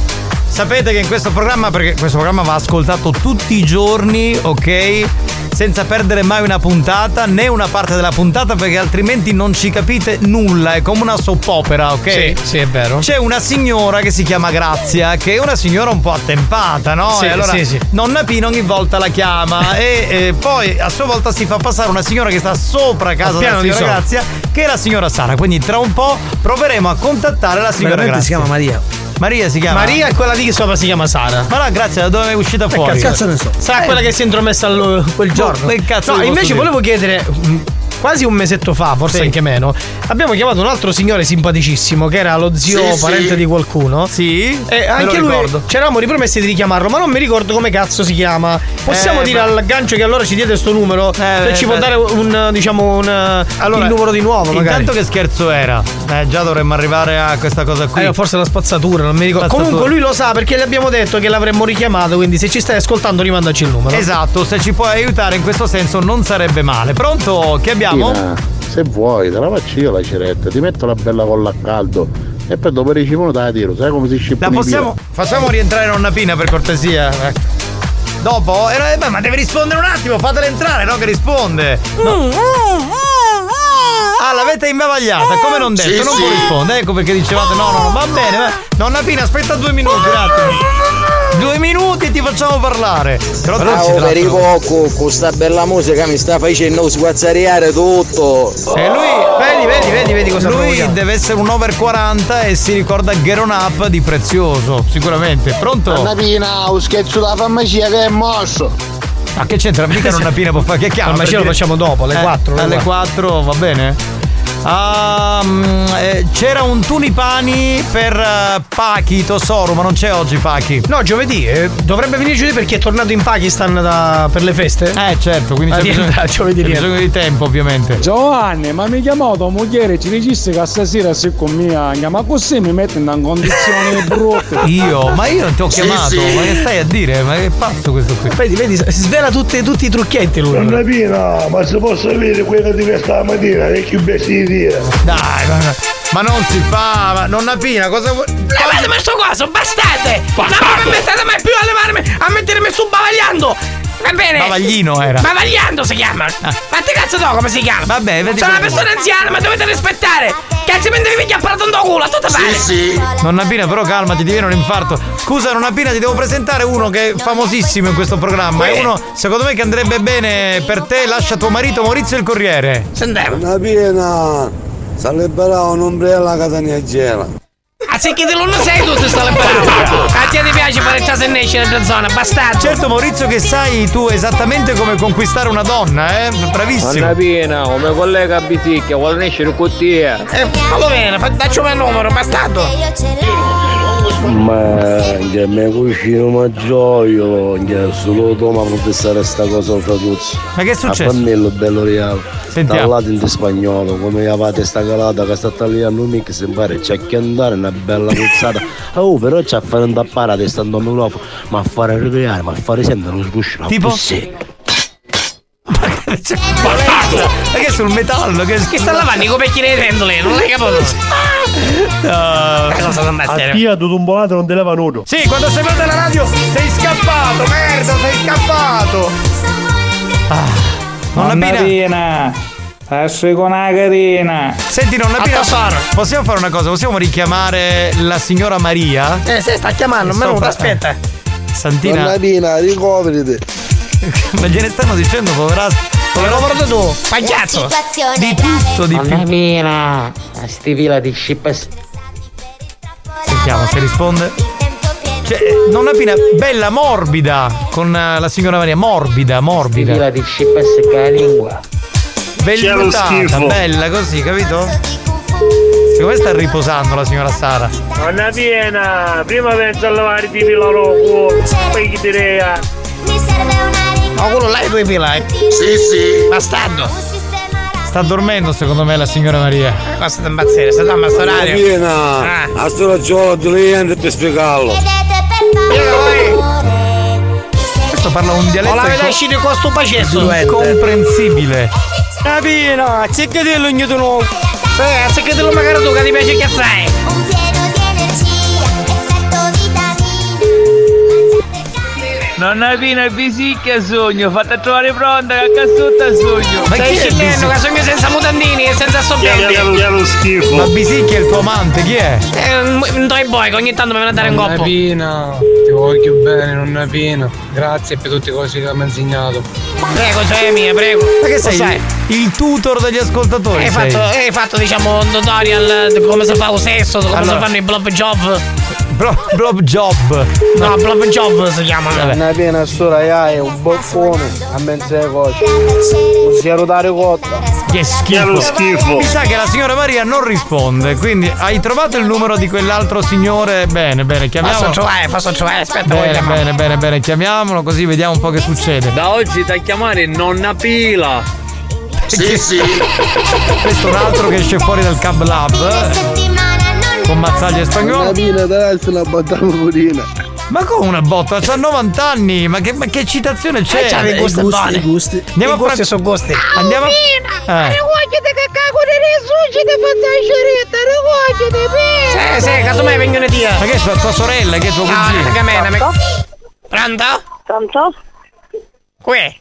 Speaker 3: sapete che in questo programma, perché questo programma va ascoltato tutti i giorni, ok? Senza perdere mai una puntata, né una parte della puntata, perché altrimenti non ci capite nulla, è come una soppopera, ok?
Speaker 8: Sì, sì, è vero.
Speaker 3: C'è una signora che si chiama Grazia, che è una signora un po' attempata, no?
Speaker 8: Sì,
Speaker 3: e allora
Speaker 8: sì, sì.
Speaker 3: nonna Pina ogni volta la chiama e, eh, poi a sua volta si fa passare una signora che sta sopra casa
Speaker 8: Al
Speaker 3: della
Speaker 8: piano di
Speaker 3: signora
Speaker 8: sopra.
Speaker 3: Grazia, che è la signora Sara. Quindi tra un po' proveremo a contattare la signora
Speaker 8: Veramente
Speaker 3: Grazia.
Speaker 8: si chiama Maria.
Speaker 3: Maria si chiama.
Speaker 8: Maria e quella lì che sopra si chiama Sara.
Speaker 3: Ma la Grazia da dove è uscita fuori?
Speaker 8: Che cazzo ne so? Sarà
Speaker 3: Eh.
Speaker 8: quella che si è intromessa al- quel giorno.
Speaker 3: Boh, che cazzo
Speaker 8: no,
Speaker 3: vi posso
Speaker 8: invece
Speaker 3: dire?
Speaker 8: volevo chiedere. mh, Quasi un mesetto fa, forse
Speaker 3: Sì.
Speaker 8: anche meno, abbiamo chiamato un altro signore simpaticissimo che era lo zio
Speaker 3: Sì,
Speaker 8: parente
Speaker 3: sì.
Speaker 8: di qualcuno.
Speaker 3: Sì.
Speaker 8: E anche lui ci eravamo ripromessi di richiamarlo, ma non mi ricordo come cazzo si chiama. Possiamo
Speaker 3: Eh,
Speaker 8: dire
Speaker 3: beh. Eh,
Speaker 8: all'aggancio che allora ci diede questo numero? se
Speaker 3: beh,
Speaker 8: ci può
Speaker 3: beh.
Speaker 8: dare un, diciamo, un, il numero di nuovo, magari.
Speaker 3: Intanto che scherzo era? Eh, già dovremmo arrivare a questa cosa qui.
Speaker 8: Eh, forse la spazzatura, non mi ricordo.
Speaker 3: Spazzatura.
Speaker 8: Comunque lui lo sa perché gli abbiamo detto che l'avremmo richiamato, quindi se ci stai ascoltando rimandaci il numero.
Speaker 3: Esatto, se ci puoi aiutare in questo senso non sarebbe male. Pronto? Che abbiamo?
Speaker 12: Tina, se vuoi, te la faccio io la ceretta, ti metto la bella colla a caldo e poi dopo 10 minuti la tiro, sai come si scippa?
Speaker 3: La possiamo. Facciamo rientrare nonna Pina per cortesia. Eh. Dopo? Eh, eh, beh, ma deve rispondere un attimo, fatela entrare, no? Che risponde. No. Ah, l'avete imbavagliata, come non detto,
Speaker 12: Sì,
Speaker 3: non
Speaker 12: sì.
Speaker 3: può rispondere, ecco perché dicevate no, no, no, va bene, va- nonna Pina, aspetta due minuti, un attimo. Due minuti e ti facciamo parlare. Te
Speaker 4: Ah,
Speaker 3: l'ho detto,
Speaker 4: oh,
Speaker 57: Bravo
Speaker 3: tra
Speaker 57: per i
Speaker 3: l'altro.
Speaker 57: poco, con sta bella musica mi sta facendo sguazzariare tutto.
Speaker 3: E lui,
Speaker 57: vedi, vedi,
Speaker 8: vedi, vedi cosa
Speaker 3: lui
Speaker 57: provochiamo.
Speaker 3: deve essere un over 40 e si ricorda Get On Up di Prezioso, sicuramente.
Speaker 57: Anna
Speaker 3: Pronto?
Speaker 57: Pina, un scherzo della farmacia che è mosso.
Speaker 3: Ma Ah, che c'entra? Mica Nonna Pina può fare che chiama?
Speaker 8: Eh, Ah, Ma ce lo
Speaker 3: per dire-
Speaker 8: facciamo dopo, alle
Speaker 3: Eh,
Speaker 8: 4.
Speaker 3: Alle 4 va bene? Ah, mm, eh, c'era un tunipani per eh, Pachi Tosoru, ma non c'è oggi Pachi.
Speaker 8: No, giovedì, eh, dovrebbe venire giovedì perché è tornato in Pakistan da- per le feste. Ah,
Speaker 3: Eh, certo, quindi c'è bisogno-
Speaker 8: giovedì
Speaker 3: c'è
Speaker 8: rientra.
Speaker 3: bisogno di tempo, ovviamente.
Speaker 18: Giovanni, ma mi chiamò tua moglie e ci dicesse che stasera sei con mia anche, ma così mi mette in una condizione brutta.
Speaker 3: Io? Ma io non ti ho chiamato, ma che stai a dire? Ma che pazzo questo qui?
Speaker 8: Vedi, vedi, si svela tutte- tutti i trucchetti lui.
Speaker 4: Donna Pina, ma se posso avere quella di questa mattina, che più bestiti
Speaker 3: Dai, ma, ma non si fa, ma nonna Pina, cosa vuoi?
Speaker 37: Levate questo Eh, coso, bastate! Non mi permettete mai più a levarmi, a mettermi su bavagliando! Va bene?
Speaker 3: Bavaglino era. Ah.
Speaker 37: Bavagliando si chiama! Ma te cazzo so come si chiama?
Speaker 3: Vabbè, vedi
Speaker 37: Sono una
Speaker 3: come-
Speaker 37: persona anziana, ma dovete rispettare! Che altrimenti vi picchia parato un culo, a tutto male!
Speaker 3: Nonna Pina, però calma, ti viene un infarto. Scusa, nonna Pina, ti devo presentare uno che è famosissimo in questo programma. È uno, secondo me, che andrebbe bene per te. Lascia tuo marito Maurizio il Corriere.
Speaker 4: Anna Pina, si liberava un'ombrella che tenia gela.
Speaker 37: A secchi Ah, dell'uno sei tu se sta bravo! A te ti piace fare ciò se ne esci nella zona, bastardo!
Speaker 3: Certo, Maurizio, che sai tu esattamente come conquistare una donna, eh? Bravissimo.
Speaker 58: Anna Pina, come collega a Biticchia, vuole nascere con te.
Speaker 37: Eh, fallo bene, fa- dacci un numero, bastardo!
Speaker 4: Ma che mio cugino Maggioio, che solo tu ma protestare sta cosa fra tutti.
Speaker 3: Ma che è successo?
Speaker 4: A Pannello bello reale.
Speaker 3: Sentiamo.
Speaker 4: Parlate in spagnolo, come avete sta calata che sta tagliando un mic, sembra c'è che andare una bella puzzata. oh, però c'è a fare intappare a testa un microfono, ma a fare ricreare, ma a fare sentire non sguscio.
Speaker 3: Tipo?
Speaker 4: Sì.
Speaker 37: Bastardo!
Speaker 3: Ma che è sul metallo? Che,
Speaker 37: Che sta lavando i copecchini di pentole, non l'hai capito?
Speaker 3: No.
Speaker 37: Cosa sono
Speaker 59: A
Speaker 37: mestiere?
Speaker 59: Pia tu tumbolato non te leva nudo.
Speaker 3: Sì, quando sei venuto alla radio sei scappato, merda, sei scappato.
Speaker 60: Nonna Pina! Esci con la carina!
Speaker 3: Senti, nonna Pina,
Speaker 60: Attaparo.
Speaker 3: possiamo fare una cosa? Possiamo richiamare la signora Maria?
Speaker 37: Eh, sì, sta chiamando, un
Speaker 3: Sto
Speaker 37: minuto,
Speaker 3: fa- Eh,
Speaker 37: aspetta!
Speaker 3: Santina.
Speaker 4: Anna Pina, ricopriti.
Speaker 3: Ma gliene stanno dicendo, povera. Povero porto tu!
Speaker 37: Pagliazzo!
Speaker 3: Di tutto, di più.
Speaker 61: Mina, a sti vila di scipas.
Speaker 3: Sentiamo se risponde. Cioè, eh, nonna Pina, bella morbida con eh, la signora Maria, morbida, morbida.
Speaker 61: Vila di scipas che la lingua.
Speaker 62: C'è lo
Speaker 3: Vellutata,
Speaker 62: schifo.
Speaker 3: bella così, capito? Secondo me sta riposando la signora Sara.
Speaker 62: Anna piena, prima penso a lavare di pila roco, poi chi direi a...
Speaker 37: Ma quello là è due pila, eh? Sì, sì! Bastardo!
Speaker 3: Sta dormendo, secondo me, la signora Maria.
Speaker 37: Cosa da impazzire, Ah, sta dando a sto
Speaker 4: Anna
Speaker 37: orario. Ah.
Speaker 4: Ah, Pina, a sto ragione di lei per spiegarlo.
Speaker 37: Io lo voglio-
Speaker 3: adesso parla un dialetto.
Speaker 37: Voleva
Speaker 3: inco-
Speaker 37: lasciare questo pacesso.
Speaker 3: Incomprensibile.
Speaker 18: Eh,
Speaker 37: Capino, azzeccatello ognuno di nuovo. Sì, azzeccatello magari tu che ti piace che fai.
Speaker 18: Nonna Pina, bisicchia sogno, fatta trovare pronta, che cazzotta sogno.
Speaker 37: Ma Sei cileno, che sogno senza mutandini e senza assorbenti.
Speaker 18: schifo.
Speaker 3: Ma Bisicchi è il tuo amante, chi è?
Speaker 37: Eh, un toy boy che ogni tanto mi viene a dare un
Speaker 63: Nonna
Speaker 37: coppo.
Speaker 63: Pina, ti voglio bene, nonna Pina. Grazie per tutte le cose che mi hai insegnato.
Speaker 37: Prego, soia mia, prego.
Speaker 63: Ma che
Speaker 37: Lo
Speaker 63: sei?
Speaker 37: sai,
Speaker 3: Il tutor degli ascoltatori.
Speaker 37: Hai
Speaker 3: sei.
Speaker 37: fatto, hai fatto, diciamo, un tutorial di come si fa lo sesso, di come
Speaker 3: Allora.
Speaker 37: si fanno i blob job.
Speaker 3: Bro- blob job.
Speaker 37: No, blob job si chiama.
Speaker 38: Una piena sora è un boccone a mezzo alle cose. Non si arrotare cotta.
Speaker 3: Che
Speaker 37: Eh,
Speaker 3: schifo. Mi sa che la signora Maria non risponde, quindi hai trovato il numero di quell'altro signore? Bene, bene, chiamiamolo.
Speaker 37: Posso trovare, posso trovare, aspetta, voglio
Speaker 3: Bene,
Speaker 37: chiamare.
Speaker 3: bene, bene, bene, chiamiamolo così vediamo un po' che succede.
Speaker 18: Da oggi da chiamare nonna Pila.
Speaker 3: Sì, sì. Questo è un altro che esce fuori dal Cab Lab. eh, Con mazzaglia e spagnolo.
Speaker 38: Pina, dai, una battaglia purina.
Speaker 3: Ma come una botta? C'ha 90 anni! Ma che, ma che eccitazione c'è?
Speaker 38: Eh, c'ha dei gusti I gusti, buoni. i gusti.
Speaker 3: Andiamo
Speaker 38: I gusti
Speaker 3: sono gusti. Andiamo a... Eh.
Speaker 64: Ricogliti che cago di risucci ti faccio la scioretta, ricogliti,
Speaker 37: Sì, sì, casomai vengono di
Speaker 3: Ma che è tua, tua sorella? Che è tuo
Speaker 37: No,
Speaker 3: cugino?
Speaker 37: non che me, non me- Pronto? Pronto? Qui?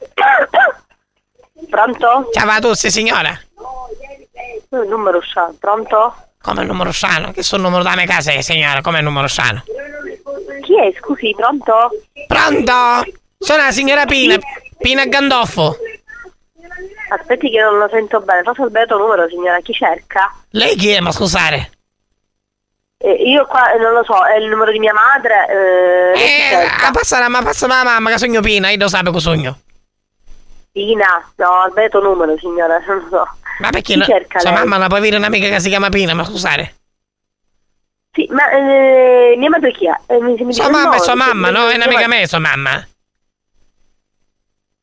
Speaker 37: Pronto? Ciao a tutti, signora.
Speaker 16: Il numero sano, pronto?
Speaker 37: Come il numero sano? Che sono il numero da mia casa, eh, signora? Come il numero sano?
Speaker 16: Chi è? Scusi, pronto?
Speaker 37: Pronto? Sono la signora Pina. Pina Gandolfo.
Speaker 16: Aspetti che non lo sento bene, ho sbagliato numero signora, chi cerca?
Speaker 37: Lei chi è? Ma scusate.
Speaker 16: Eh, io qua eh, non lo so, è il numero di mia madre, eh, lei chi cerca?
Speaker 37: Ma passa la, ma passa la mamma che sogno Pina, io lo sapevo che sogno.
Speaker 16: Pina, no, ho sbagliato numero signora, non lo so.
Speaker 37: Ma perché
Speaker 16: Chi
Speaker 37: no?
Speaker 16: cerca
Speaker 37: Sua
Speaker 16: lei?
Speaker 37: mamma non può avere un'amica che si chiama Pina, ma scusate.
Speaker 16: Sì, ma eh, mia madre chi è? Eh, mi- se mi dice
Speaker 37: Sua
Speaker 16: il
Speaker 37: mamma è
Speaker 16: nome,
Speaker 37: sua
Speaker 16: se-
Speaker 37: mamma, no? È
Speaker 16: mia
Speaker 37: un'amica
Speaker 16: madre-
Speaker 37: mia sua mamma.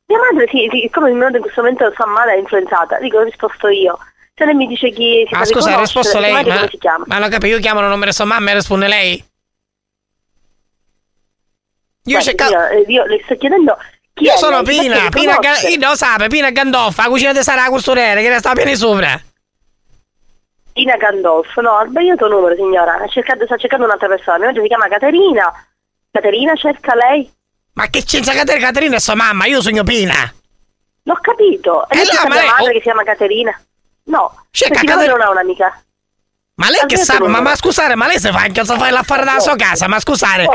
Speaker 16: Mia madre sì, sì, come non in questo momento sua madre è influenzata, dico ho risposto io. Se lei mi dice chi si deve
Speaker 37: Ma Ah, scusa, ha
Speaker 16: conoscere,
Speaker 37: risposto
Speaker 16: mia
Speaker 37: lei,
Speaker 16: madre
Speaker 37: ma,
Speaker 16: Cioè, come si chiama?
Speaker 37: ma non capisco, io chiamo il nome di sua mamma e risponde lei. Io,
Speaker 16: Guardi,
Speaker 37: cerca-
Speaker 16: io, eh, io le sto chiedendo chi
Speaker 37: io
Speaker 16: è
Speaker 37: sono
Speaker 16: lei,
Speaker 37: Pina,
Speaker 16: perché
Speaker 37: Pina, Ga-
Speaker 16: conosce.
Speaker 37: io lo sape, Pina Gandolfa, la cucina di Sara, la costurera, che ne sta bene sopra.
Speaker 16: Ina Gandolfo, no, ha sbagliato numero signora, ha cercato- sta cercando un'altra persona, mia madre si chiama Caterina. Caterina cerca lei?
Speaker 37: Ma che c'entra Caterina? Caterina è sua mamma, io sogno Pina.
Speaker 16: L'ho capito, è
Speaker 37: Eh,
Speaker 16: lei
Speaker 37: no,
Speaker 16: cerca
Speaker 37: ma
Speaker 16: mia
Speaker 37: lei-
Speaker 16: madre
Speaker 37: oh.
Speaker 16: che si chiama Caterina. No,
Speaker 37: Cerca
Speaker 16: perché mia madre
Speaker 37: Cater-
Speaker 16: non ha un'amica.
Speaker 37: Ma lei che
Speaker 16: Alberto
Speaker 37: sa, ma,
Speaker 16: Romano.
Speaker 37: ma scusate, ma lei se fa anche se fa l'affare dalla sua casa, ma scusate.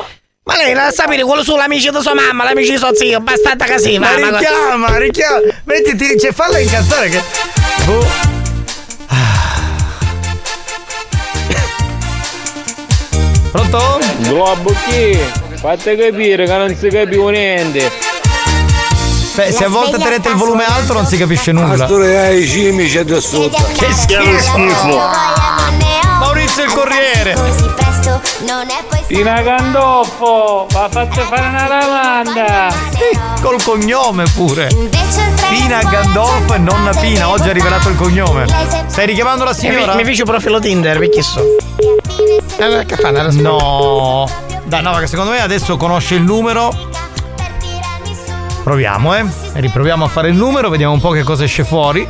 Speaker 37: Ma lei la sapere quello suo l'amici di sua mamma, l'amici di suo zio, bastata così,
Speaker 3: Ma
Speaker 37: va, ma
Speaker 3: richiama, richiama. Mettiti, cioè, falla incazzare che... Boh. Pronto?
Speaker 18: Globo chi? Fate capire che non si capiva niente.
Speaker 3: Beh, se a volte tenete il volume alto non si capisce nulla.
Speaker 38: Pastore eh, i cimici da sotto.
Speaker 3: Che
Speaker 18: Maurizio il Corriere. Pina Gandolfo, va fatto fare una domanda.
Speaker 3: Col cognome pure. Pina Gandolfo e nonna Pina, oggi ha rivelato il cognome. Stai richiamando la signora?
Speaker 37: Mi, mi fici un profilo Tinder, perché so. Allora, Eh, che fa? Allora,
Speaker 3: No. Dai, no, perché secondo me adesso conosce il numero. Proviamo, eh. Riproviamo a fare il numero, vediamo un po' che cosa esce fuori.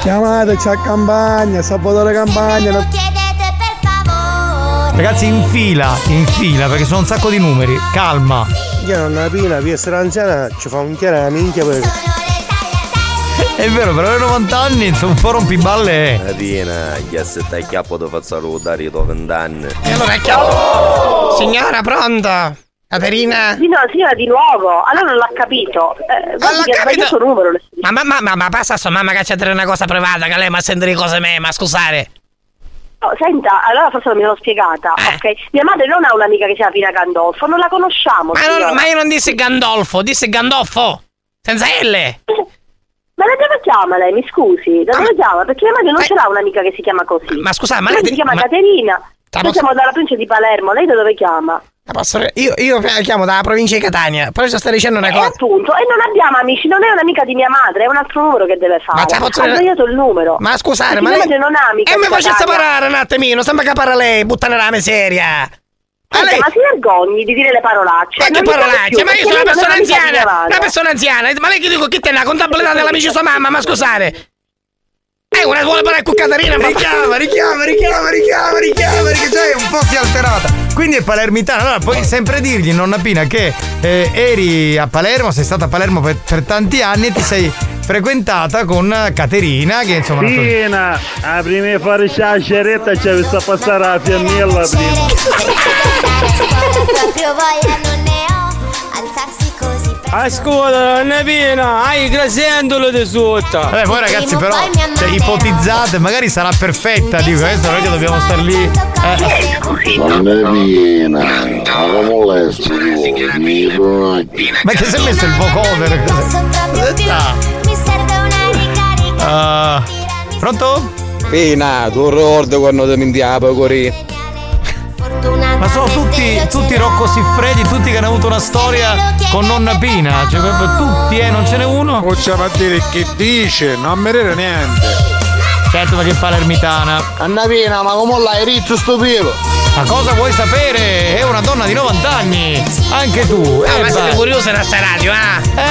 Speaker 38: Chiamateci a campagna, sabotare campagna. non-
Speaker 3: Ragazzi, in fila, in fila, perché sono un sacco di numeri. Calma.
Speaker 38: Io nonna Pina, per essere anziana, ci fa un chiaro la minchia per.
Speaker 3: È vero, però ai 90 anni, insomma, un po' eh. rompiballe.
Speaker 4: La Pina, chi se stai capo da far salutare i tuoi vent'anni.
Speaker 37: E allora è chiaro. Signora, pronta? Caterina?
Speaker 16: Sì, no, signora Oh! di nuovo, allora non l'ha capito. Eh, guardi che ha sbagliato numero. le-
Speaker 37: Ma, ma, ma, ma, ma passa a sua mamma che c'è da dire una cosa privata, che lei mi ha sentito cose me, ma scusate.
Speaker 16: No, senta, allora forse non mi l'ho spiegata,
Speaker 37: Eh.
Speaker 16: ok? Mia madre non ha un'amica che si chiama Pina Gandolfo, non la conosciamo.
Speaker 37: Ma,
Speaker 16: signora.
Speaker 37: non- Eh, ma io non dissi Gandolfo, dissi Gandolfo. Senza L.
Speaker 16: Ma da dove chiama lei? Mi scusi, da dove chiama? Perché mia madre non ce l'ha un'amica che si chiama così. Ma
Speaker 37: scusa, Ah. Eh. ma
Speaker 16: lei
Speaker 37: lei-
Speaker 16: si chiama
Speaker 37: ma-
Speaker 16: Caterina.
Speaker 37: Ma
Speaker 16: Noi
Speaker 37: posso-
Speaker 16: siamo dalla provincia di Palermo, lei da dove chiama?
Speaker 37: La posso re- Io, io la chiamo dalla provincia di Catania, però ci sta dicendo
Speaker 53: Eh?
Speaker 37: una cosa.
Speaker 16: Appunto, e non abbiamo amici, non è un'amica di mia madre, è un altro numero che deve fare.
Speaker 37: Ma te la posso-
Speaker 16: Ha sbagliato il numero.
Speaker 37: Ma scusate,
Speaker 16: Perché
Speaker 37: ma
Speaker 16: mia
Speaker 37: lei...
Speaker 16: madre non ha amica.
Speaker 37: E mi
Speaker 16: di
Speaker 37: facesse
Speaker 16: Catania.
Speaker 37: parare un attimino, sembra che parla lei, buttare la miseria.
Speaker 53: Senta, ma si vergogni di dire le parolacce.
Speaker 37: Ma che
Speaker 53: Non mi
Speaker 37: parolacce?
Speaker 53: piace più,
Speaker 37: ma io
Speaker 53: perché
Speaker 37: sono una
Speaker 53: non
Speaker 37: persona
Speaker 53: mi piace
Speaker 37: anziana!
Speaker 53: più avanti.
Speaker 37: Una persona anziana! Ma lei che dico che te la contabilità dell'amica sua mamma, ma scusate! Eh, una vuole parlare con Caterina, ma.
Speaker 3: Richiama, richiama, richiama, richiama, richiama, perché cioè un po' si è alterata. Quindi è palermitana. Allora puoi sempre dirgli, nonna Pina, che eh, eri a Palermo, sei stata a Palermo per, per tanti anni e ti sei frequentata con Caterina, che insomma... è una tua-
Speaker 59: Pina, a prima di fare la ceretta ci aveva passare la fiammella prima.
Speaker 13: Proprio voglia non ne ho alzarsi così
Speaker 65: Ascolta, non è piena, hai il grasendolo di sotto.
Speaker 3: Vabbè, voi ragazzi però cioè, ipotizzate, magari sarà perfetta, dico, adesso non è che dobbiamo star lì. Eh.
Speaker 12: Bambina, ma come mi
Speaker 3: Ma che si è messo il vocover? Aspetta. Ah, pronto?
Speaker 66: Pina, tu ricordi quando ti mintiava così?
Speaker 3: Ma sono tutti, tutti Rocco Siffredi, tutti che hanno avuto una storia con nonna Pina. Cioè, proprio tutti, eh, non ce n'è uno.
Speaker 12: Possiamo dire che dice, non merita niente.
Speaker 3: Certo perché è palermitana.
Speaker 12: Anna Pina, ma come l'hai ritto sto pivo?
Speaker 3: Ma cosa vuoi sapere? È una donna di 90 anni. Anche tu.
Speaker 37: Ah,
Speaker 3: eh,
Speaker 37: ma siete
Speaker 3: va.
Speaker 37: curiosi da sta radio, ah!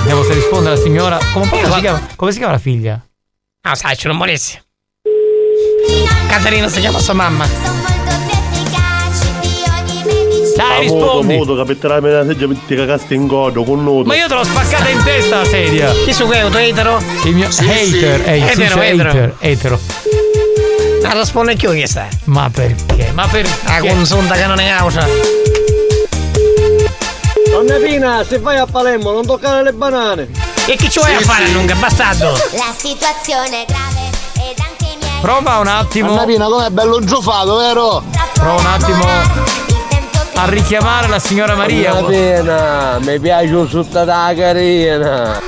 Speaker 3: Vediamo se risponde la signora. Come,
Speaker 37: Eh,
Speaker 3: cazzo si chiama? Come si chiama la figlia?
Speaker 37: No, sai, ce non morisse. Caterina si chiama sua mamma.
Speaker 3: Dai,
Speaker 59: Muto,
Speaker 3: rispondi.
Speaker 59: muto, che per la mia seggia ti cagaste in godo con nudo.
Speaker 3: Ma io te l'ho spaccata in testa la sedia.
Speaker 37: Chi su quello, tu etero?
Speaker 3: Il mio hater, eh, sì,
Speaker 37: Etero,
Speaker 3: c'è
Speaker 37: etero.
Speaker 3: hater, etero.
Speaker 37: La risponde chiù che sta.
Speaker 3: Ma perché? Eh, Ma perché?
Speaker 37: La consunta che non è causa.
Speaker 65: Donna Pina, se vai a Palermo non toccare le banane.
Speaker 37: E chi ci vuoi a fare a lunga, bastardo?
Speaker 13: La situazione è grave
Speaker 3: Prova un attimo.
Speaker 12: Anna Pina, com'è bello giufato, vero?
Speaker 3: Prova un attimo a richiamare la signora Maria.
Speaker 65: Anna Pina, mi piace un sutta da
Speaker 3: Eh.
Speaker 65: carina.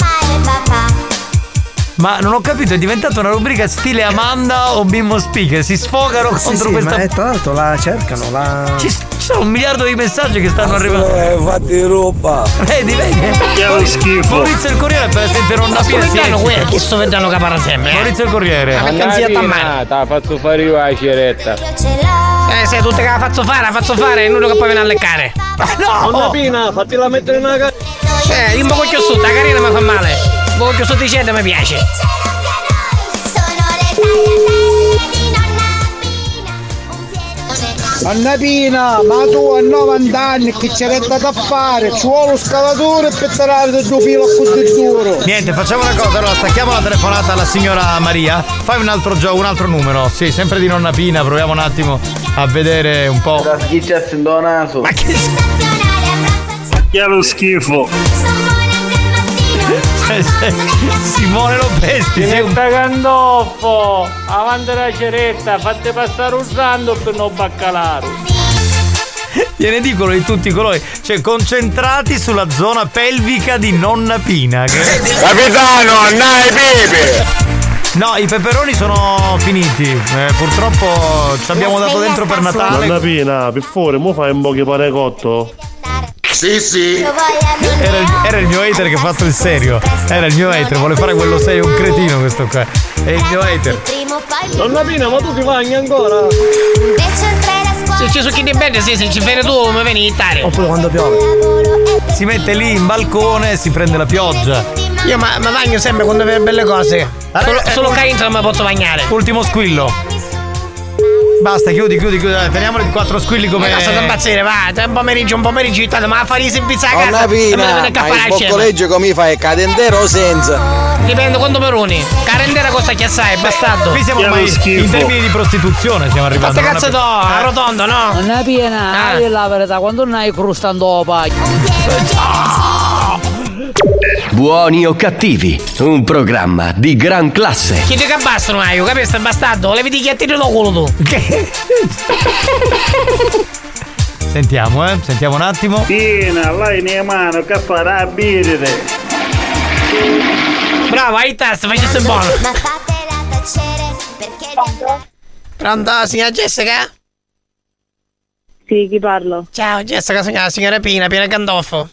Speaker 3: Ma non ho capito, è diventata una rubrica stile Amanda o Bimbo Speaker. Si sfogano
Speaker 8: Sì,
Speaker 3: contro
Speaker 8: sì,
Speaker 3: questa.
Speaker 8: ma è- tra l'altro la cercano, la.
Speaker 3: Ci, ci sono un miliardo di messaggi che stanno arrivando.
Speaker 8: Eh, fatti roba.
Speaker 3: Vedi, vedi? Maurizio il Corriere per sentire
Speaker 37: Ma
Speaker 3: una
Speaker 37: sto
Speaker 3: pia
Speaker 37: vedendo quello, chi sto vedendo che parla sempre? eh?
Speaker 3: Maurizio il Corriere.
Speaker 37: Ma perché non si è male?
Speaker 65: ti ha fatto fare io la ceretta.
Speaker 37: Eh, sei tutte che la faccio fare, la faccio fare, è inutile che poi viene a leccare.
Speaker 65: Donna Pina, fatela mettere una carina.
Speaker 37: Eh, io un po' su, la carina mi fa male. Un po' su dicendo mi piace.
Speaker 18: Anna Pina, ma tu a 90 anni che c'è andato a fare? Ci vuole lo scavatore per tirare il tuo filo a questo duro.
Speaker 3: Niente, facciamo una cosa, allora stacchiamo la telefonata alla signora Maria. Fai un altro gioco, un altro numero. Sì, sempre di nonna Pina, proviamo un attimo a vedere un po'.
Speaker 65: Da schicciarsi in donato.
Speaker 37: Ma che
Speaker 59: Che è lo schifo.
Speaker 18: Eh,
Speaker 3: Simone Lopesti, sei un
Speaker 65: Gandolfo, avanti la ceretta, fate passare un santo per non baccalare.
Speaker 3: Gliene dicono di tutti i colori, cioè concentrati sulla zona pelvica di nonna Pina.
Speaker 13: Capitano,
Speaker 3: andai pepe! No, i peperoni sono finiti. eh, purtroppo ci abbiamo dato dentro per
Speaker 59: Anna
Speaker 3: Natale.
Speaker 59: Pina, per favore, mo fai un po' che pane cotto?
Speaker 3: Sì, sì. Era il, era il mio hater che ha fatto il serio. Era il mio hater, vuole fare quello serio, un cretino questo qua. È il mio hater.
Speaker 65: Donna Pina, ma tu ti bagni ancora?
Speaker 37: Se ci sono chi dipende, sì, se ci viene tu, mi vieni in Italia.
Speaker 3: Oppure quando piove. Si mette lì in balcone e si prende la pioggia.
Speaker 37: Io ma, ma bagno sempre quando vedo belle cose. Solo, solo che dentro non mi posso bagnare.
Speaker 3: Ultimo squillo. Basta, chiudi, chiudi, chiudi. dai, Teniamo i quattro squilli
Speaker 37: Come
Speaker 3: come.
Speaker 37: no, state impazzire, va, tra un pomeriggio, un pomeriggio gittato, ma a fare i servizi a
Speaker 66: Donna
Speaker 37: casa. e me ne
Speaker 66: Pina,
Speaker 37: vengo a
Speaker 66: ma il
Speaker 37: fare la scema.
Speaker 66: boccoleggio come fai? Cadendero o senza?
Speaker 37: Dipende quanto peroni. Carendera costa chi assai, bastardo.
Speaker 3: Qui siamo ormai in termini di prostituzione siamo arrivati.
Speaker 37: Fatte cazzo do,
Speaker 3: Eh,
Speaker 37: a rotondo, no?
Speaker 4: Non è piena,
Speaker 37: Ah.
Speaker 4: ah. la verità, quando non hai crustando
Speaker 1: Buoni o cattivi, un programma di gran classe.
Speaker 37: Chi ti che bastano, Maio, capisci, bastardo? Levi di chi ha tirato culo tu.
Speaker 3: Sentiamo, eh, sentiamo un attimo.
Speaker 59: Pina, là in mano che farà a birre.
Speaker 37: Bravo, hai testa, facesse il buono. Pronto, signora Jessica?
Speaker 53: Sì, chi parlo?
Speaker 37: Ciao Jessica, signora, signora Pina, Pina Gandolfo.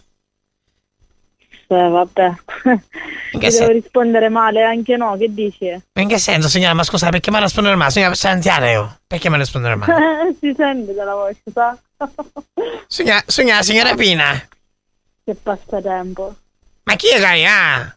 Speaker 53: Eh, vabbè.
Speaker 18: che
Speaker 53: Ti
Speaker 18: se-
Speaker 53: devo rispondere male, anche no, che dici?
Speaker 18: In che senso, signora? Ma scusa, perché mi rispondere male? Signora, sei anziana io. Perché mi rispondere male?
Speaker 53: si sente dalla voce, sa?
Speaker 18: Signora, signora, signora Pina,
Speaker 53: Che passatempo.
Speaker 18: ma chi è che ah?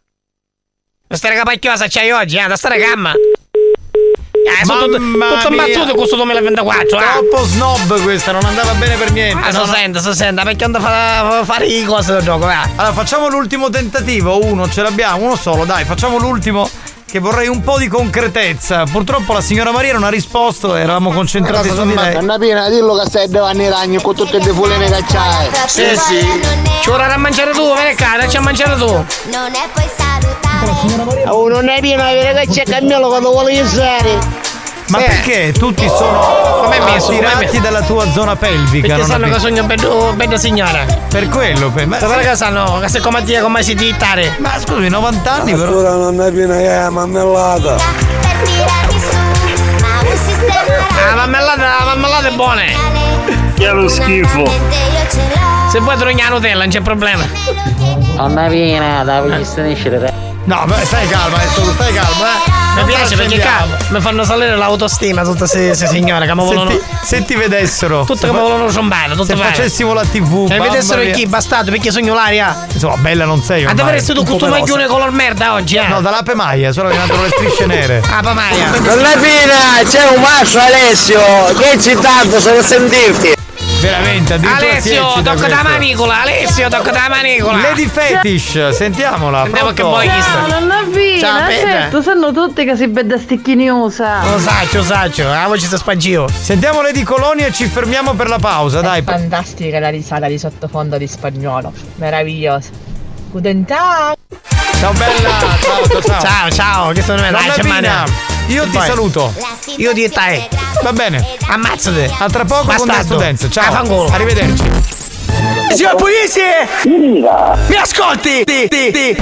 Speaker 18: Questa capacchiosa c'hai oggi, eh? Da stare gamma. Eh, sono tutto, tutto ammazzato questo 2024, eh?
Speaker 3: Troppo snob questa, non andava bene per niente.
Speaker 18: Ah,
Speaker 3: no,
Speaker 18: so
Speaker 3: no.
Speaker 18: senta, so senta, perché non fa fare i cose del gioco, eh. va?
Speaker 3: Allora, facciamo l'ultimo tentativo, uno, ce l'abbiamo, uno solo, dai, facciamo l'ultimo. Che vorrei un po' di concretezza. Purtroppo la signora Maria non ha risposto, eravamo concentrati su di lei.
Speaker 4: Anna Pina, dillo che stai davanti ai ragni con tutte le fulene che c'hai.
Speaker 18: Sì, sì. Ci vorrà da mangiare tu, vieni qua, dacci a mangiare tu.
Speaker 11: Non è poi
Speaker 4: Oh, non è pieno, è vero che c'è Carmelo quando vuole usare.
Speaker 3: Ma
Speaker 65: Eh.
Speaker 3: perché tutti sono
Speaker 18: Come è messo, come è
Speaker 3: attirati
Speaker 18: messo?
Speaker 3: dalla tua zona pelvica?
Speaker 18: Perché
Speaker 3: non
Speaker 18: sanno che
Speaker 3: capisco.
Speaker 18: sogno bello, bello signora.
Speaker 3: Per quello, per
Speaker 18: Ma guarda che sanno, che se come dire come si dittare.
Speaker 3: Ma scusi, 90 anni però.
Speaker 59: Allora non è piena che è mammellata.
Speaker 18: Ah, La mammellata, la mammellata è buona. eh.
Speaker 37: Che è lo schifo.
Speaker 18: Se vuoi troviamo la Nutella, non c'è problema.
Speaker 67: Anna Pina, da vista
Speaker 3: No, beh, stai calma adesso, stai calma, eh.
Speaker 18: Mi
Speaker 3: Non
Speaker 18: piace perché
Speaker 3: trascendiamo.
Speaker 18: cavolo, mi fanno salire l'autostima tutte queste se, signore che mi
Speaker 3: Se
Speaker 18: vogliono.
Speaker 3: ti, se ti vedessero.
Speaker 18: Tutte
Speaker 3: se
Speaker 18: che mi
Speaker 3: fa-
Speaker 18: vogliono ciambare, tutte
Speaker 3: Se
Speaker 18: male.
Speaker 3: facessimo la TV.
Speaker 18: E
Speaker 3: mamma
Speaker 18: vedessero
Speaker 3: mia.
Speaker 18: chi bastato, perché sogno l'aria.
Speaker 3: Insomma, bella non sei.
Speaker 18: Ma
Speaker 3: ormai.
Speaker 18: dovresti tu
Speaker 3: Un po'
Speaker 18: questo
Speaker 3: pelosa.
Speaker 18: maglione color merda oggi, eh?
Speaker 3: No, dall'ape maglia, solo che non hanno le strisce nere.
Speaker 18: Ah, papaya.
Speaker 4: Anna Pina, c'è un masso Alessio, che eccitante, sono a sentirti.
Speaker 3: Veramente, addirittura si
Speaker 18: Alessio,
Speaker 3: eccita
Speaker 18: tocca da
Speaker 3: questo.
Speaker 18: manicola, Alessio, tocca da manicola.
Speaker 3: Lady Fetish, sentiamola.
Speaker 18: Andiamo che
Speaker 3: pronto?
Speaker 18: poi chi
Speaker 53: Ciao, nonna
Speaker 18: Ciao,
Speaker 53: Pina,
Speaker 18: Pina.
Speaker 53: certo, sanno tutte che si bella sticchiniosa.
Speaker 18: Lo saccio, saccio, la voce sta spagio.
Speaker 3: Sentiamo Lady Colonia e ci fermiamo per la pausa, dai.
Speaker 16: Fantastica la risata di sottofondo di spagnolo, meravigliosa. Guten Tag!
Speaker 3: Ciao bella, ciao, ciao, ciao.
Speaker 18: Ciao, ciao, che sono me, dai,
Speaker 3: Nonna
Speaker 18: c'è
Speaker 3: Pina,
Speaker 18: Maria.
Speaker 3: io
Speaker 18: E
Speaker 3: ti
Speaker 18: poi?
Speaker 3: saluto.
Speaker 18: Io di te.
Speaker 3: Va bene.
Speaker 18: Ammazzate.
Speaker 3: A tra poco con
Speaker 18: Bastardo.
Speaker 3: The Students. Ciao.
Speaker 18: Affanculo.
Speaker 3: Arrivederci.
Speaker 18: Signor Pugliese! Mi ascolti! Ti, ti, ti.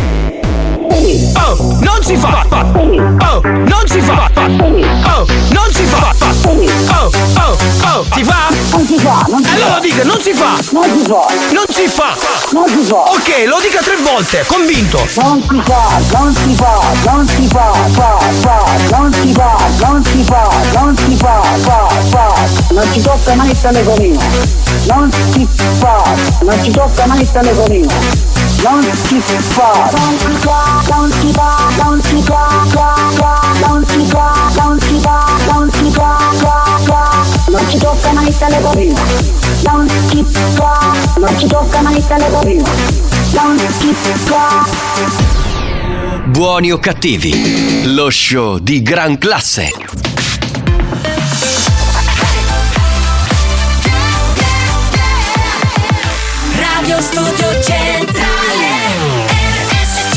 Speaker 18: Oh, non si fa! Oh, non si fa! Oh, non si fa! Oh, oh, oh, si fa? Non si fa! allora dica, non si fa! Non si fa! Non si fa! Non si fa! Ok, lo dica tre volte, convinto!
Speaker 11: Non si fa, non si fa, non si fa, fa, fa, non si fa, non si fa, non si fa, fa, fa. Non ci tocca mai il telefonino. Non si fa, non ci tocca mai il telefonino. Non si fa. Non si fa, non si fa, non si fa, fa, fa, non si fa, non si fa, non si fa, fa, fa. Non ci tocca mai il telefonino. Non si fa, non ci tocca mai il telefonino. Non si fa.
Speaker 1: Buoni o cattivi, lo show di gran classe.
Speaker 11: Radio Studio Centrale RSC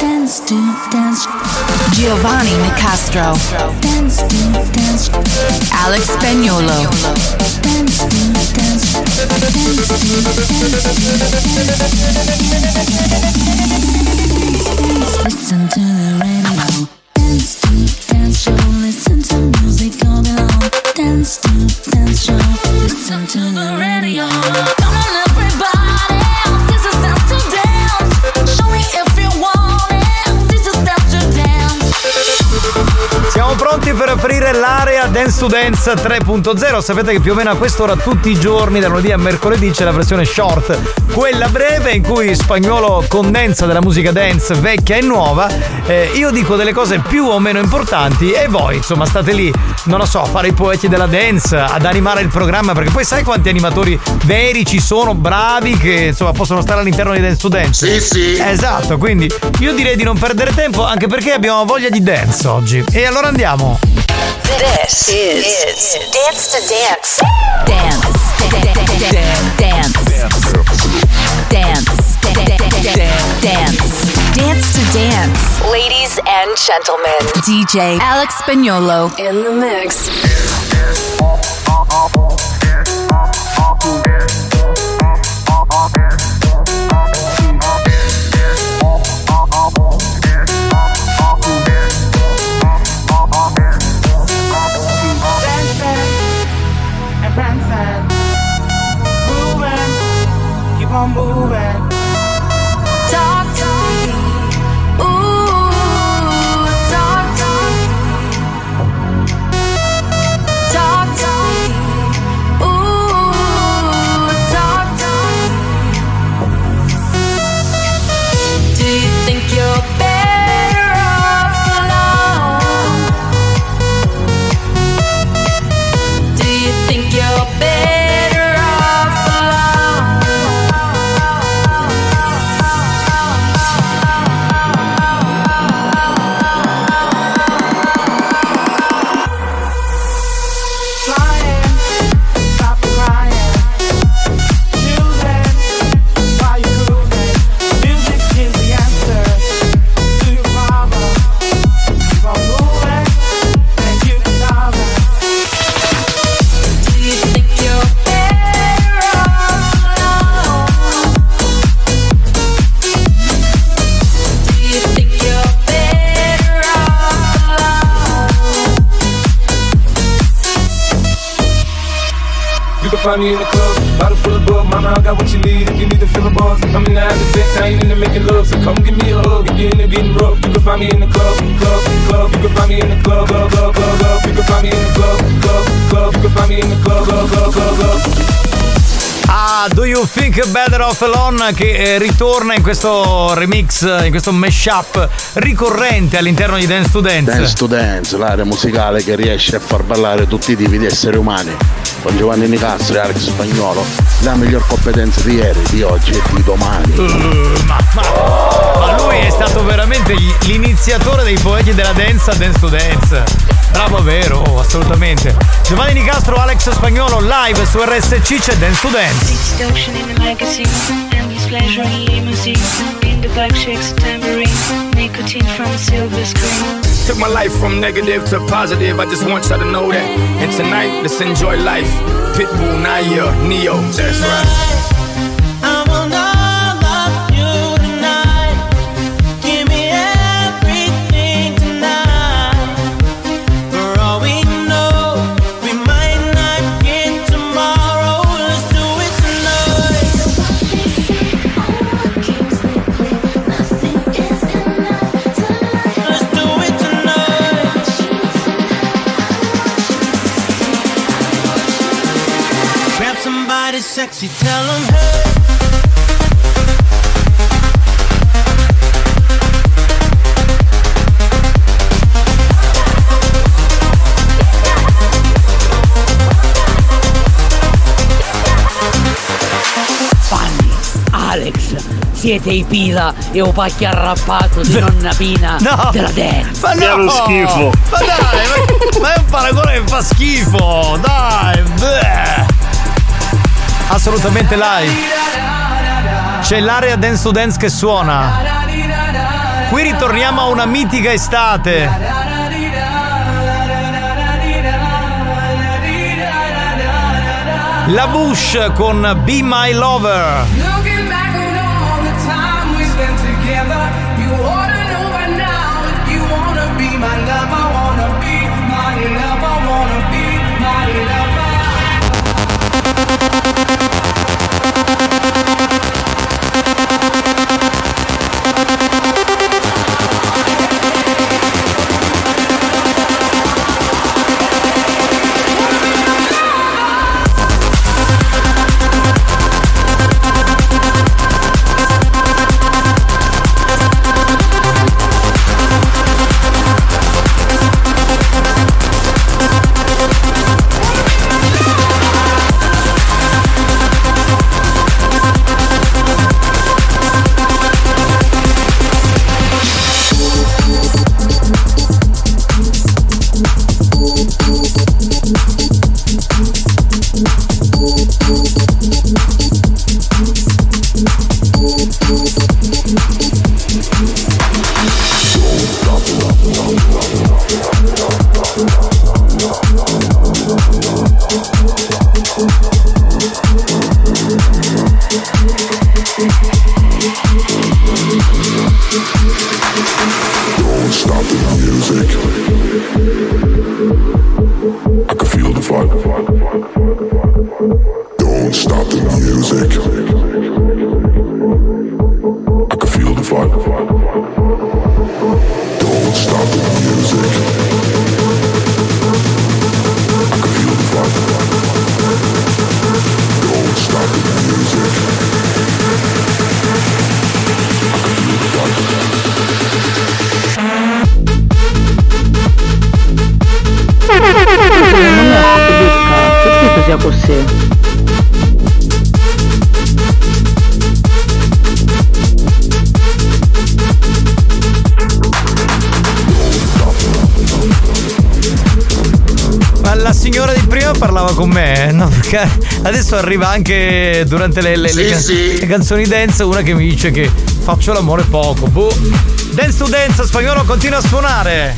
Speaker 11: Dance to Dance Giovanni Nicastro Dance to Dance Alex Spagnolo Dance to Dance Dance to Dance Listen to the radio Dance to Dance Show Listen to music all day long Dance to Dance Show Listen to the radio Come on everybody This is Dance to Dance Show me if you want it This is Dance to Dance
Speaker 3: Siamo pronti per aprire l'area Dance to Dance 3.0. Sapete che più o meno a quest'ora tutti i giorni, da lunedì a mercoledì, c'è la versione short, quella breve in cui spagnolo condensa della musica dance vecchia e nuova. Eh, io dico delle cose più o meno importanti e voi, insomma, state lì, non lo so, a fare i poeti della dance, ad animare il programma, perché poi sai quanti animatori veri ci sono, bravi, che insomma possono stare all'interno di Dance to Dance. Sì, sì. Esatto, quindi io direi di non perdere tempo anche perché abbiamo voglia di dance oggi. E allora andiamo.
Speaker 11: This is, Dance to Dance. Dance. Dance. Dance. Dance. Dance.
Speaker 68: Dance to dance.
Speaker 11: Ladies and gentlemen,
Speaker 68: DJ Alex Spagnolo in the mix.
Speaker 13: and prancing. Moving, keep on moving. Talk to me. Ooh, talk to me. Talk to me. Ooh, talk to me. Do you think you're better off alone? Do you think you're better off alone? Flying, stop crying. Choosing, why you cruising? Music is the answer to your problem. Keep on moving, and you can solve it. Do you think you're better off alone? Do you think you're better off alone?
Speaker 18: You can find me in the club, bottle full of bug. Mama, I got what you need if you need to fill the bars. I'm in the habit of sex, I ain't into making love. So come give me a hug if you're into getting rough. You can find me in the club, club, club. You can find me in the club, club, club, club, club. You can find me in the club, club, club. You can find me in the club, club, club, club, club.
Speaker 3: Ah, Do You Think Better Off Alone che eh, ritorna in questo remix, eh, in questo mashup ricorrente all'interno di Dance to Dance.
Speaker 12: Dance to Dance, l'area musicale che riesce a far ballare tutti i tipi di esseri umani. Con Giovanni Nicastro e Alex Spagnolo, la miglior competenza di ieri, di oggi e di domani.
Speaker 3: ma, Ma lui è stato veramente gli- l'iniziatore dei poeti della danza Dance to Dance. Bravo vero, oh, assolutamente. Giovanni Nicastro, Alex Spagnolo, live su RSC c'è Dance to Dance.
Speaker 7: Distortion in the magazine, endless pleasure in limousine. In the bike shakes tambourine, nicotine from silver screen.
Speaker 18: Took my life from negative to positive, I just want y'all to know that. And tonight, let's enjoy life. Pitbull, Naya, Neo. That's right.
Speaker 13: I will not love you tonight. Give me everything tonight. For all we know, we might not get tomorrow. Let's do it tonight. Let's do it tonight. Grab somebody sexy, tell 'em hey.
Speaker 4: Fanny, Alex, siete i pila e o pacchi arrappato di nonna Pina
Speaker 3: No.
Speaker 4: della dance.
Speaker 3: Ma no. Eh, Ma dai, ma, ma è un paragone che fa schifo. Dai. bleh. Assolutamente live. C'è l'area dance to dance che suona. Qui ritorniamo a una mitica estate. La Bush con Be My Lover.
Speaker 13: Looking back on all the time we spent together, you ought to know by now. If you wanna be my lover, wanna be my lover, wanna be my lover.
Speaker 18: Let's
Speaker 3: parlava con me? eh? No, perché adesso arriva anche durante le, le- le
Speaker 27: Sì,
Speaker 3: can-
Speaker 27: sì.
Speaker 3: le canzoni dance una che mi dice che faccio l'amore poco. Boh. Dance to dance, spagnolo continua a suonare.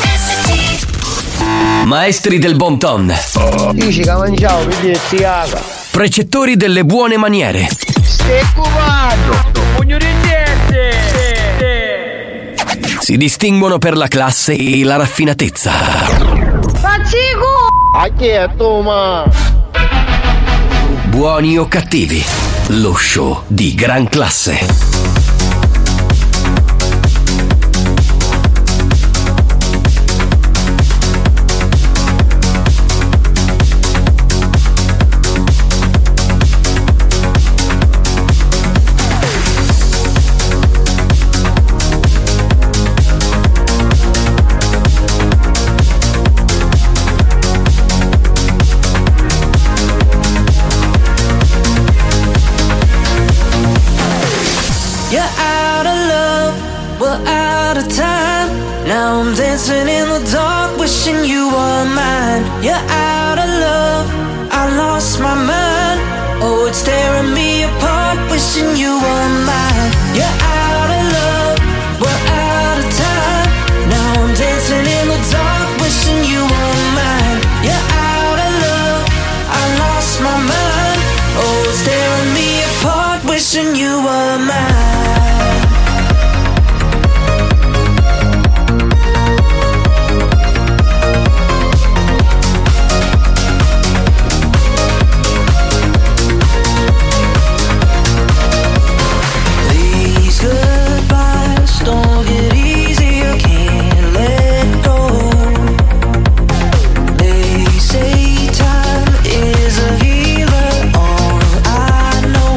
Speaker 13: RSC.
Speaker 1: Maestri del bon ton.
Speaker 65: Dici che mangiavo, mi dici caga.
Speaker 1: Precettori delle buone maniere.
Speaker 65: Stai cubato, pugno di gente.
Speaker 1: Si distinguono per la classe e la raffinatezza.
Speaker 65: Faccico! A chi è tu, ma?
Speaker 1: Buoni o cattivi. Lo show di gran classe.
Speaker 11: You're out of love, we're out of time. Now I'm dancing in the dark, wishing you were mine. You're out of love, I lost my mind. Oh, it's tearing me apart, wishing you were mine. You're out of love, we're out of time. Now I'm dancing in the dark, wishing you were mine. You're out of love, I lost my mind. Oh, it's tearing me apart, wishing you were mine. These goodbyes don't get easier, can't let go. They say time is a healer, all I know.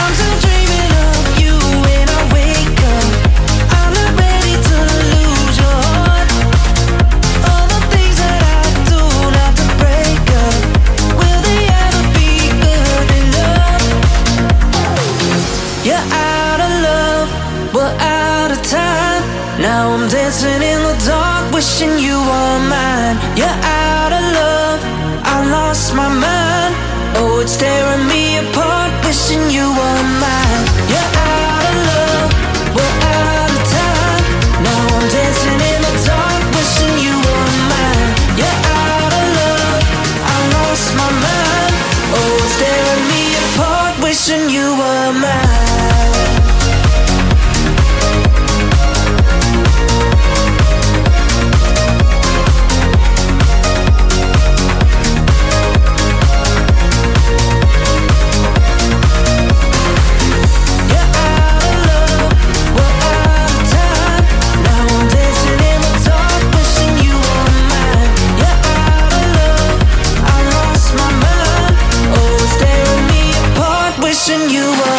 Speaker 11: I'm still dreaming of you when I wake up. I'm not ready to lose your heart. All the things that I do not to break up, will they ever be good enough? You're out of love, we're out of time. Now I'm dancing in the dark, wishing you were mine. You're out of love, I lost my mind. Oh, it's tearing me apart, wishing you were mine. You're out of love, we're out of time. Now I'm dancing in the dark, wishing you were mine. You're out of love, I lost my mind. Oh, it's tearing me apart, wishing you were mine. You're Oh,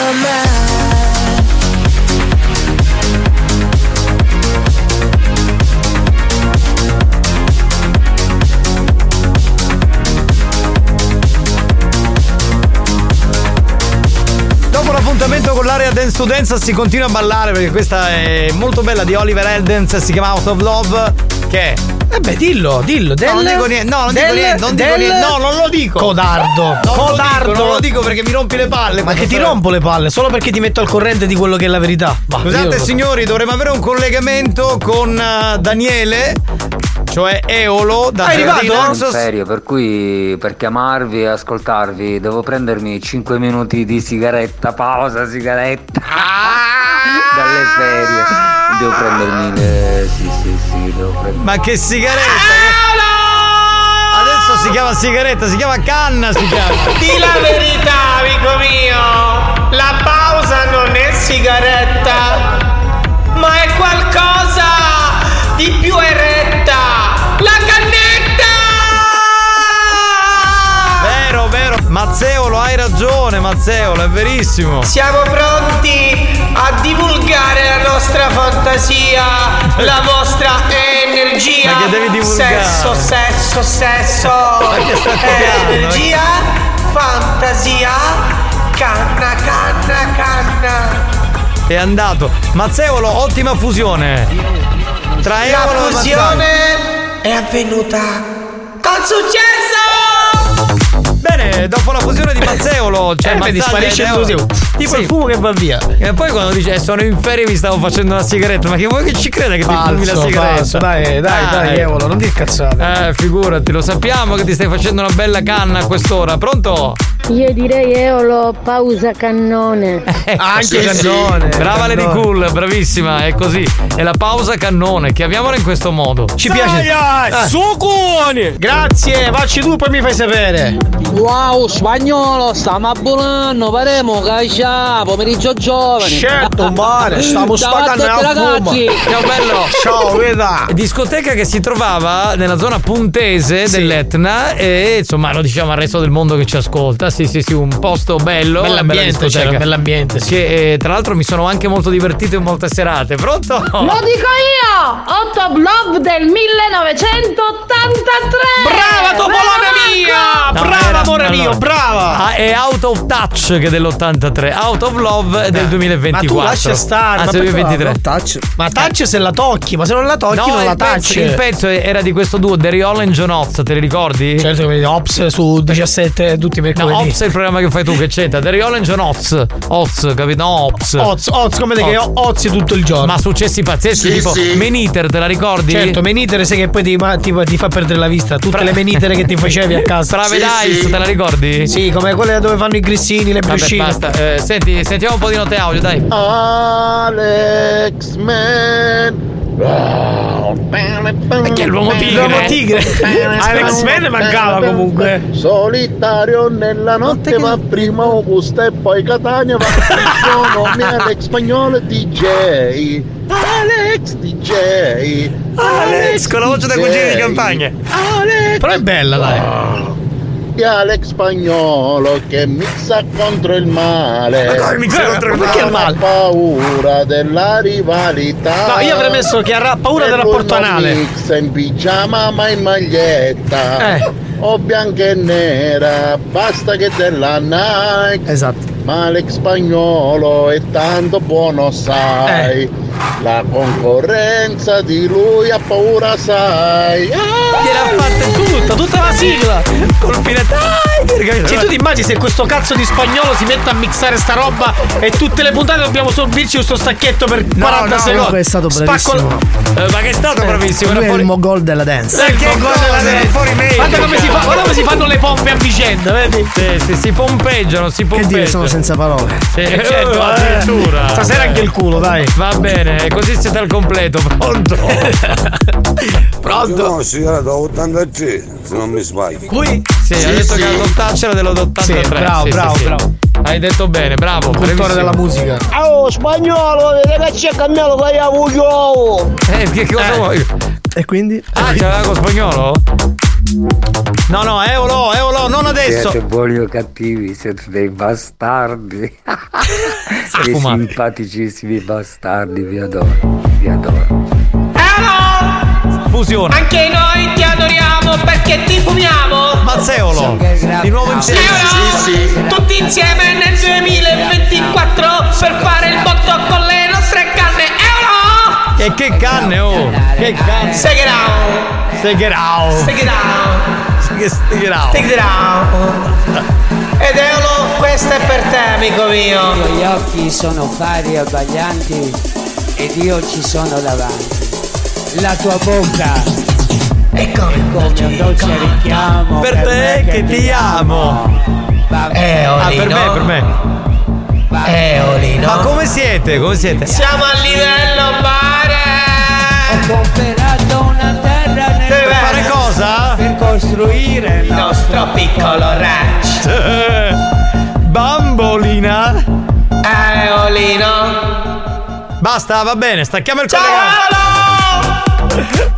Speaker 3: su Dance si continua a ballare perché questa è molto bella di Oliver Eldens, si chiama Out of Love. Che.
Speaker 8: Eh beh, dillo, dillo. Del,
Speaker 3: no, non dico niente, no, non dico
Speaker 8: del-
Speaker 3: niente, non dico
Speaker 8: del-
Speaker 3: niente. No, non lo dico.
Speaker 8: Codardo.
Speaker 3: Non Lo
Speaker 8: Codardo.
Speaker 3: dico, non lo dico perché mi rompi le palle.
Speaker 8: Ma che ti rompo le palle solo perché ti metto al corrente di quello che è la verità. Ma
Speaker 3: Scusate
Speaker 8: io-
Speaker 3: signori, dovremmo avere un collegamento con eh, Daniele, cioè Eolo da
Speaker 4: In
Speaker 3: Ferdinand.
Speaker 4: serio, per cui per chiamarvi e ascoltarvi devo prendermi 5 minuti di sigaretta, pausa sigaretta.
Speaker 18: Ah!
Speaker 4: Dalle ferie. Devo prendermi le... Sì, sì, sì, devo prendermi...
Speaker 3: Ma che sigaretta!
Speaker 8: Ah!
Speaker 3: Adesso si chiama sigaretta, si chiama canna, si chiama.
Speaker 18: Di la verità, amico mio, la pausa non è sigaretta, ma è qualcosa di più eretta. La cannetta!
Speaker 3: Vero, vero. Mazzeolo, hai ragione, Mazzeolo, è verissimo.
Speaker 18: Siamo pronti a divulgare la nostra fantasia, la vostra energia.
Speaker 3: Ma che devi divulgare?
Speaker 18: Sesso, sesso, sesso.
Speaker 3: che stai
Speaker 8: eh.
Speaker 3: copiando?
Speaker 18: Energia, fantasia, canna, canna, canna.
Speaker 3: È andato. Mazzeolo, ottima fusione. Tra
Speaker 18: La
Speaker 3: Eolo e
Speaker 18: fusione è avvenuta con successo!
Speaker 3: Bene, dopo la fusione di Mazzeolo, cioè
Speaker 8: Eh, vedi,
Speaker 3: Mazzaglia
Speaker 8: sparisce
Speaker 3: ed
Speaker 8: il
Speaker 3: Eolo.
Speaker 8: fusione. Tipo il fumo che va via.
Speaker 3: E poi quando dice "Eh, sono in ferie mi stavo facendo una sigaretta, ma che vuoi che ci creda che ti fumi la
Speaker 8: Falso,
Speaker 3: sigaretta? ecco.
Speaker 8: falso. Dai, dai, dai, Eolo, non dire cazzate.
Speaker 3: Eh, figurati, lo sappiamo che ti stai facendo una bella canna a quest'ora, pronto?
Speaker 7: Io direi Eolo, pausa cannone.
Speaker 3: Ecco, Anche cannone. Eh, Brava Lady Cool, bravissima, è così. È la pausa cannone, chiamiamola in questo modo. Ci
Speaker 8: Dai,
Speaker 3: piace. Ah.
Speaker 8: Sucone! Grazie, facci tu poi mi fai sapere.
Speaker 69: Wow, spagnolo, stiamo a Bologna, faremo caccia, pomeriggio giovane.
Speaker 18: Ah,
Speaker 8: Certo, mare, stiamo
Speaker 69: Ciao a
Speaker 8: spaccando
Speaker 69: tutti,
Speaker 8: la fuma.
Speaker 69: ragazzi.
Speaker 3: Ciao bello.
Speaker 8: Ciao, veda.
Speaker 3: Discoteca che si trovava nella zona puntese dell'Etna e insomma lo diciamo al resto del mondo che ci ascolta. Sì, sì, sì, un posto bello. una bella
Speaker 8: Bell'ambiente,
Speaker 3: discoteca.
Speaker 8: c'era, bell'ambiente, sì.
Speaker 3: Che eh, tra l'altro mi sono anche molto divertito in molte serate. Pronto?
Speaker 70: Lo dico io! Otto of Love del 1983!
Speaker 18: Brava, Topolone mia!
Speaker 3: No,
Speaker 18: Brava,
Speaker 3: era-
Speaker 18: amore
Speaker 3: allora,
Speaker 18: mio, brava!
Speaker 3: ah, è Out of Touch che è dell'83, Out of Love è del Ah, 2024.
Speaker 8: Ma tu lascia stare.
Speaker 3: Anzi,
Speaker 8: ma perché
Speaker 3: 2023.
Speaker 8: la- la touch? Ma touch se la tocchi, ma se non la tocchi non
Speaker 3: il
Speaker 8: la touch.
Speaker 3: pezzo, il pezzo era di questo duo, The Riola e John Ops, te li ricordi?
Speaker 8: Certo che vedi, Ops su 17 tutti i mercoledì.
Speaker 3: No, Ops è il programma che fai tu, che c'entra? The Riola e John Ops. Ops, capito? No, Ops.
Speaker 8: Oz, Oz, come te che ho Oz tutto il giorno.
Speaker 3: Ma successi pazzeschi,
Speaker 8: Sì,
Speaker 3: tipo
Speaker 8: sì.
Speaker 3: Meniter, te la ricordi?
Speaker 8: Certo, menitere sai che poi ti, ma- ti- ti fa perdere la vista. Tutte le menitere che ti facevi a casa.
Speaker 3: Paradise, te la ricordi?
Speaker 8: Sì, come quelle dove fanno i grissini, le
Speaker 3: Vabbè,
Speaker 8: bruscine.
Speaker 3: basta. Eh, senti, sentiamo un po' di note audio, dai.
Speaker 12: Alex Man.
Speaker 3: Perché è l'uomo tigre?
Speaker 8: L'uomo tigre. Alex Man mancava comunque.
Speaker 12: Solitario nella notte ma prima Augusta e poi Catania ma sono mi Alex Spagnolo DJ Alex DJ
Speaker 8: Alex con la voce da cugino di campagna.
Speaker 12: Alex
Speaker 8: Però è bella, dai.
Speaker 12: di Alex Spagnolo che mixa contro il male
Speaker 8: Ma come mixa contro il
Speaker 12: Perché
Speaker 8: male?
Speaker 12: ha paura della rivalità
Speaker 8: No, io avrei messo che ha ra- paura
Speaker 12: E
Speaker 8: del
Speaker 12: lui
Speaker 8: rapporto
Speaker 12: non
Speaker 8: anale.
Speaker 12: mixa in pigiama ma in maglietta
Speaker 8: Eh.
Speaker 12: o bianca e nera basta che della Nike
Speaker 8: esatto
Speaker 12: ma Alex Spagnolo è tanto buono sai
Speaker 8: Eh.
Speaker 12: la concorrenza di lui ha paura sai
Speaker 71: ah!
Speaker 8: Gliel'ha fatta tutta, tutta la sigla. Col Tiger. Cioè, tu ti immagini se questo cazzo di spagnolo si mette a mixare sta roba e tutte le puntate dobbiamo sorbirci questo stacchetto per 40
Speaker 71: no,
Speaker 8: secondi.
Speaker 71: comunque è stato
Speaker 8: Spacco la-
Speaker 3: Eh, ma che è stato bravissimo?
Speaker 71: Lui
Speaker 3: Era
Speaker 71: è
Speaker 3: fuori-
Speaker 71: il mogol della dance.
Speaker 8: Eh, che cosa
Speaker 3: cosa,
Speaker 8: la-
Speaker 3: era fuori meglio.
Speaker 8: Guarda come si fa- guarda come si fanno le pompe a vicenda, vedi?
Speaker 3: Sì, sì, si pompeggiano, si
Speaker 71: Che
Speaker 3: pompeggiano.
Speaker 71: dire, sono senza parole.
Speaker 3: Sì,
Speaker 8: Eh,
Speaker 3: certo,
Speaker 8: eh.
Speaker 3: addirittura.
Speaker 8: Stasera anche il culo, dai.
Speaker 3: Va bene, così siete al completo. Pronto?
Speaker 72: Pronto? No, signora, da 83, se non mi sbaglio.
Speaker 8: Qui?
Speaker 3: Sì, ha detto che la dottaccia era dell'83.
Speaker 72: Sì, bravo, bravo, bravo.
Speaker 3: Hai detto bene, bravo.
Speaker 72: Cultore della
Speaker 3: musica.
Speaker 72: Oh, spagnolo, vedete che c'è cambiato con gli avuglio!
Speaker 3: Eh, che cosa vuoi?
Speaker 71: E quindi?
Speaker 3: Ah, c'era con spagnolo? No, no, Eolo, Eolo, non adesso.
Speaker 4: Siete buoni o cattivi, siete dei bastardi. dei
Speaker 3: fumate.
Speaker 4: simpaticissimi bastardi, vi adoro, vi adoro.
Speaker 3: Fusione.
Speaker 18: Anche noi ti adoriamo perché ti fumiamo.
Speaker 3: Mazzeolo. Di nuovo insieme.
Speaker 18: Sì, no? Tutti insieme nel 2024 per fare il botto
Speaker 3: che canne, oh! Che canne!
Speaker 37: Shake it out.
Speaker 3: Shake it out!
Speaker 37: Stick it out.
Speaker 3: Stick it out!
Speaker 37: Stick it out. Ed Eolo, questo è per te, amico mio.
Speaker 38: I tuoi occhi sono pari e abbaglianti ed io ci sono davanti. La tua bocca è
Speaker 3: Ecco,
Speaker 38: come un dolce richiamo
Speaker 3: Per te che ti amo!
Speaker 4: Eh,
Speaker 3: Ah, per me, per me!
Speaker 37: Eolino.
Speaker 3: Ma come siete? Come siete?
Speaker 37: Siamo al livello mare.
Speaker 38: Ho comperato una terra nel
Speaker 37: Deve
Speaker 38: mare
Speaker 37: fare cosa?
Speaker 38: Per costruire
Speaker 37: Il nostro piccolo ranch.
Speaker 3: Bambolina!
Speaker 37: Eolino.
Speaker 3: Basta, va bene, stacchiamo il collegamento.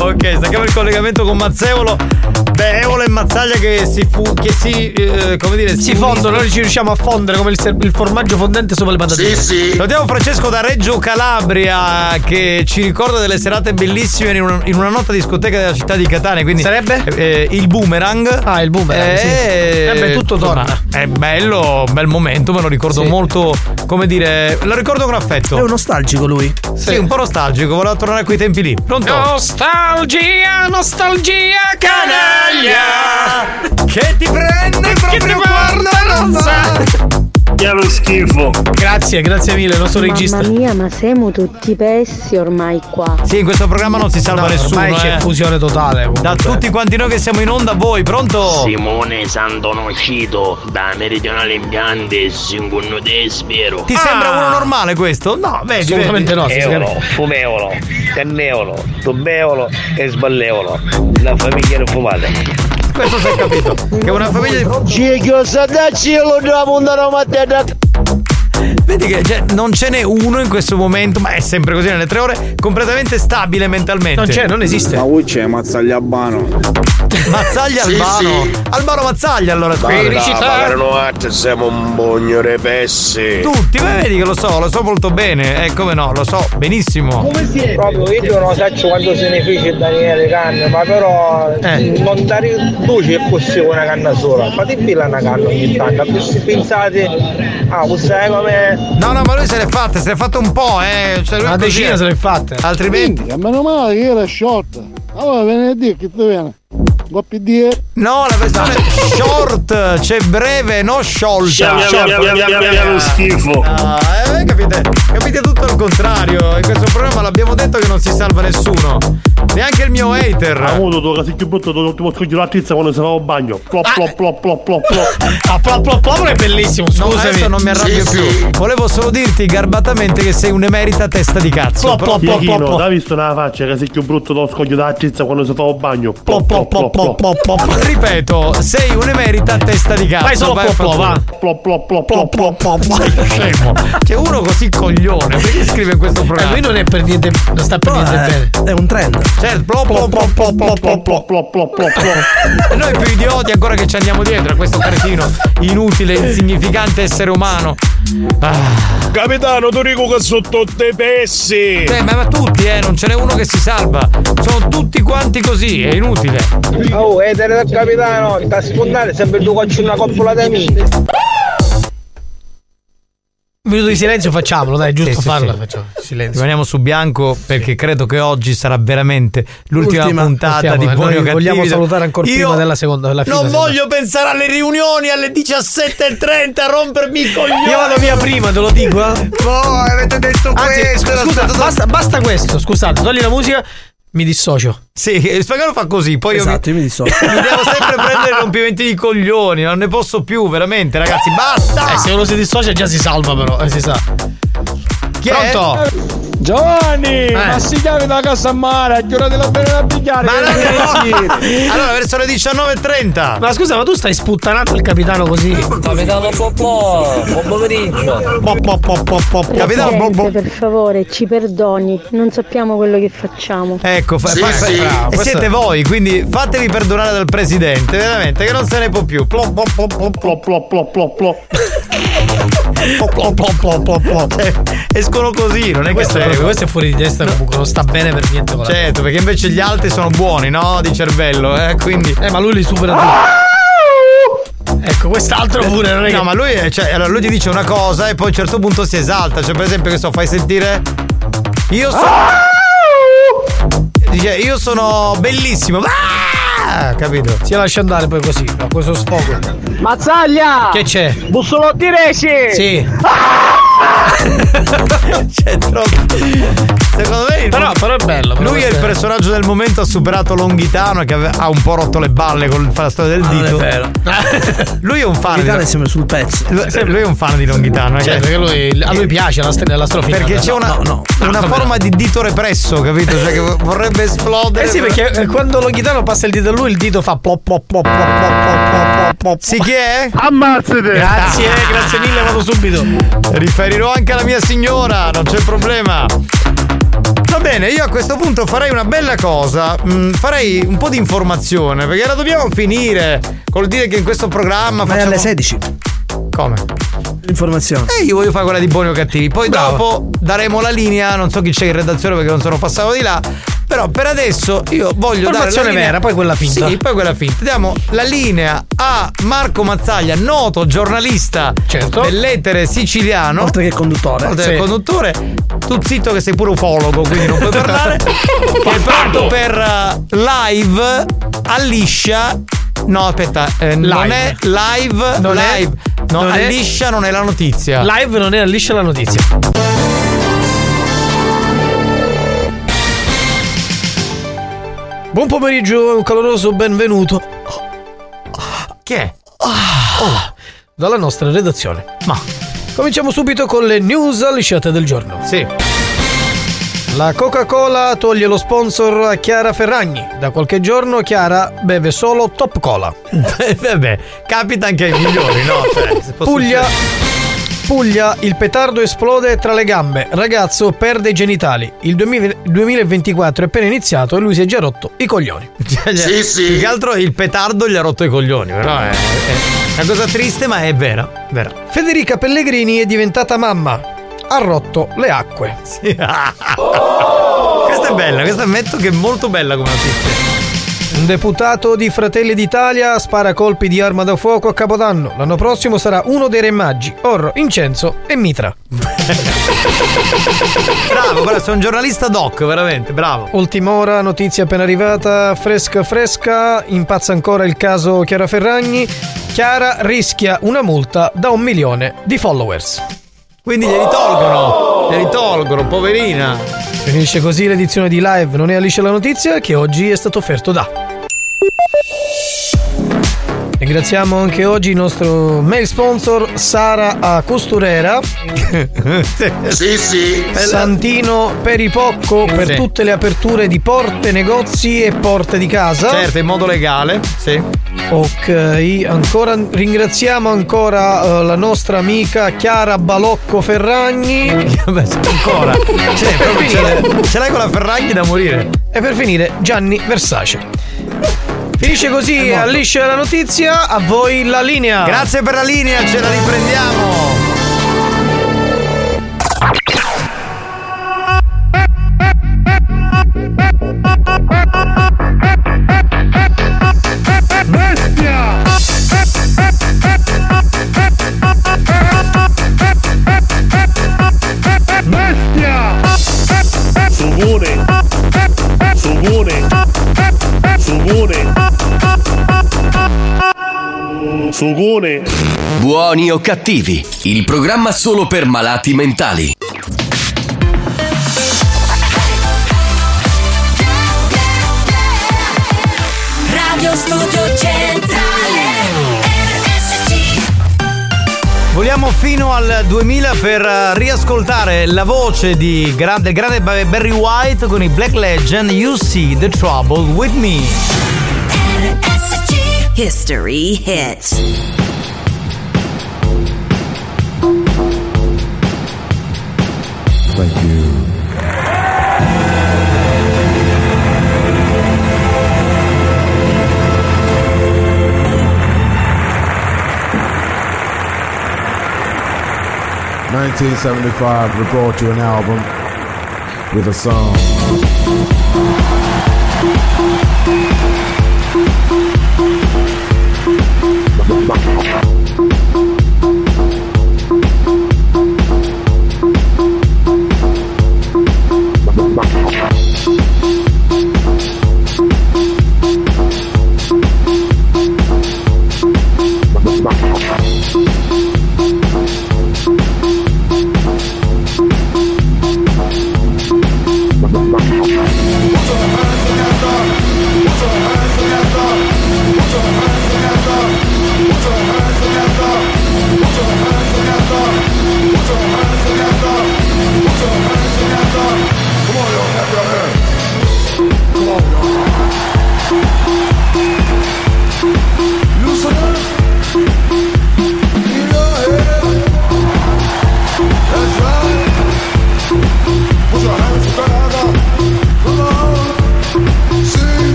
Speaker 3: Ok, stacchiamo il collegamento con Mazzevolo. Beh, Eolo e Mazzaglia che si fu. che si. eh, come dire.
Speaker 37: Si fondono, noi ci riusciamo a fondere come il, ser- il formaggio fondente sopra le patatine.
Speaker 3: Salutiamo Francesco da Reggio Calabria che ci ricorda delle serate bellissime in una, in una nota discoteca della città di Catania. Quindi Sarebbe? il boomerang. Ah, il
Speaker 37: boomerang, sì. Eh beh, tutto torna.
Speaker 3: È bello, bel momento, me lo ricordo molto, come dire, lo ricordo con affetto. È un nostalgico lui. Sì, un po' nostalgico, voleva tornare a quei tempi lì. Pronto?
Speaker 37: Nostalgia, nostalgia canaglia.
Speaker 3: Che ti prende proprio guarda rossa. eh,
Speaker 37: Che lo schifo. Grazie, grazie mille, nostro regista.
Speaker 8: Mamma mia, ma siamo tutti pessi ormai qua.
Speaker 3: Sì, in questo programma non si salva
Speaker 37: No,
Speaker 3: nessuno.
Speaker 37: ormai c'è
Speaker 3: fusione totale. Da tutti quanti noi che siamo in onda, voi, pronto?
Speaker 15: Simone Santonocito da Meridionale Impiante, Singunno De Spero.
Speaker 73: Ah!
Speaker 3: Ti sembra
Speaker 4: Ah.
Speaker 3: uno normale questo? No, vedi.
Speaker 15: Assolutamente
Speaker 3: vedi.
Speaker 15: no, si scherza.
Speaker 73: fumeolo, canneolo, tubeolo e sballeolo. La famiglia non fumate.
Speaker 3: Questo si è capito. Che una famiglia di.
Speaker 18: Cicchio, sa da cielo, da puntano a te da...
Speaker 3: Vedi che cioè, non ce n'è uno in questo momento, ma è sempre così nelle tre ore, completamente stabile mentalmente.
Speaker 59: Ma qui c'è Mazzagliabano.
Speaker 3: Mazzaglia
Speaker 59: Sì,
Speaker 3: Albano.
Speaker 59: sì.
Speaker 3: Albano Mazzaglia allora. scusa.
Speaker 59: altro, siamo un bogno repessi.
Speaker 3: Tutti, ma vedi che lo so, lo so molto bene. Eh, come no, lo so benissimo.
Speaker 18: siete? Proprio io non saccio quanto se ne fece Daniele Canne, ma però eh, non dare luce è possibile una canna sola. Fate billa una canna ogni tanto, se pensate, ah, questa è come...
Speaker 3: No, no, ma lui se l'è fatta, se l'è fatta un po', eh. Cioè, lui è
Speaker 37: Una
Speaker 3: così,
Speaker 37: decina
Speaker 3: eh.
Speaker 37: se l'è fatta.
Speaker 3: Altrimenti.
Speaker 74: A meno male che era short. Allora venerdì che ti viene? Coppi di
Speaker 3: No, la versione short, c'è breve, no sciolta.
Speaker 74: Short.
Speaker 3: lo schifo. capite? Capite tutto al contrario. In questo programma l'abbiamo detto che non si salva nessuno. Neanche il mio hater.
Speaker 59: Ha avuto tu casi più brutto, non ti posso scogliere la tizia quando si fa un bagno.
Speaker 3: Ah.
Speaker 59: Plop, plop, plop, plop, plop, plop.
Speaker 37: Ah, plop, plop, plop è bellissimo,
Speaker 3: No,
Speaker 37: scusami.
Speaker 3: adesso non mi arrabbio
Speaker 59: Sì,
Speaker 3: più. Volevo solo dirti garbatamente che sei un'emerita testa di cazzo.
Speaker 59: Plop,
Speaker 3: però-
Speaker 59: plop, plop, Hai visto la faccia che sei più brutto lo scoglio della tizia quando si fa un bagno? Plop, plop, plop, plop,
Speaker 3: plop, plop. Ripeto, sei un'emerita testa di cazzo.
Speaker 59: Fai solo
Speaker 3: a
Speaker 59: plop, plop,
Speaker 3: far
Speaker 59: culo. Plop, plop, plop,
Speaker 3: Plop, plop, plop, plop. Scemo. C'è uno così coglione. Perché scrive in questo programma?
Speaker 37: Eh, lui non è per niente. Non sta per niente bene.
Speaker 3: eh, È un trend. Certo, plop, plop, plop, plop, plop, plop, plop,
Speaker 59: plop, plop,
Speaker 3: E noi più idioti ancora che ci andiamo dietro a questo cretino inutile, insignificante essere umano. Ah.
Speaker 59: Capitano, tu dico che sono tutti pessi.
Speaker 3: Eh, ma, ma tutti, eh, non ce n'è uno che si salva. Sono tutti quanti così, è inutile.
Speaker 18: Oh, e te del capitano, sta sfondando eh, sempre tu cocci una coppola di amici.
Speaker 37: Un minuto di silenzio facciamolo, dai, è giusto
Speaker 3: Sì, sì,
Speaker 37: farlo.
Speaker 3: sì.
Speaker 37: Facciamo silenzio.
Speaker 3: Rimaniamo su bianco perché credo che oggi sarà veramente l'ultima,
Speaker 37: Ultima.
Speaker 3: puntata
Speaker 37: Ultima,
Speaker 3: di
Speaker 37: eh, noi
Speaker 3: Buoni o
Speaker 37: vogliamo
Speaker 3: Cattivi.
Speaker 37: salutare ancora prima della seconda- della fine
Speaker 3: non
Speaker 37: della
Speaker 3: voglio pensare alle riunioni alle 17.30 a rompermi i coglioni. Ah,
Speaker 37: Io vado via prima, te lo dico. Eh.
Speaker 3: Voi avete detto
Speaker 37: Anzi,
Speaker 3: questo,
Speaker 37: scusa,
Speaker 3: era
Speaker 37: scusa,
Speaker 3: stato-
Speaker 37: basta, basta questo. Scusate, togli la musica, mi dissocio.
Speaker 3: Sì, il spagnolo fa così, poi
Speaker 37: Esatto,
Speaker 3: io mi, mi devo sempre prendere i rompimenti di coglioni, non ne posso più, veramente, ragazzi, basta!
Speaker 37: Eh, se uno si dissocia già si salva, però, eh, si sa.
Speaker 3: Chi è?
Speaker 59: Giovanni, ma si chiami da casa a mare, è ora della bene da pigliare.
Speaker 3: Eh. Ma
Speaker 59: che
Speaker 3: non
Speaker 59: devi dire?
Speaker 3: Allora, verso le 19.30.
Speaker 37: Ma scusa, ma tu stai sputtanando il capitano così?
Speaker 73: Capitano Popò, buon pomeriggio.
Speaker 8: Presidente, per favore, ci perdoni, non sappiamo quello che facciamo.
Speaker 3: Ecco, fa-
Speaker 73: Sì,
Speaker 3: fa-
Speaker 73: sì.
Speaker 3: fa-
Speaker 73: Bravo,
Speaker 3: e
Speaker 73: questo
Speaker 3: siete
Speaker 73: è-
Speaker 3: voi, quindi fatevi perdonare dal presidente, veramente, che non se ne può più. Plop, plop, plop, plop, plop,
Speaker 59: plop, plop, plop, plop.
Speaker 3: Plop, plop, plop, plop, plop, plop. Cioè, escono così, non è
Speaker 37: Questo,
Speaker 3: che
Speaker 37: è,
Speaker 3: prego.
Speaker 37: questo è fuori di testa, comunque non sta bene per niente. con la-
Speaker 3: Certo, perché invece gli altri sono buoni, no? Di cervello, eh, quindi. Ah!
Speaker 37: Eh, ma lui li supera Ecco, quest'altro pure, non è che-
Speaker 3: Eh, No, ma lui, è- cioè, allora lui ti dice una
Speaker 37: Ah!
Speaker 3: cosa e poi a un certo punto si esalta. Cioè, per esempio, che so, fai sentire. Io sono. dice io sono bellissimo. Ah! Capito?
Speaker 8: Si lascia andare poi così, a questo sfogo.
Speaker 18: Mazzaglia!
Speaker 3: Che c'è?
Speaker 18: Bussolotti Reci!
Speaker 3: Sì.
Speaker 8: C'è
Speaker 3: troppo. Secondo me.
Speaker 8: Però, però è bello. però
Speaker 3: Lui è il
Speaker 8: questo
Speaker 3: personaggio del momento, ha superato Longhitano che ave- ha un po' rotto le balle con la storia del
Speaker 8: non Ah, è
Speaker 3: dito.
Speaker 8: vero.
Speaker 3: Lui è un fan.
Speaker 8: Longhitano è
Speaker 3: sempre sul pezzo. Lui è un fan di Longhitano. eh.
Speaker 8: Cioè, perché lui- a lui piace la st- la strofinata.
Speaker 3: Perché c'è
Speaker 8: No,
Speaker 3: una,
Speaker 8: no, no. Ah,
Speaker 3: una
Speaker 8: No,
Speaker 3: forma di dito represso, capito? Cioè che vo- vorrebbe esplodere.
Speaker 8: Eh sì, perché eh, quando lo chitarra passa il dito a lui, il dito fa plop plop plop plop plop plop plop plop.
Speaker 3: Sì, chi è?
Speaker 8: Ammazzate! Grazie, grazie mille, vado subito.
Speaker 3: Riferirò anche alla mia signora, non c'è problema. Va bene, io a questo punto farei una bella cosa, mm, farei un po' di informazione, perché la dobbiamo finire col dire che in questo programma
Speaker 75: Vai
Speaker 3: facciamo...
Speaker 75: alle 16.
Speaker 3: Come?
Speaker 75: Informazione.
Speaker 3: E io voglio fare quella di buoni o cattivi. Poi
Speaker 75: Bravo.
Speaker 3: dopo daremo la linea, non so chi c'è in redazione perché non sono passato di là. Però per adesso io voglio dare la
Speaker 8: Informazione
Speaker 3: linea.
Speaker 8: vera, poi quella finta.
Speaker 3: Sì, poi quella finta. Diamo la linea a Marco Mazzaglia, noto giornalista
Speaker 8: Certo.
Speaker 3: dell'etere siciliano. Oltre
Speaker 75: che conduttore.
Speaker 3: Oltre che
Speaker 75: Sì.
Speaker 3: conduttore. Tu zitto che sei pure ufologo, quindi non puoi parlare. che è pronto per eh, live a liscia. No, aspetta, eh, non
Speaker 8: Live.
Speaker 3: è live,
Speaker 8: Non è-
Speaker 3: live. no,
Speaker 8: non
Speaker 3: a
Speaker 8: è-
Speaker 3: liscia non è la notizia.
Speaker 8: Live non era liscia la notizia. Buon pomeriggio, un caloroso benvenuto. Che è? Dalla nostra redazione. Ma cominciamo subito con le news lisciate del giorno. Sì. La Coca-Cola toglie lo sponsor a Chiara Ferragni. Da qualche giorno Chiara beve solo Top Cola.
Speaker 3: Vabbè, capita anche ai migliori, no? Cioè, se può
Speaker 8: Puglia.
Speaker 3: succedere.
Speaker 8: Puglia, il petardo esplode tra le gambe, ragazzo perde i genitali. Il 2000 2024 è appena iniziato e lui si è già rotto i coglioni.
Speaker 3: Sì, sì. Cioè, Più che altro il petardo gli ha rotto i coglioni, però eh, è, è una cosa triste, ma è vera. vera.
Speaker 8: Federica Pellegrini è diventata mamma. Ha rotto le acque.
Speaker 3: Questa è bella, questa ammetto che è molto bella come notizia.
Speaker 8: Un deputato di Fratelli d'Italia spara colpi di arma da fuoco a Capodanno. L'anno prossimo sarà uno dei re maggi, Orro, Incenso e Mitra.
Speaker 3: Bravo, bravo, sei un giornalista doc, veramente, bravo.
Speaker 8: Ultima ora, notizia appena arrivata, fresca fresca, impazza ancora il caso Chiara Ferragni. Chiara rischia una multa da un milione di followers.
Speaker 3: Quindi glieli tolgono, glieli tolgono, poverina.
Speaker 8: Finisce così l'edizione di live Non è Alice la notizia che oggi è stato offerto da. Ringraziamo anche oggi il nostro mail sponsor Sara a Costurera.
Speaker 3: Sì, sì.
Speaker 8: Santino Peripocco per
Speaker 3: Sì.
Speaker 8: tutte le aperture di porte, negozi e porte di casa.
Speaker 3: Certo, in modo legale, sì.
Speaker 8: Ok, ancora ringraziamo ancora eh, la nostra amica Chiara Balocco Ferragni.
Speaker 3: ancora. Cioè, proprio ce l'hai- ce l'hai con la Ferragni da morire.
Speaker 8: E per finire Gianni Versace. Finisce così, allisce la notizia, a voi la linea.
Speaker 3: Grazie per la linea, ce la riprendiamo.
Speaker 59: Bestia! Bestia! Subone! Subone! Subone!
Speaker 1: Sugone. Buoni o cattivi, il programma solo per malati mentali.
Speaker 7: Radio Studio Centrale RSC
Speaker 3: Vogliamo fino al 2000 per eh, riascoltare la voce di grande, grande Ba- Barry White con i Black Legend You See the Trouble with Me.
Speaker 13: History hits.
Speaker 12: we brought you an album with a song.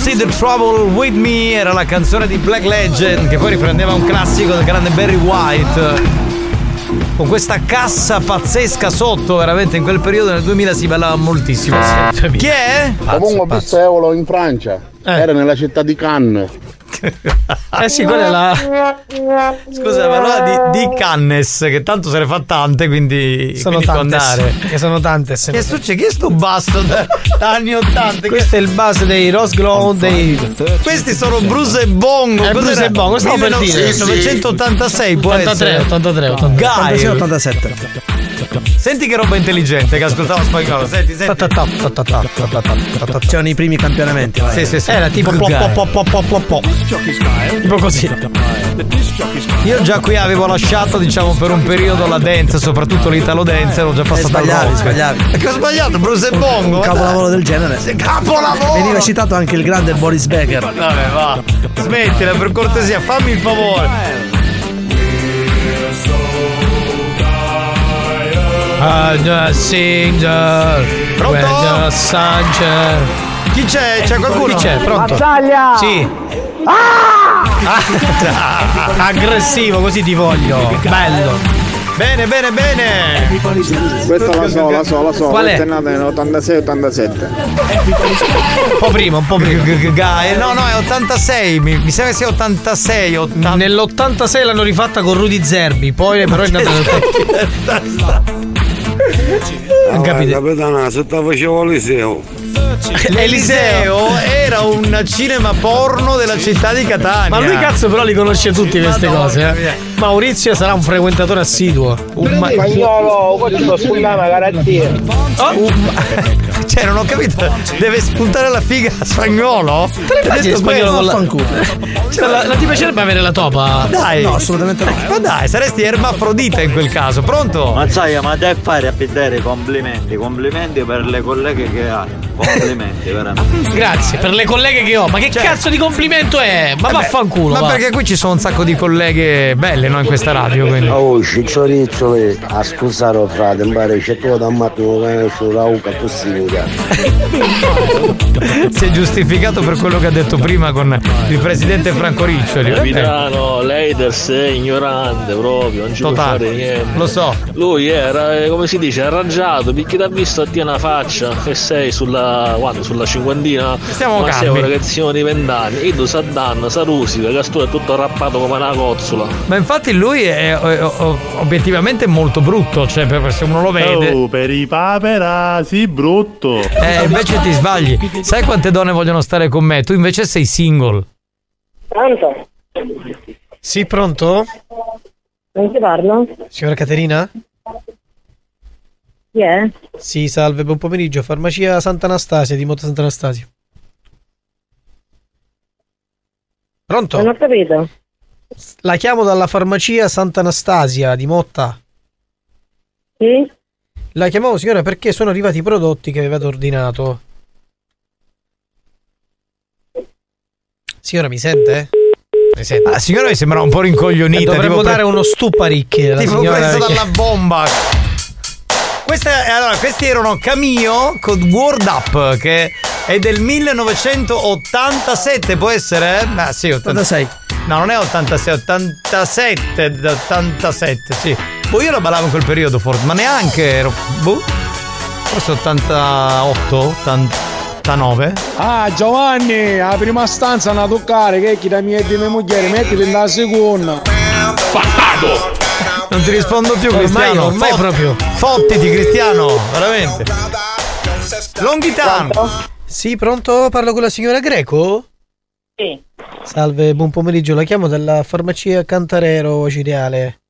Speaker 3: See the Trouble with Me era la canzone di Black Legend che poi riprendeva un classico del grande Barry White. Con questa cassa pazzesca sotto, veramente in quel periodo nel 2000 si ballava moltissimo.
Speaker 8: Eh,
Speaker 3: Chi è?
Speaker 18: Comunque ho visto Eolo in Francia. Era nella città di Cannes.
Speaker 3: Eh sì, quella è la. Scusa, ma allora di, di Cannes, che tanto se ne fa tante, quindi.
Speaker 8: Sono
Speaker 3: quindi può
Speaker 8: tante,
Speaker 3: andare.
Speaker 8: sì, che sono tante. se
Speaker 3: Che
Speaker 8: ne-
Speaker 3: succede? Chi è sto basto da- da anni 80?
Speaker 8: Questo è il base dei Rose Glow dei...
Speaker 3: Questi sono Bruce e Bongo.
Speaker 8: Eh, Bruce
Speaker 3: cos'era?
Speaker 8: e Bongo, stavo per dire.
Speaker 3: 1986 può
Speaker 8: 83,
Speaker 3: essere.
Speaker 8: 83,
Speaker 3: 86,
Speaker 76: 87.
Speaker 3: Senti che roba intelligente che ascoltava spagnolo. Senti, senti.
Speaker 76: C'erano i primi campionamenti. vai.
Speaker 3: Sì, sì, sì.
Speaker 8: Era tipo plop, plop, plop, plop, plop, plop. Tipo così.
Speaker 3: Io già qui avevo lasciato, diciamo, per un periodo la dance, soprattutto l'italo dance,
Speaker 8: Eh,
Speaker 3: ero già passato al
Speaker 76: sbagliavi,
Speaker 3: rock.
Speaker 76: sbagliavi.
Speaker 3: E che ho sbagliato? Bruce e Bongo.
Speaker 76: Un
Speaker 3: ma dai.
Speaker 76: capolavoro del genere.
Speaker 3: Capolavoro!
Speaker 76: Veniva citato anche il grande Boris Becker.
Speaker 3: Vabbè, va. Smettila, per cortesia, fammi il favore.
Speaker 8: Uh, Pronto?
Speaker 3: Chi c'è? C'è qualcuno?
Speaker 8: Chi c'è? Pronto?
Speaker 3: Battaglia! Sì. Ah! Aggressivo, così ti voglio. Bello. Bene, bene, bene.
Speaker 18: Questa la so, la so, la so.
Speaker 3: Qual è?
Speaker 18: Questa è nata nel 86-87.
Speaker 3: Un po' prima, un po' prima. Eh, No, no, è 86. Mi, mi sembra che sia 86. 80.
Speaker 8: Nell'86 l'hanno rifatta con Rudy Zerbi, poi però è nata
Speaker 4: Non capite? Ah, Capitana, se te facevo l'iseo.
Speaker 3: Eliseo era un cinema porno della città di Catania.
Speaker 8: Ma lui cazzo però li conosce tutti queste
Speaker 3: Madonna
Speaker 8: cose. eh.
Speaker 3: mia.
Speaker 8: Maurizio sarà un frequentatore assiduo. Un ma-
Speaker 77: Spagnolo, questo spugnava garantia.
Speaker 3: Oh! Cioè, non ho capito. Deve spuntare la figa a spagnolo? Te
Speaker 8: Te immagini spagnolo con la-
Speaker 3: Cioè,
Speaker 8: la, la ti piacerebbe avere la topa?
Speaker 3: Dai.
Speaker 8: No,
Speaker 76: assolutamente no.
Speaker 3: Ma dai, saresti ermafrodita in quel caso, pronto?
Speaker 78: Mazzaia, ma dai fare a vedere complimenti, complimenti per le colleghe che hai. Complimenti, veramente.
Speaker 8: Grazie per le colleghe che ho. Ma che cazzo di complimento è? Ma
Speaker 3: Cioè. Eh beh,
Speaker 8: vaffanculo.
Speaker 3: Ma
Speaker 8: va.
Speaker 3: perché qui ci sono un sacco di colleghe belle, no? In questa radio, quindi.
Speaker 4: Oh, cicciorizzo, a scusare frate, mi pare c'è quello da mattino che sulla uca possinica.
Speaker 3: si è giustificato per quello che ha detto prima con il presidente Franco Riccioli. Eh,
Speaker 65: Capitano, lei da sé è ignorante proprio, non ci
Speaker 3: Totale.
Speaker 65: può fare niente.
Speaker 3: Lo so.
Speaker 65: Lui era, eh, come si dice, arrangiato, perché ti ha visto a te una faccia e sei sulla, quanto, sulla cinquantina.
Speaker 3: Stiamo
Speaker 65: ma sei
Speaker 3: calmi.
Speaker 65: un ragazzino di vent'anni, Ido sa danna, sa rusica, Castore è tutto rappato come una cozzola.
Speaker 3: Ma infatti lui è, è- o- obiettivamente molto brutto, cioè per- se uno lo vede.
Speaker 59: Oh, per i paperasi, brutto.
Speaker 3: Eh, invece ti sbagli. Sai quante donne vogliono stare con me? Tu invece sei single.
Speaker 16: Pronto?
Speaker 8: Sì, pronto?
Speaker 16: Non ti parlo?
Speaker 8: Signora Caterina?
Speaker 16: Chi è?
Speaker 8: Sì, salve, buon pomeriggio. Farmacia Sant'Anastasia di Monte Sant'Anastasia. Pronto?
Speaker 16: Non ho capito.
Speaker 8: La chiamo dalla farmacia Sant'Anastasia di Motta.
Speaker 16: Sì?
Speaker 8: La chiamavo signora perché sono arrivati i prodotti che avevate ordinato. Signora, mi sente? Mi sente?
Speaker 3: La Ah, signora mi sembra un po' rincoglionita.
Speaker 8: Eh, Dovremmo
Speaker 3: tipo pre-
Speaker 8: dare uno stuparicchi alla
Speaker 3: Tipo
Speaker 8: signora
Speaker 3: preso
Speaker 8: perché-
Speaker 3: dalla bomba. Questa- eh, allora, questi erano Camio con Word Up, che è del 1987, può essere? Ah sì, 86. No, non è 86, 87, d- 87, sì. Boh, io la ballavo in quel periodo forse, ma neanche ero... Boh, forse 88, 89.
Speaker 18: Ah Giovanni, la prima stanza è una toccare, che è chi da mia e di mia moglie, mettiti nella seconda.
Speaker 3: Non ti rispondo più,
Speaker 8: Ormai-
Speaker 3: Cristiano.
Speaker 8: ormai
Speaker 3: Fot-
Speaker 8: proprio.
Speaker 3: Fottiti, Cristiano, veramente. Longhitano.
Speaker 8: Sì, pronto? Parlo con la signora Greco?
Speaker 16: Sì.
Speaker 8: Salve, buon pomeriggio. La chiamo dalla farmacia Cantarero Cireale.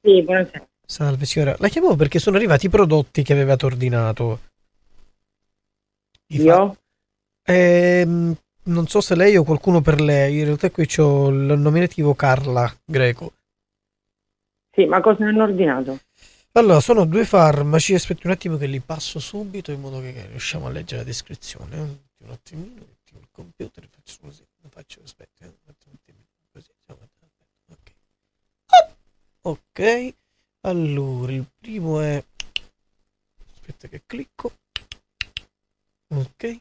Speaker 16: Sì, buonasera.
Speaker 8: Salve signora, la chiamavo perché sono arrivati i prodotti che avevate ordinato.
Speaker 16: Io?
Speaker 8: Ehm, non so se lei o qualcuno per lei, in realtà qui c'ho il nominativo Carla Greco.
Speaker 16: Sì, ma cosa hanno ordinato?
Speaker 8: Allora, sono due farmaci, aspetti un attimo che li passo subito in modo che riusciamo a leggere la descrizione. Un un attimino, attimo il computer, faccio così, lo faccio, aspetta, eh, un attimo, un attimino, così, siamo ok. Ah, ok, allora, il primo è... Aspetta che clicco. Ok,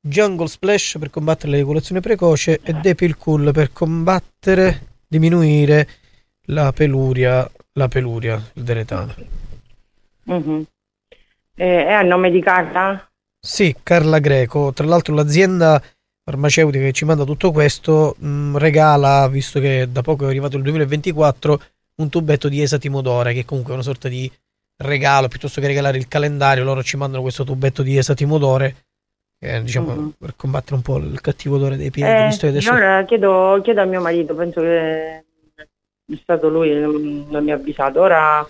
Speaker 8: Jungle Splash per combattere l'eiaculazione precoce e Depil Cool per combattere, diminuire la peluria, la peluria, il deretano.
Speaker 16: Mhm. Eh, è a nome di Carla?
Speaker 8: Sì, Carla Greco. Tra l'altro, l'azienda farmaceutica che ci manda tutto questo mh, regala, visto che da poco è arrivato il 2024, un tubetto di esatimodore, che comunque è una sorta di regalo piuttosto che regalare il calendario. Loro ci mandano questo tubetto di esatimodore, che è, diciamo
Speaker 16: Mhm.
Speaker 8: per combattere un po' il cattivo odore dei piedi.
Speaker 16: Eh,
Speaker 8: visto che adesso-
Speaker 16: io ora chiedo, chiedo a mio marito, penso che è stato lui, non, non mi ha avvisato. Ora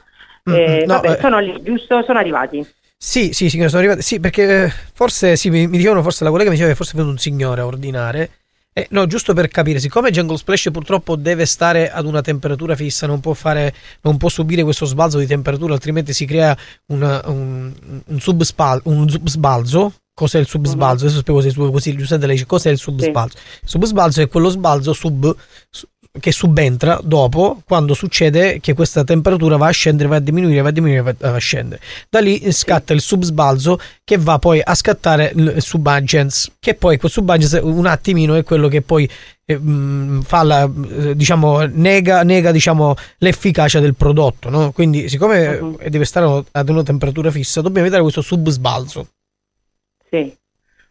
Speaker 8: Mm,
Speaker 16: eh,
Speaker 8: no,
Speaker 16: vabbè,
Speaker 8: eh.
Speaker 16: sono lì, giusto? Sono arrivati.
Speaker 8: Sì, sì, signore, sono arrivati. Sì, perché eh, forse sì, mi, mi dicevano, forse la collega mi diceva che forse è venuto un signore a ordinare. Eh, no, giusto per capire, siccome Jungle Splash purtroppo deve stare ad una temperatura fissa, non può, fare, non può subire questo sbalzo di temperatura, altrimenti si crea una- un, un, subspal- un subsbalzo. Cos'è il subsbalzo? Adesso spiego così, così l'utente lei dice cos'è il subsbalzo. Il subsbalzo è quello sbalzo sub, su- che subentra dopo quando succede che questa temperatura va a scendere, va a diminuire, va a diminuire, va a scendere. Da lì scatta il subsbalzo che va poi a scattare il subagents, che poi quel subagents un attimino è quello che poi eh, mh, fa la, eh, diciamo, nega, nega diciamo, l'efficacia del prodotto. no? Quindi, siccome eh, deve stare ad una temperatura fissa, dobbiamo evitare questo subsbalzo.
Speaker 16: Sì,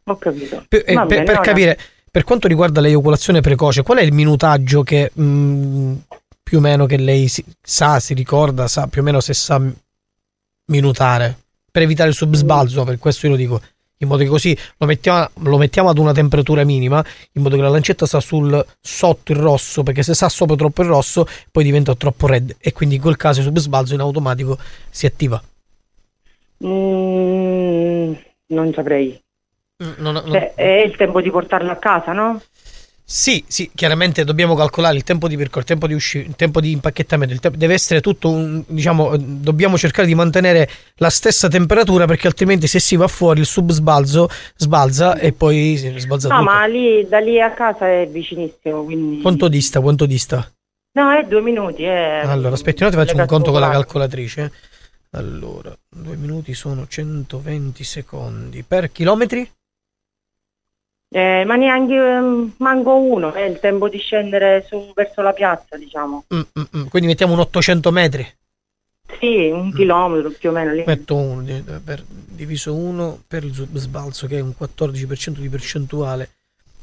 Speaker 16: ho capito.
Speaker 8: Per, eh,
Speaker 16: Va
Speaker 8: per-
Speaker 16: bene,
Speaker 8: per
Speaker 16: ora-
Speaker 8: capire, per quanto riguarda l'eiaculazione precoce, qual è il minutaggio che mh, più o meno che lei si- sa, si ricorda, sa più o meno se sa m- minutare per evitare il subsbalzo? Per questo io lo dico in modo che così lo mettiamo, lo mettiamo ad una temperatura minima, in modo che la lancetta sta sul sotto il rosso, perché se sa sopra troppo il rosso, poi diventa troppo red e quindi in quel caso il subsbalzo in automatico si attiva.
Speaker 16: Mm, non saprei. Cioè, è il tempo di portarlo a casa, no?
Speaker 8: Sì, sì, chiaramente dobbiamo calcolare il tempo di percorso, il tempo di uscita, il tempo di impacchettamento, il te- deve essere tutto un, diciamo, eh, dobbiamo cercare di mantenere la stessa temperatura perché altrimenti se si va fuori il subsbalzo sbalza e poi si sbalza
Speaker 16: No,
Speaker 8: tutto.
Speaker 16: ma lì, da lì a casa è vicinissimo, quindi...
Speaker 8: Quanto dista, quanto dista?
Speaker 16: No, è due minuti, è...
Speaker 8: Allora, aspetti un attimo, faccio
Speaker 16: Eh, le
Speaker 8: un conto con la
Speaker 16: calcolate.
Speaker 8: calcolatrice. Allora, due minuti sono 120 secondi per chilometri?
Speaker 16: Eh, ma neanche ehm, manco uno, è il tempo di scendere su, verso la piazza, diciamo.
Speaker 8: Mm, mm, mm, Quindi mettiamo un 800 metri.
Speaker 16: Sì,
Speaker 8: Mm.
Speaker 16: un chilometro più o meno lì.
Speaker 8: Metto 1 diviso 1 per il sub- sbalzo che è un 14% di percentuale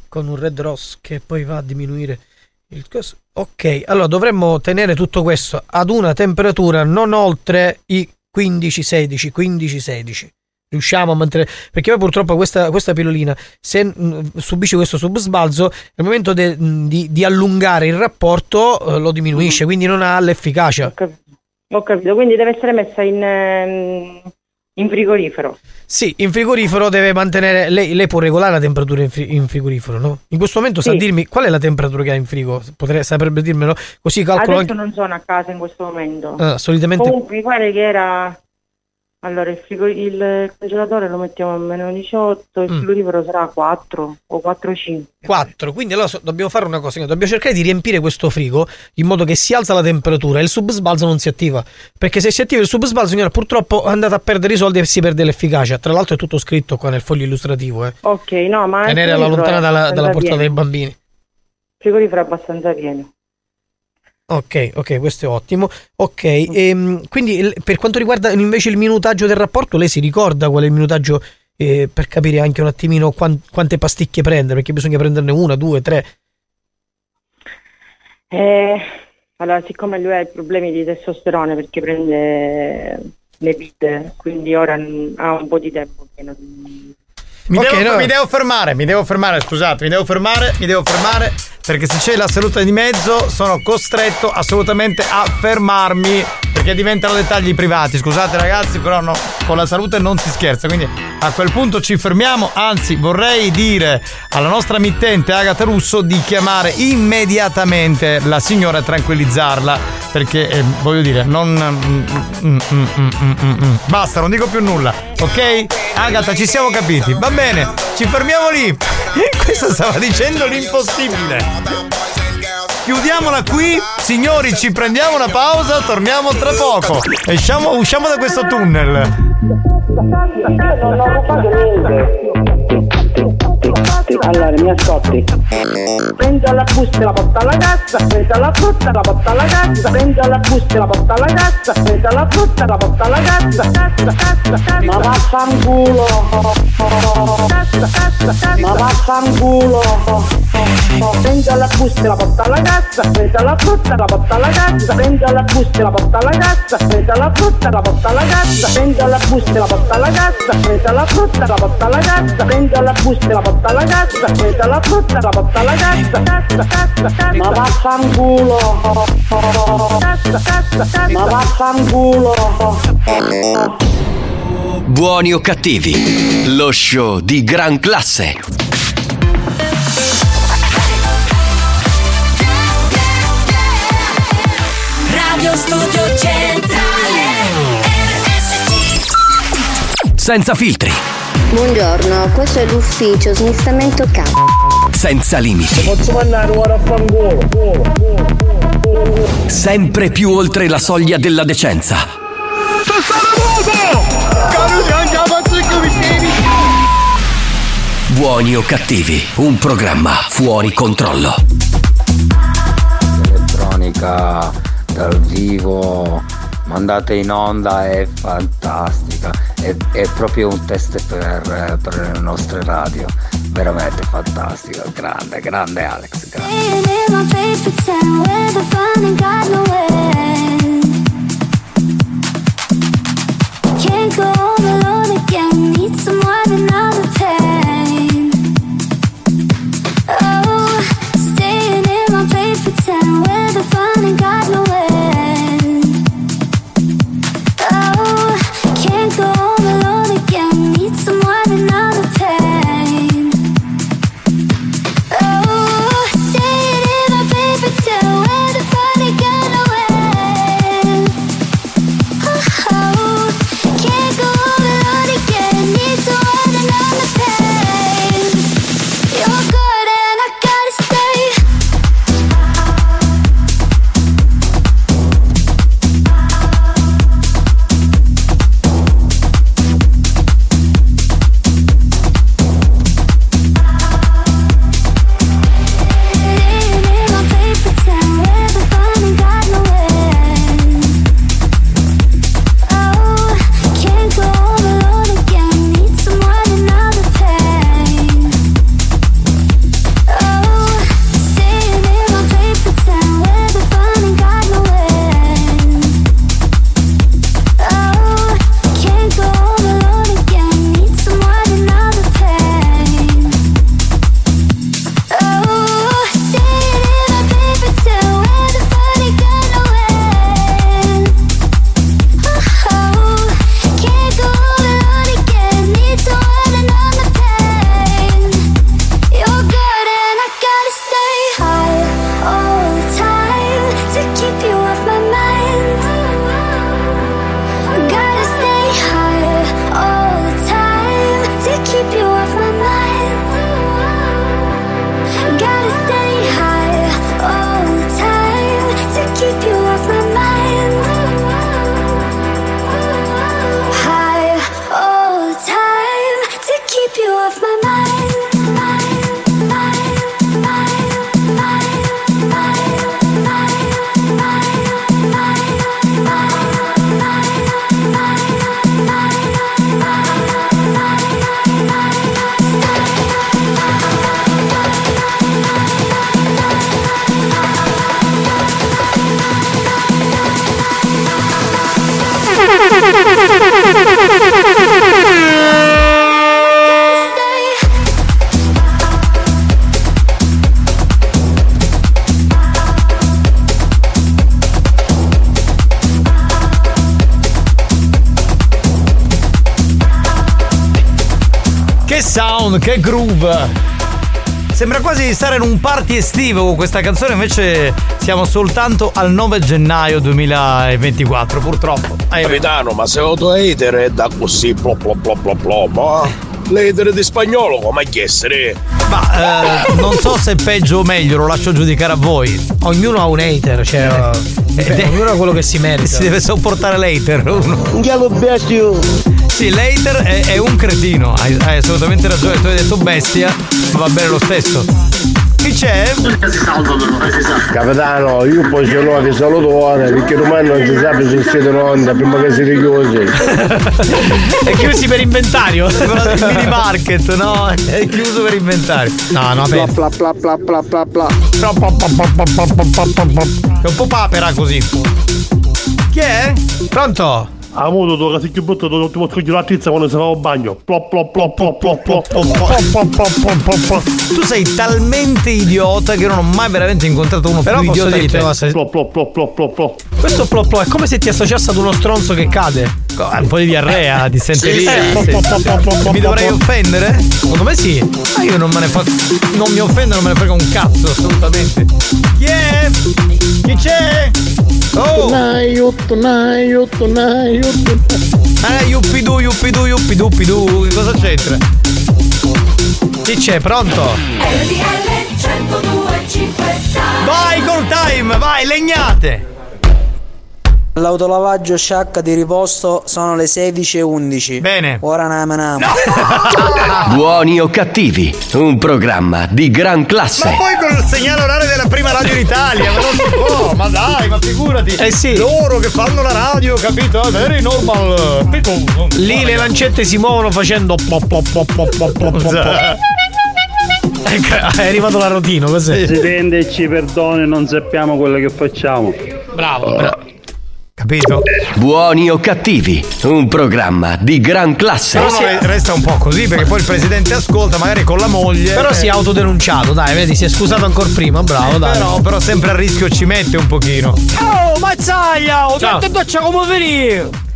Speaker 8: con un red ross che poi va a diminuire il costo. Ok, allora dovremmo tenere tutto questo ad una temperatura non oltre i 15-16, 15-16. Riusciamo a mantenere perché poi purtroppo questa, questa pillolina se mh, subisce questo subsbalzo nel momento de- mh, di, di allungare il rapporto eh, lo diminuisce quindi non ha l'efficacia
Speaker 16: Ho capito, quindi deve essere messa in, ehm, in frigorifero.
Speaker 8: Sì, in frigorifero deve mantenere. Lei, lei può regolare la temperatura in, fri- in frigorifero, no? In questo momento sa
Speaker 16: Sì.
Speaker 8: dirmi qual è la temperatura che ha in frigo? Potrebbe, saprebbe dirmelo? Così calcolo
Speaker 16: Adesso
Speaker 8: anche.
Speaker 16: non sono a casa in questo momento.
Speaker 8: Ah, solitamente-
Speaker 16: Comunque, mi pare che era... Allora, il, frigo- il congelatore lo mettiamo a meno 18, il
Speaker 8: Mm.
Speaker 16: frigorifero sarà a 4 o 4 5.
Speaker 8: 4. Quindi allora so- dobbiamo fare una cosa: dobbiamo cercare di riempire questo frigo in modo che si alza la temperatura e il subsbalzo non si attiva. Perché se si attiva il subsbalzo, signora, purtroppo andate a perdere i soldi e si perde l'efficacia. Tra l'altro, è tutto scritto qua nel foglio illustrativo. Eh.
Speaker 16: Ok, no, ma... il
Speaker 8: Tenere alla
Speaker 16: frigorifero
Speaker 8: lontana
Speaker 16: Ah, è
Speaker 8: dalla, dalla
Speaker 16: abbastanza
Speaker 8: portata dei
Speaker 16: pieno.
Speaker 8: bambini.
Speaker 16: Il frigorifero è abbastanza pieno.
Speaker 8: Ok, ok, questo è ottimo. Ok,
Speaker 17: Mm.
Speaker 8: ehm, quindi il- per quanto riguarda invece il minutaggio del rapporto, lei si ricorda qual è il minutaggio eh, per capire anche un attimino quan- quante pasticche prendere? Perché bisogna prenderne una, due, tre.
Speaker 16: Eh, allora, siccome lui ha problemi di testosterone perché prende le pille, quindi ora n- ha un po' di tempo che non...
Speaker 3: Mi, devo, mi devo fermare, mi devo fermare, scusate, mi devo fermare, mi devo fermare, perché se c'è la salute di mezzo sono costretto assolutamente a fermarmi, perché diventano dettagli privati, scusate ragazzi, però no, con la salute non si scherza, quindi a quel punto ci fermiamo, anzi vorrei dire alla nostra mittente Agata Russo di chiamare immediatamente la signora e tranquillizzarla, perché eh, voglio dire, non... mm, mm, mm, mm, mm, mm, mm. Basta, non dico più nulla, ok? Agata, ci siamo capiti, va bene, ci fermiamo lì. Questa stava dicendo l'impossibile. Chiudiamola qui, signori, ci prendiamo una pausa, torniamo tra poco. Esciamo, usciamo da questo tunnel.
Speaker 79: non ho rubato niente.
Speaker 18: ascolti, allora mi ascolti. Prendo la busta e la porta alla cassa, prendo la frutta e la porta alla cassa, prendo la busta e la porta alla cassa, prendo la frutta e la porta alla cassa, cassa, cassa, cassa. Ma vaffanculo. Cassa, cassa, cassa. Ma vaffanculo. Prendo la busta e la porta alla cassa, prendo la frutta e la porta alla cassa, prendo la busta e la porta alla cassa, prendo la frutta e la porta alla cassa, prendo la busta e la porta alla cassa, prendo la frutta e la porta alla cassa, prendo la busta e la porta alla cassa, prendo la frutta e la porta alla cassa, cassa, cassa, cassa. Ma vaffanculo. Cassa, cassa, cassa. Ma vaffanculo.
Speaker 1: Buoni o cattivi, lo show di gran classe.
Speaker 13: Radio Studio Centrale RSC
Speaker 1: Senza filtri,
Speaker 80: Buongiorno, questo è l'ufficio smistamento K.
Speaker 1: senza limiti,
Speaker 18: Posso mandare ora a fangolo,
Speaker 1: sempre più oltre la soglia della decenza. Buoni o cattivi, un programma fuori controllo.
Speaker 4: elettronica dal vivo mandata in onda è fantastica è, è proprio un test per, per le nostre radio veramente fantastico grande grande Alex grande.
Speaker 13: in my face, pretend we're the fun and got no end. Can't go all alone again. Need someone another pain. Oh, staying in my place, pretend we're the fun and got no end. Oh, can't go all alone again. Need someone another pain. Oh, staying in my paper till where the funny got away. Oh, can't go all alone again. Need to run another pain. You're good and I gotta stay. Staying in my paper till where the funny got away. Oh, can't go all alone again. Need someone another pain. Oh, staying in my paper town where the fun ain't got no end. Oh, can't go all alone again. Need someone another pain. Oh, staying in my paper town where the fun ain't got no end. Oh, can't go all alone again. Need someone another pain. You're good and I gotta stay high all the time to keep you off my mind. Gotta stay high all the time to keep you off my mind. Gotta stay high all the time to keep you off my mind. High all the time to keep you off my mind.
Speaker 3: Che sound, che groove. Sembra quasi di stare in un party estivo con questa canzone, invece siamo soltanto al 9 gennaio 2024, purtroppo.
Speaker 12: Capitano, ma se lo hater è da così plo plo plo plo plo, ma l'hater di spagnolo come che essere?
Speaker 3: Ma eh, non so se è peggio o meglio, lo lascio giudicare a voi. Ognuno ha un hater, cioè. ognuno ha quello che si merita. Si deve sopportare l'hater uno.
Speaker 18: Un diavolo bestio!
Speaker 3: Sì, Leiter è, è un cretino, hai, hai assolutamente ragione, tu hai detto bestia, ma va bene lo stesso. Chi c'è?
Speaker 2: Capitano, io poi ce l'ho che saluto ora perché domani non si sa se siete in onda prima che si richiusi.
Speaker 3: È chiusi per inventario? Sembra il mini market, no? È chiuso per inventario. No, no, beh.
Speaker 17: Pla pla pla pla pla pla.
Speaker 3: È un po' papera così. Chi è? Pronto?
Speaker 59: Ha avuto Ah, tu che sei più brutto dell'ultimo scoglio la tizza quando si fa un bagno. Plop plop plop plop plop plop plop plop plop plop plop plop.
Speaker 3: Tu sei talmente idiota che non ho mai veramente incontrato uno
Speaker 8: Però
Speaker 3: più
Speaker 8: posso
Speaker 3: idiota di
Speaker 8: dirti
Speaker 3: te.
Speaker 8: una cosa.
Speaker 59: Plop plop plop plop plop plop.
Speaker 8: Questo plop plop è come se ti associasse ad uno stronzo che cade.
Speaker 3: Un po' di diarrea, di senteria.
Speaker 8: Sì, sì.
Speaker 3: Sì, sì, sì. Mi dovrei offendere? Secondo me sì. Ma io non me ne faccio. Non mi offendo, non me ne frega un cazzo, assolutamente. Chi è? Chi c'è? Oh!
Speaker 17: Aiuto, aiuto, aiuto.
Speaker 3: Eh, yuppidu, yuppidu, yuppidu, yuppidu. Che cosa c'entra? Chi c'è? Pronto? Vai col time, vai, legnate!
Speaker 38: L'autolavaggio sciacca di riposto sono le 16.11.
Speaker 3: Bene.
Speaker 38: Ora nam nam.
Speaker 1: Buoni o cattivi, un programma di gran
Speaker 3: Ma
Speaker 1: classe.
Speaker 3: poi col segnale orario della prima radio in Italia, ma non si può, ma dai, ma figurati.
Speaker 8: Eh sì.
Speaker 3: Loro che fanno la radio, capito? Very normal. eh, people.
Speaker 8: Lì le lancette si muovono facendo plop plop plop plop plop plop plop. Ecco, è arrivato la rotina, cos'è?
Speaker 14: Presidente, ci perdoni, non sappiamo quello che facciamo.
Speaker 8: Bravo, bravo.
Speaker 3: Capito?
Speaker 1: Buoni o cattivi, un programma di gran classe.
Speaker 3: Però re- resta un po' così perché poi il presidente ascolta magari con la moglie.
Speaker 8: Però
Speaker 3: eh.
Speaker 8: si è autodenunciato, dai, vedi, si è scusato ancora prima, bravo, dai.
Speaker 3: Però, però sempre a rischio ci mette un pochino.
Speaker 8: Oh, mazzaia! Ho detto doccia come venire!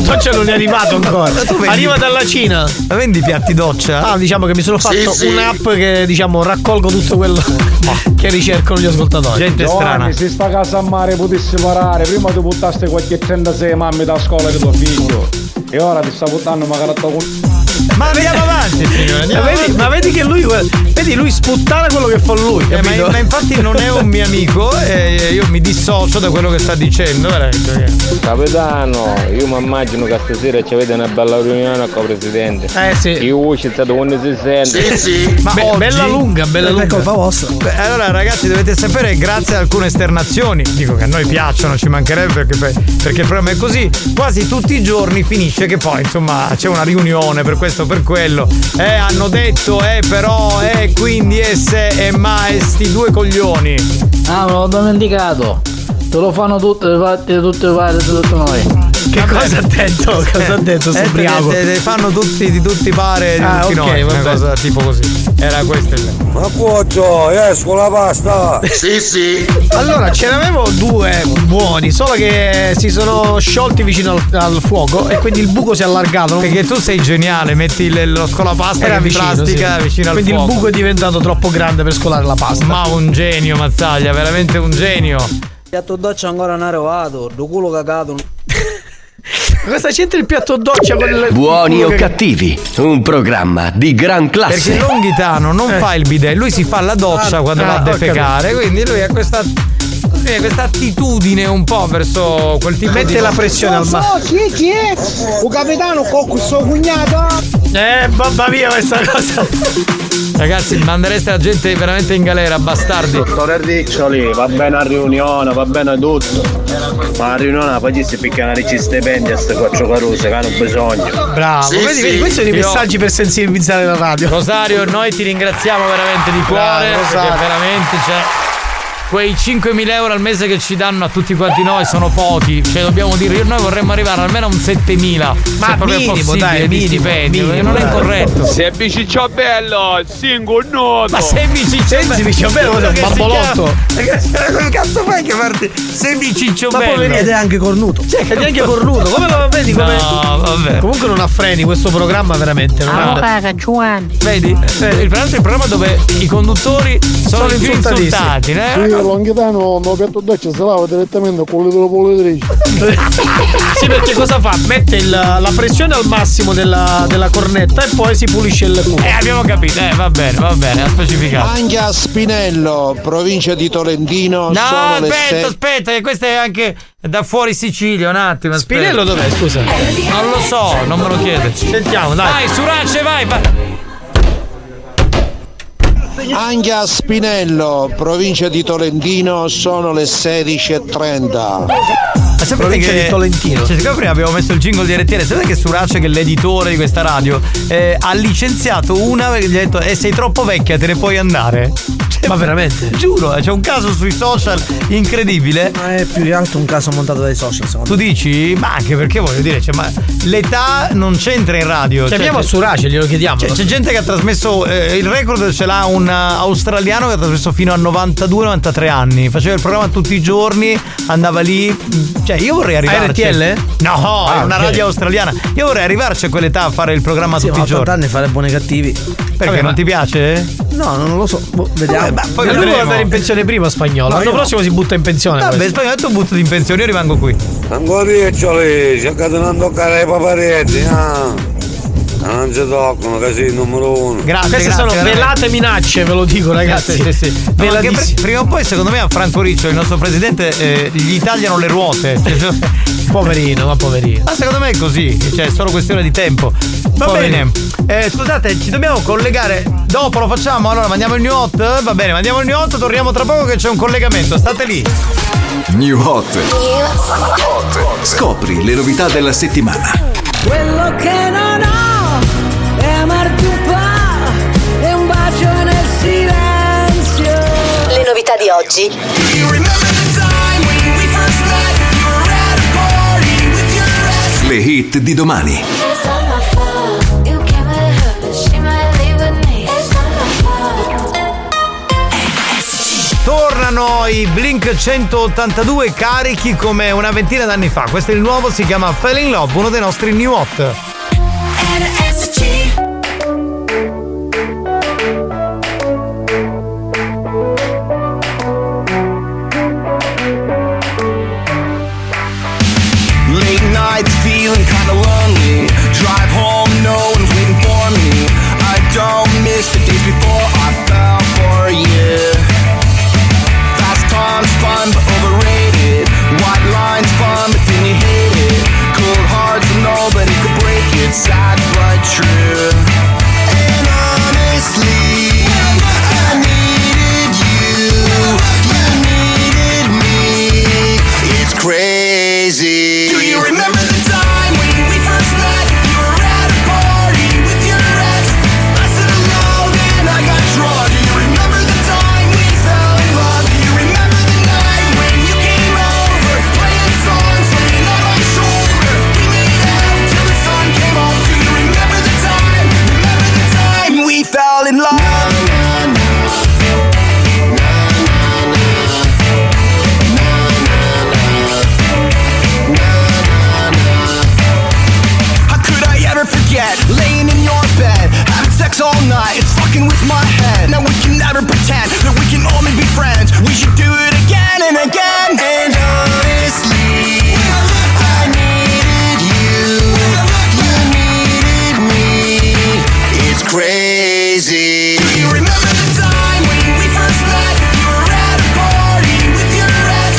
Speaker 8: Doccia non è arrivato ancora.
Speaker 3: Ma tu vendi-
Speaker 8: Arriva dalla Cina.
Speaker 3: Ma vendi piatti doccia?
Speaker 8: Ah, diciamo che mi sono fatto un'app che diciamo raccolgo tutto quello che ricercano gli ascoltatori.
Speaker 74: Giovanni, se sta casa a mare potessi parare, prima tu buttaste qualche 36 mamme da scuola di tuo figlio. E ora ti sta buttando magari a tuo cu-
Speaker 3: Ma andiamo avanti, signore.
Speaker 8: Ma
Speaker 3: Andiamo
Speaker 8: vedi,
Speaker 3: avanti.
Speaker 8: ma vedi che lui vedi lui sputtana quello che fa lui.
Speaker 3: Eh, ma,
Speaker 8: capito?
Speaker 3: ma infatti non è un mio amico eh. e io mi dissocio da quello che sta dicendo. veramente, perché-
Speaker 15: Capitano, io mi immagino che stasera ci avete una bella riunione con il presidente.
Speaker 8: Eh sì.
Speaker 15: Io c'è stato quando si sente.
Speaker 3: Ma
Speaker 8: Be-
Speaker 3: oggi-
Speaker 8: bella lunga, bella lunga.
Speaker 3: Beh, Eh, allora ragazzi dovete sapere grazie ad alcune esternazioni, dico che a noi piacciono, ci mancherebbe perché, perché il programma è così, quasi tutti i giorni finisce che poi insomma c'è una riunione per questo per quello, eh hanno detto, eh però, eh quindi e se e ma e sti due coglioni.
Speaker 15: Ah, me l'ho dimenticato. Te lo fanno tutte le fatte, tutte le fatte, tutte noi.
Speaker 8: Che cosa ha detto? Cosa ha detto?
Speaker 3: Eh,
Speaker 8: Sobriaco.
Speaker 3: te- te- te- fanno tutti di tutti pare di
Speaker 8: Ah,
Speaker 3: tutti
Speaker 8: ok,
Speaker 3: noi, una
Speaker 8: vabbè.
Speaker 3: cosa tipo così. Era questo il
Speaker 2: Ma cuocio, esco la pasta!
Speaker 15: Sì, sì.
Speaker 8: Allora, ce n'avevo due buoni, solo che si sono sciolti vicino al, al fuoco e quindi il buco si è allargato. non-
Speaker 3: Perché tu sei geniale, metti il- lo scolapasta
Speaker 8: Era
Speaker 3: che
Speaker 8: vicino,
Speaker 3: plastica
Speaker 8: sì.
Speaker 3: vicino al
Speaker 8: Quindi
Speaker 3: fuoco.
Speaker 8: il buco è diventato troppo grande per scolare la pasta.
Speaker 3: Ma un genio Mazzaglia, veramente un genio.
Speaker 38: Piatto doccia ancora non è arrivato, do culo cagato.
Speaker 8: cosa c'entra il piatto doccia con il
Speaker 1: Buoni
Speaker 8: quello
Speaker 1: o
Speaker 8: che-
Speaker 1: cattivi, un programma di gran
Speaker 3: Perché
Speaker 1: classe.
Speaker 3: Longhitano non fa il bidet, lui si fa la doccia
Speaker 8: Eh. Ah,
Speaker 3: quando
Speaker 8: ah,
Speaker 3: va a
Speaker 8: ho
Speaker 3: defecare,
Speaker 8: capito.
Speaker 3: quindi lui ha questa, così, ha questa attitudine un po' verso quel tipo di...
Speaker 8: Mette la pressione al massimo.
Speaker 17: chi è chi è? Un capitano con questo cognato.
Speaker 8: Eh, babba mia questa cosa.
Speaker 3: Ragazzi, mandereste la gente veramente in galera, bastardi.
Speaker 15: Dottore Riccioli, va bene a riunione, va bene tutto. Ma a riunione poi si piccano i stipendi a queste quattro caruse che hanno bisogno.
Speaker 8: Bravo.
Speaker 15: Sì,
Speaker 8: vedi,
Speaker 15: sì.
Speaker 8: vedi, questi sono i
Speaker 3: Io-
Speaker 8: messaggi per sensibilizzare la radio.
Speaker 3: Rosario, noi ti ringraziamo veramente di cuore,
Speaker 8: Bravo,
Speaker 3: perché
Speaker 8: Rosario.
Speaker 3: veramente c'è... Quei 5.000 euro al mese che ci danno a tutti quanti noi sono pochi, cioè dobbiamo dire, noi vorremmo arrivare almeno a un 7.000,
Speaker 8: Ma
Speaker 3: se proprio
Speaker 8: minimo,
Speaker 3: possibile,
Speaker 8: dai,
Speaker 3: di
Speaker 8: minimo,
Speaker 3: stipendio, perché
Speaker 8: minimo,
Speaker 3: non è
Speaker 8: dai.
Speaker 3: corretto.
Speaker 15: Se biciccio bello, single nudo.
Speaker 3: Ma sei
Speaker 8: Senti, mi dice, bello, cos'è, un bambolotto.
Speaker 3: Che cazzo fai che parti? Sei biciccio
Speaker 8: Ma poverino, ed è anche cornuto. Ed è anche cornuto. Come lo vedi? Come...
Speaker 3: No, vabbè.
Speaker 8: Comunque non ha freni questo programma veramente.
Speaker 37: Ah,
Speaker 8: Non ha...
Speaker 3: Cioè, Vedi? Eh, Il, tra l'altro è il programma dove i conduttori sono,
Speaker 8: Sono
Speaker 3: i più
Speaker 8: insultatissimi.
Speaker 3: insultati, eh?
Speaker 8: Sì,
Speaker 12: che l'onghitano non piatto doccia si lava direttamente con le due pulitrici.
Speaker 8: Sì, perché cosa fa? Mette il- la pressione al massimo della, della cornetta e poi si pulisce il culo.
Speaker 3: Eh, abbiamo capito, eh, va bene, va bene, ha specificato.
Speaker 38: Anche a Spinello, provincia di Tolentino,
Speaker 3: No,
Speaker 38: sono le
Speaker 3: aspetta,
Speaker 38: sette.
Speaker 3: aspetta, che questo è anche da fuori Sicilia, un attimo. aspetta.
Speaker 8: Spinello dov'è, scusa?
Speaker 3: Non lo so, non me lo chiede. Sentiamo,
Speaker 8: dai.
Speaker 3: Vai, Surace, vai, vai.
Speaker 38: Anche a Spinello, provincia di Tolentino, sono le 16.30.
Speaker 3: Ma sapete
Speaker 38: Provincia
Speaker 3: che-
Speaker 38: di Tolentino.
Speaker 3: Cioè, siccome prima abbiamo messo il jingle di RTL, sapete che Surace, che è l'editore di questa radio, eh, ha licenziato una perché gli ha detto: Eh, sei troppo vecchia, te ne puoi andare. Ma veramente? Giuro, eh, c'è un caso sui social incredibile.
Speaker 81: Ma è più che altro un caso montato dai social, secondo
Speaker 3: Tu dici? Ma anche perché voglio dire, cioè, ma l'età non c'entra in radio.
Speaker 8: Chiamiamo Surace, glielo chiediamo.
Speaker 3: Cioè, c'è gente che ha trasmesso eh, il record ce l'ha un eh, australiano che ha trasmesso fino a 92-93 anni. Faceva il programma tutti i giorni, andava lì. Cioè, io vorrei arrivarci.
Speaker 81: RTL?
Speaker 3: No,
Speaker 81: Ah,
Speaker 3: è una
Speaker 81: ok.
Speaker 3: radio australiana. Io vorrei arrivarci a quell'età a fare il programma
Speaker 81: Sì,
Speaker 3: tutti
Speaker 81: ma
Speaker 3: i
Speaker 81: 80
Speaker 3: giorni.
Speaker 81: anni fare buoni e cattivi.
Speaker 3: Perché non ti piace?
Speaker 81: No, non lo so. Boh, vediamo.
Speaker 3: poi
Speaker 8: Eh, Ma lui vuole
Speaker 3: vedremo.
Speaker 8: andare in pensione prima spagnolo.
Speaker 3: No,
Speaker 8: L'anno
Speaker 3: io-
Speaker 8: prossimo si butta in pensione.
Speaker 3: Vabbè,
Speaker 8: questo.
Speaker 3: spagnolo, tu butto in pensione, io rimango qui.
Speaker 4: Ancora io c'ho lì, cercate di non toccare i paparetti, ah. Non ci toccano, che sei il numero uno.
Speaker 8: Queste sono velate minacce, ve lo dico, ragazzi.
Speaker 3: Sì, sì, sì. No, anche pr- prima o poi, secondo me, a Franco Riccio, il nostro presidente, eh, gli tagliano le ruote.
Speaker 8: poverino, ma poverino.
Speaker 3: Ma secondo me è così, cioè è solo questione di tempo. Va
Speaker 8: Poverino.
Speaker 3: bene, eh, scusate, ci dobbiamo collegare. Dopo lo facciamo? Allora mandiamo il new hot? Va bene, mandiamo il new hot, torniamo tra poco che c'è un collegamento. State lì.
Speaker 1: New Hot. Scopri le novità della settimana.
Speaker 11: Quello che non ho è amarti un po', è un bacio nel silenzio. Le novità di oggi.
Speaker 1: Le hit di domani.
Speaker 3: Tornano i Blink 182 carichi come una ventina d'anni fa. Questo è il nuovo, si chiama Fell in Love, uno dei nostri new hot.
Speaker 18: Late nights feeling kinda lonely. Drive home, no one's waiting for me. I don't miss the days before I fell for you. Fast times fun but overrated. White lines fun but then you hate it. Cold hearts and nobody could break it. Sad but true. And honestly, I needed you. You needed me. It's crazy. Do you remember the time when we first met? You were at a party with your ex. I said hello, then I got drawn. Do you remember the time we fell in love? Do you remember the night when you came over, playing songs laying on my shoulder? We made out till the sun came on. Do you remember the time? Remember the time we fell in love? Na, na, na. Na, na, na. How could I ever forget? Laying in your bed, having sex all night, it's fucking with my head. Now we can never pretend that we can only be friends. We should do it again and again. And honestly, I needed you. You needed me. It's crazy. Do you remember the time when we first met? You were at a party with your ex.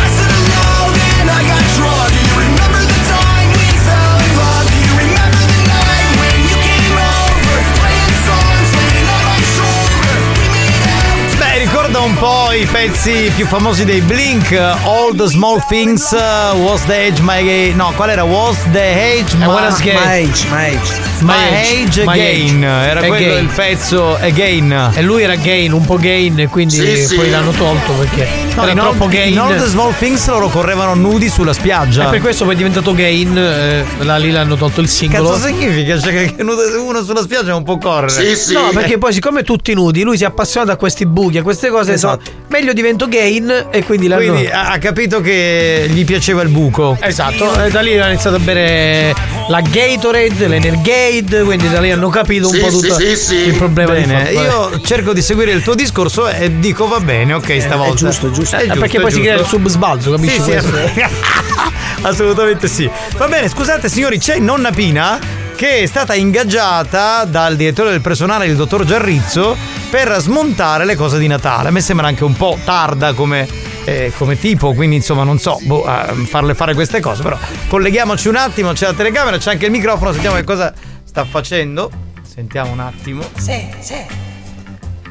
Speaker 18: I said hello, then I got drawn. Do you remember the time we fell in love? Do you remember the night when you came over, playing songs laying on my shoulder? We made out.
Speaker 3: Beh, ricorda un po' i pezzi più famosi dei Blink, eh, All the Small Things, eh, Was the Age My Game. No, qual era? Was the Age My,
Speaker 81: Ma- my age, my age.
Speaker 3: My Age
Speaker 8: My
Speaker 3: Again.
Speaker 8: Age.
Speaker 3: Era quello
Speaker 8: Again.
Speaker 3: il pezzo Again.
Speaker 8: E lui era gain, un po' gain, e quindi
Speaker 3: Sì, sì.
Speaker 8: poi l'hanno tolto perché
Speaker 3: No,
Speaker 8: era
Speaker 3: in all,
Speaker 8: troppo gain.
Speaker 3: in All the Small Things loro correvano nudi sulla spiaggia.
Speaker 8: E per questo poi è diventato gain, eh, là, lì l'hanno tolto il singolo.
Speaker 3: Cazzo significa? Cioè, che- che nudo- uno sulla spiaggia non può correre.
Speaker 8: No, perché poi siccome tutti nudi, lui si è appassionato a questi buchi, a queste cose.
Speaker 3: Esatto.
Speaker 8: so, meglio divento gain e quindi l'hanno.
Speaker 3: Quindi ha ha capito che gli piaceva il buco.
Speaker 8: eh, Esatto, e da lì ha iniziato a bere la Gatorade, l'Energate, Fade, quindi da lì hanno capito un
Speaker 27: Sì,
Speaker 8: po'
Speaker 27: sì,
Speaker 8: tutto
Speaker 27: sì, sì.
Speaker 8: il problema. di
Speaker 3: Bene,
Speaker 8: Fade. Vabbè.
Speaker 3: io cerco di seguire il tuo discorso e dico va bene, ok, stavolta.
Speaker 8: giusto, Eh, è giusto.
Speaker 3: È
Speaker 8: Eh, perché poi si crea il subsbalzo, capisci
Speaker 3: Sì, sì,
Speaker 8: questo?
Speaker 3: ass- assolutamente sì. Va bene, scusate signori, c'è nonna Pina che è stata ingaggiata dal direttore del personale, il dottor Giarrizzo, per smontare le cose di Natale. A me sembra anche un po' tarda come, eh, come tipo, quindi insomma non so boh, a farle fare queste cose, però colleghiamoci un attimo, c'è la telecamera, c'è anche il microfono, sentiamo che cosa sta facendo. Sentiamo un attimo.
Speaker 53: Sì, sì.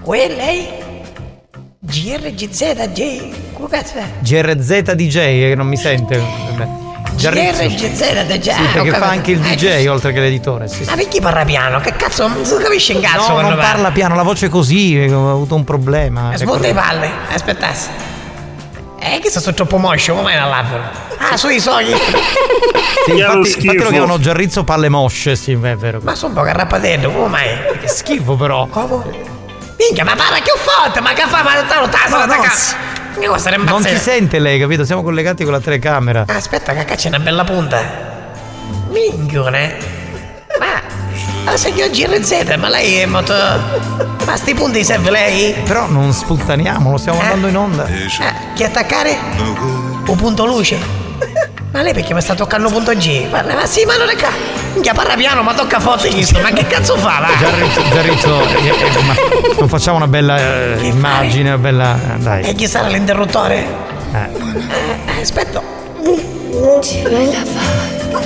Speaker 53: Quella è GRGZJ. Come cazzo è?
Speaker 3: GRZ DJ eh, che non mi sente. Giarrizzo.
Speaker 53: GRGZJ.
Speaker 3: Sì,
Speaker 53: ho
Speaker 3: perché
Speaker 53: capito.
Speaker 3: fa anche il DJ oltre che l'editore. Sì, sì.
Speaker 53: Eh, Ma perché parla piano? Che cazzo? Non si capisce un cazzo
Speaker 3: No,
Speaker 53: quello
Speaker 3: non
Speaker 53: che-
Speaker 3: parla piano, la voce è così, eh, ho avuto un problema.
Speaker 53: Eh, Smonta
Speaker 3: Ecco.
Speaker 53: i palle, aspettassi. Ah, Eh, che sono troppo moscio, come era l'albero? Ah, sui sogni.
Speaker 3: Sì, infatti, infatti lo chiamano Giarrizzo Palle Mosce, sì, è vero.
Speaker 53: Ma sono un po' carrapatello, come mai?
Speaker 3: Che schifo però.
Speaker 53: Minchia, ma parla più forte, ma che fa? Ma tanto tasso da cazzo. Che cosa ne
Speaker 3: Non ci
Speaker 53: impazzisce?
Speaker 3: sente lei, capito? Siamo collegati con la telecamera.
Speaker 53: Ah, Aspetta, che qua c'è una bella punta. Minchione. eh. Ma. La signora GRZ, ma lei è molto. Ma sti punti serve lei?
Speaker 3: Però non sputtaniamolo, stiamo andando in onda.
Speaker 53: Eh, chi attaccare? O punto luce? Ma lei perché mi sta toccando punto G? Ma, ma sì, ma non è ca. Minchia, parla piano, ma tocca forte questo. Ma che cazzo fa? Va?
Speaker 3: Giarrizzo, Giarrizzo, eh, eh, ma non facciamo una bella eh, immagine, una bella. eh, Dai.
Speaker 53: E chi sarà l'interruttore?
Speaker 3: Eh.
Speaker 53: Eh, aspetta.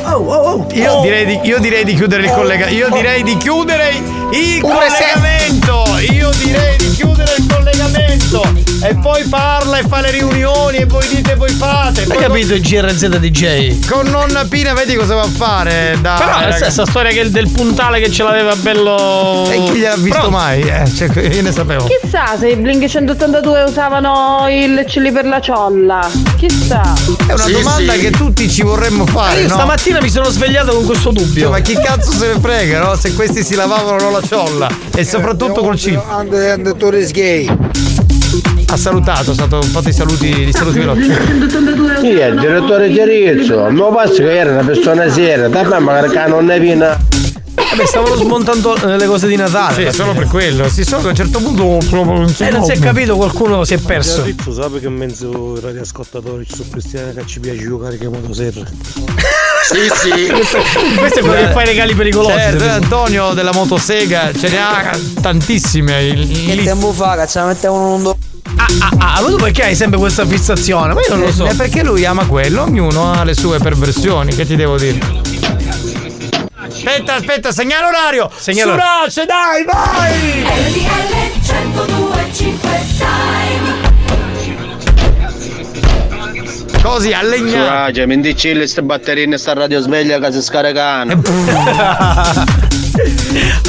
Speaker 53: Oh, oh, oh.
Speaker 3: Io direi, di, io direi di chiudere il collega. Io direi di chiudere il
Speaker 53: Pure se-
Speaker 3: collegamento. Io direi di chiudere il collegamento. E poi parla e fa le riunioni e voi dite e voi fate.
Speaker 8: Hai
Speaker 3: Poi-
Speaker 8: capito il GRZ DJ?
Speaker 3: Con nonna Pina vedi cosa va a fare. Dai,
Speaker 8: Però
Speaker 3: ragazzi.
Speaker 8: questa storia che del puntale che ce l'aveva bello.
Speaker 3: E chi gliel'ha visto
Speaker 8: Pronto.
Speaker 3: mai? Eh, cioè, io ne sapevo.
Speaker 37: Chissà se i Blink 182 usavano il cilli per la ciolla. Chissà.
Speaker 3: È una domanda che tutti ci vorremmo fare.
Speaker 37: Eh, io
Speaker 3: no?
Speaker 37: stamattina mi sono svegliato con questo dubbio.
Speaker 3: Cioè, ma chi cazzo se ne frega, no? Se questi si lavavano non la ciolla. E soprattutto col cibo. Ha salutato, è stato fatto i saluti, i saluti veloci.
Speaker 18: Sì,
Speaker 4: eh.
Speaker 18: è il direttore Gerizzo, non posso che era una persona seria, da me magari che non ne viene.
Speaker 8: Eh, Vabbè, stavano smontando eh, le cose di Natale.
Speaker 3: Sì, solo per quello. Si so che a un certo punto.
Speaker 8: Eh, non si è capito, qualcuno si è perso.
Speaker 16: Rizzo, sappi che in mezzo ai radioascoltatori ci sono cristiani che ci piace giocare che motoserra.
Speaker 27: Sì, sì.
Speaker 8: Questo- questo è quello che fa i regali pericolosi.
Speaker 3: Certo, Antonio della motosega ce ne ha tantissime. Il,
Speaker 8: Che tempo fa, cazzo, la mettevano un Ah, ah, ah, ma tu perché hai sempre questa fissazione? Ma io non lo so.
Speaker 3: È Eh, perché lui ama quello, ognuno ha le sue perversioni, che ti devo dire? Aspetta, aspetta, segnala orario!
Speaker 13: Segnala-
Speaker 3: Surace, dai, vai!
Speaker 13: LDL 1025
Speaker 3: Così a
Speaker 15: legna. Cioè, mi dici le ste batterie e sta radio sveglia che si scaricano.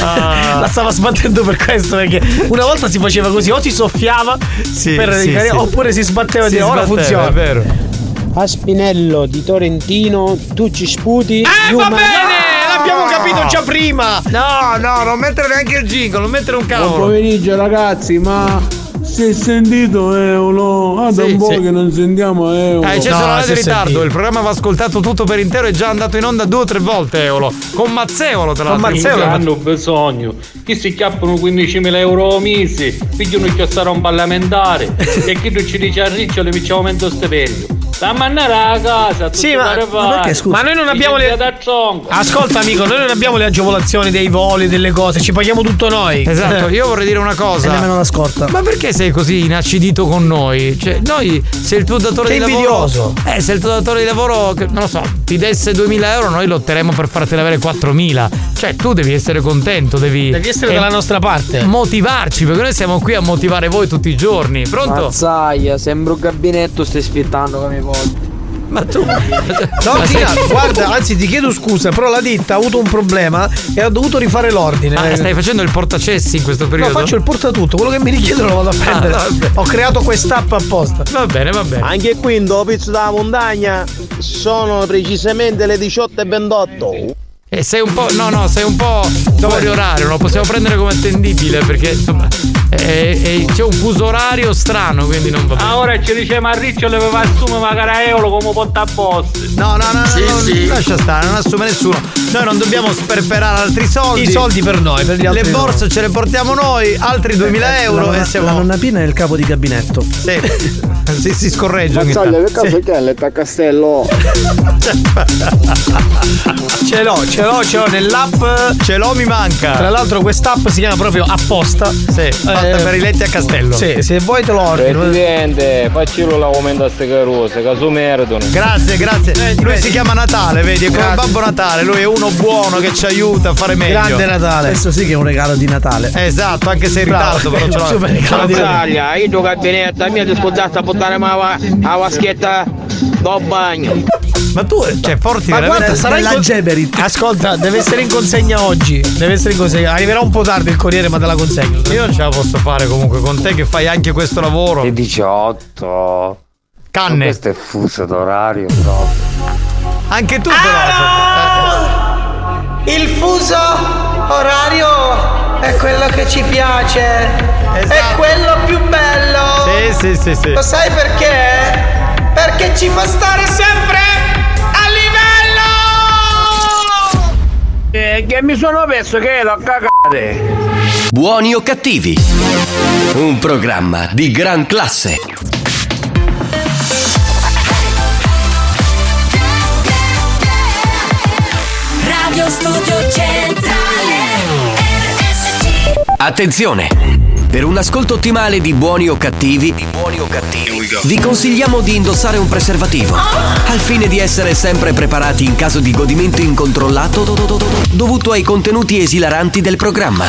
Speaker 3: Ah.
Speaker 8: La stava sbattendo per questo perché una volta si faceva così, o si soffiava per
Speaker 3: sì,
Speaker 8: ricaricare,
Speaker 3: sì.
Speaker 8: oppure si sbatteva
Speaker 3: Si
Speaker 8: di ora
Speaker 3: sbatteva,
Speaker 8: funziona.
Speaker 3: è vero.
Speaker 38: A Spinello di Torrentino, tu ci sputi. Eh,
Speaker 8: va bene, Eh, l'abbiamo capito già prima.
Speaker 3: No, no, non mettere neanche il jingle, non mettere un
Speaker 38: Buon
Speaker 3: cavolo.
Speaker 38: pomeriggio ragazzi, ma si è sentito
Speaker 12: eh,
Speaker 38: Eolo?
Speaker 12: Ah,
Speaker 38: Guarda
Speaker 3: Sì,
Speaker 38: un po'
Speaker 3: sì.
Speaker 38: che non sentiamo Eolo.
Speaker 3: Eh, c'è solo l'ora di ritardo, il programma va ascoltato tutto per intero, è già andato in onda due o tre volte, Eolo. Con Mazzeolo, tra l'altro.
Speaker 65: hanno bisogno chi si chiappano 15.000 euro al mese pigliano che sarà un parlamentare e chi non ci dice a Riccio diciamo le facciamo mento stipendio la mannara a casa
Speaker 8: Sì, ma- ma perché, scusa? Ma noi non abbiamo le- Ascolta amico, noi non abbiamo le agevolazioni dei voli, delle cose, ci paghiamo tutto noi.
Speaker 3: Esatto, io vorrei dire una cosa.
Speaker 8: E Eh, nemmeno
Speaker 3: la scorta. Ma perché sei così inacidito con noi? Cioè, noi, se il tuo datore
Speaker 8: Sei
Speaker 3: di
Speaker 8: invidioso.
Speaker 3: lavoro. Eh, se il tuo datore di lavoro, che- non lo so, ti desse 2000 euro, noi lotteremo per fartene avere 4000. Cioè, tu devi essere contento, devi. eh,
Speaker 8: Devi essere dalla nostra parte.
Speaker 3: Motivarci, perché noi siamo qui a motivare voi tutti i giorni. Pronto?
Speaker 38: Mazzaia, sembra un gabinetto, stai sfittando come volte.
Speaker 3: Ma tu.
Speaker 8: No, Tina, guarda, anzi ti chiedo scusa, però la ditta ha avuto un problema e ha dovuto rifare l'ordine.
Speaker 3: Ma Ah, stai facendo il portacessi in questo
Speaker 8: No,
Speaker 3: periodo?
Speaker 8: faccio il portatutto, quello che mi richiedono lo vado a prendere.
Speaker 3: Ah, vabbè.
Speaker 8: Ho creato quest'app apposta.
Speaker 3: Va bene, va bene.
Speaker 38: Anche qui in dopo pizzo della montagna sono precisamente le 18.28.
Speaker 3: E Eh, sei un po'. No, no, sei un po' fuori orario, lo possiamo prendere come attendibile perché insomma. è- è- c'è un fuso orario strano, quindi non va bene.
Speaker 65: Ah, ora ci dice ma Riccio le aveva assume magari a euro come porta a posto
Speaker 3: No, no, no, no, no, lascia stare, non assume nessuno. Noi non dobbiamo sperperare altri soldi.
Speaker 8: I soldi per noi, per gli altri
Speaker 3: Le
Speaker 8: no. Eh,
Speaker 3: borse ce le portiamo noi, altri 2000 euro
Speaker 82: la,
Speaker 3: e
Speaker 82: La
Speaker 3: siamo.
Speaker 82: nonna Pina è il capo di gabinetto.
Speaker 3: Sì. si, si scorreggia. ogni
Speaker 65: Mazzaglia, che
Speaker 3: tanto.
Speaker 65: cazzo
Speaker 3: Sì.
Speaker 65: che è letta a castello?
Speaker 3: Ce l'ho, ce l'ho, ce l'ho nell'app, ce l'ho, mi manca.
Speaker 8: Tra l'altro quest'app si chiama proprio apposta.
Speaker 3: Sì, fatta per i letti a castello.
Speaker 8: Sì, Eh, se vuoi te lo ordino.
Speaker 4: Presidente, faccelo l'aumento a ste carrozze, caso merdono.
Speaker 3: Grazie, grazie. lui si chiama Natale, vedi, è come Babbo Natale, lui è uno buono che ci aiuta a fare meglio. Eh
Speaker 82: Questo sì che è un regalo di Natale.
Speaker 3: Esatto, anche se è in ritardo, però ce l'ho.
Speaker 82: Super regalo di Natale.
Speaker 4: Italia, io do gabinetto, a mia ti scusate a buttare la, la vaschetta do bagno.
Speaker 3: Ma tu, cioè, porti
Speaker 8: eh, Ma
Speaker 4: veramente-
Speaker 8: guarda, sarà
Speaker 4: Nella
Speaker 8: in Ascolta, deve essere in consegna oggi. Deve essere in consegna. Arriverà un po' tardi il corriere, ma te la consegno.
Speaker 3: Io non ce la posso fare comunque con te che fai anche questo lavoro. E
Speaker 83: 18.
Speaker 3: Canne.
Speaker 83: Questo è fuso d'orario proprio.
Speaker 3: Anche tu però.
Speaker 84: Ah, Il fuso orario è quello che ci piace. È
Speaker 8: Esatto.
Speaker 84: quello più bello.
Speaker 3: Eh Sì, sì, sì, sì.
Speaker 84: Lo sai perché? Perché ci fa stare sempre a livello!
Speaker 4: che mi sono perso che ero a cagare.
Speaker 1: Buoni o cattivi? Un programma di gran classe.
Speaker 7: Radio Studio Centrale RSC
Speaker 1: Attenzione! Per un ascolto ottimale di buoni o cattivi, vi consigliamo di indossare un preservativo al fine di essere sempre preparati in caso di godimento incontrollato do- do- do- do- dovuto ai contenuti esilaranti del programma.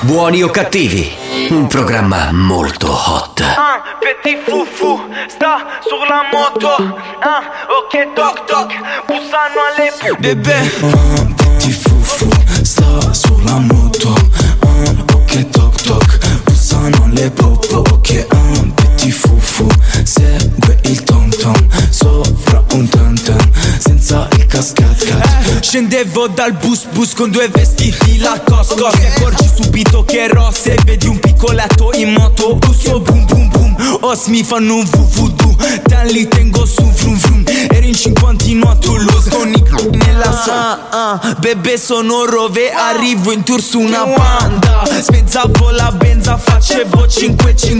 Speaker 1: Buoni o cattivi? Un programma molto hot.
Speaker 4: Ah, petit fufu, sta sur la moto. Ah, ok, toc toc, bussano alle pu. Bebè,
Speaker 18: Ti fufu, sta sulla moto Ah, Ok toc toc, bussano le popo Ok, un petit fufu, segue il tom tom Sopra un tam tam, senza il cascat cat.
Speaker 85: Eh. Scendevo dal bus bus con due vestiti la cosco Ti accorgi subito che ero se vedi un piccoletto in moto Uso boom boom boom, os mi fanno un vuvudu Te li tengo su vroom vroom, ero in 50 in Toulouse Con i c- nella sa, ah, ah, bebè sono rove, arrivo in tour su una panda Spezzavo la benza, facevo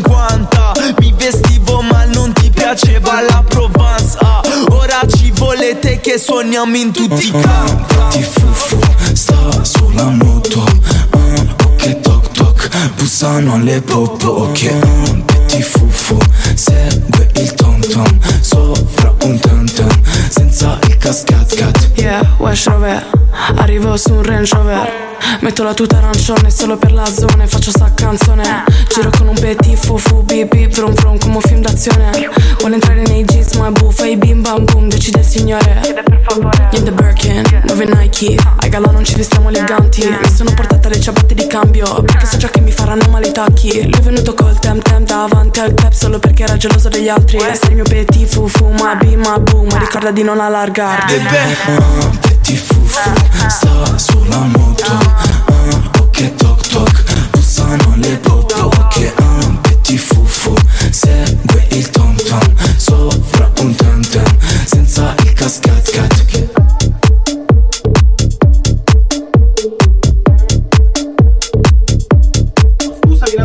Speaker 85: 5,50 Mi vestivo ma non ti piaceva la Provence ah. Ora ci volete che suoniamo in tutti i campi
Speaker 18: Ti fufu, sta sulla moto Ah, Ok toc toc, bussano le popo Ok,
Speaker 85: ah.
Speaker 18: un petit fufu, segue il tom tom Sopra un tam tam, senza il cascat cat
Speaker 42: Yeah, West Rover Arrivo su un Range Rover Metto la tuta arancione solo per la zona e Faccio sta canzone Giro con un petit fufu bip bip vroom vroom Come un film d'azione Vuole entrare nei jeans ma è buffa I bim bam boom decide il signore In the Birkin, dove Nike Ai gala non ci vestiamo eleganti Mi sono portata le ciabatte di cambio Perché so già che mi faranno male i tacchi Lui è venuto col tem tem davanti al cap Solo perché era geloso degli altri Sei il mio petit fufu ma bim ma boom Ma ricorda di non allargarti
Speaker 18: Ah, Petit fufu, sta sulla moto Ah, Ok toc toc, bussano le popo Ok, ah, petit fufu, segue il tom tom Sopra un tam tam, senza il cascat cat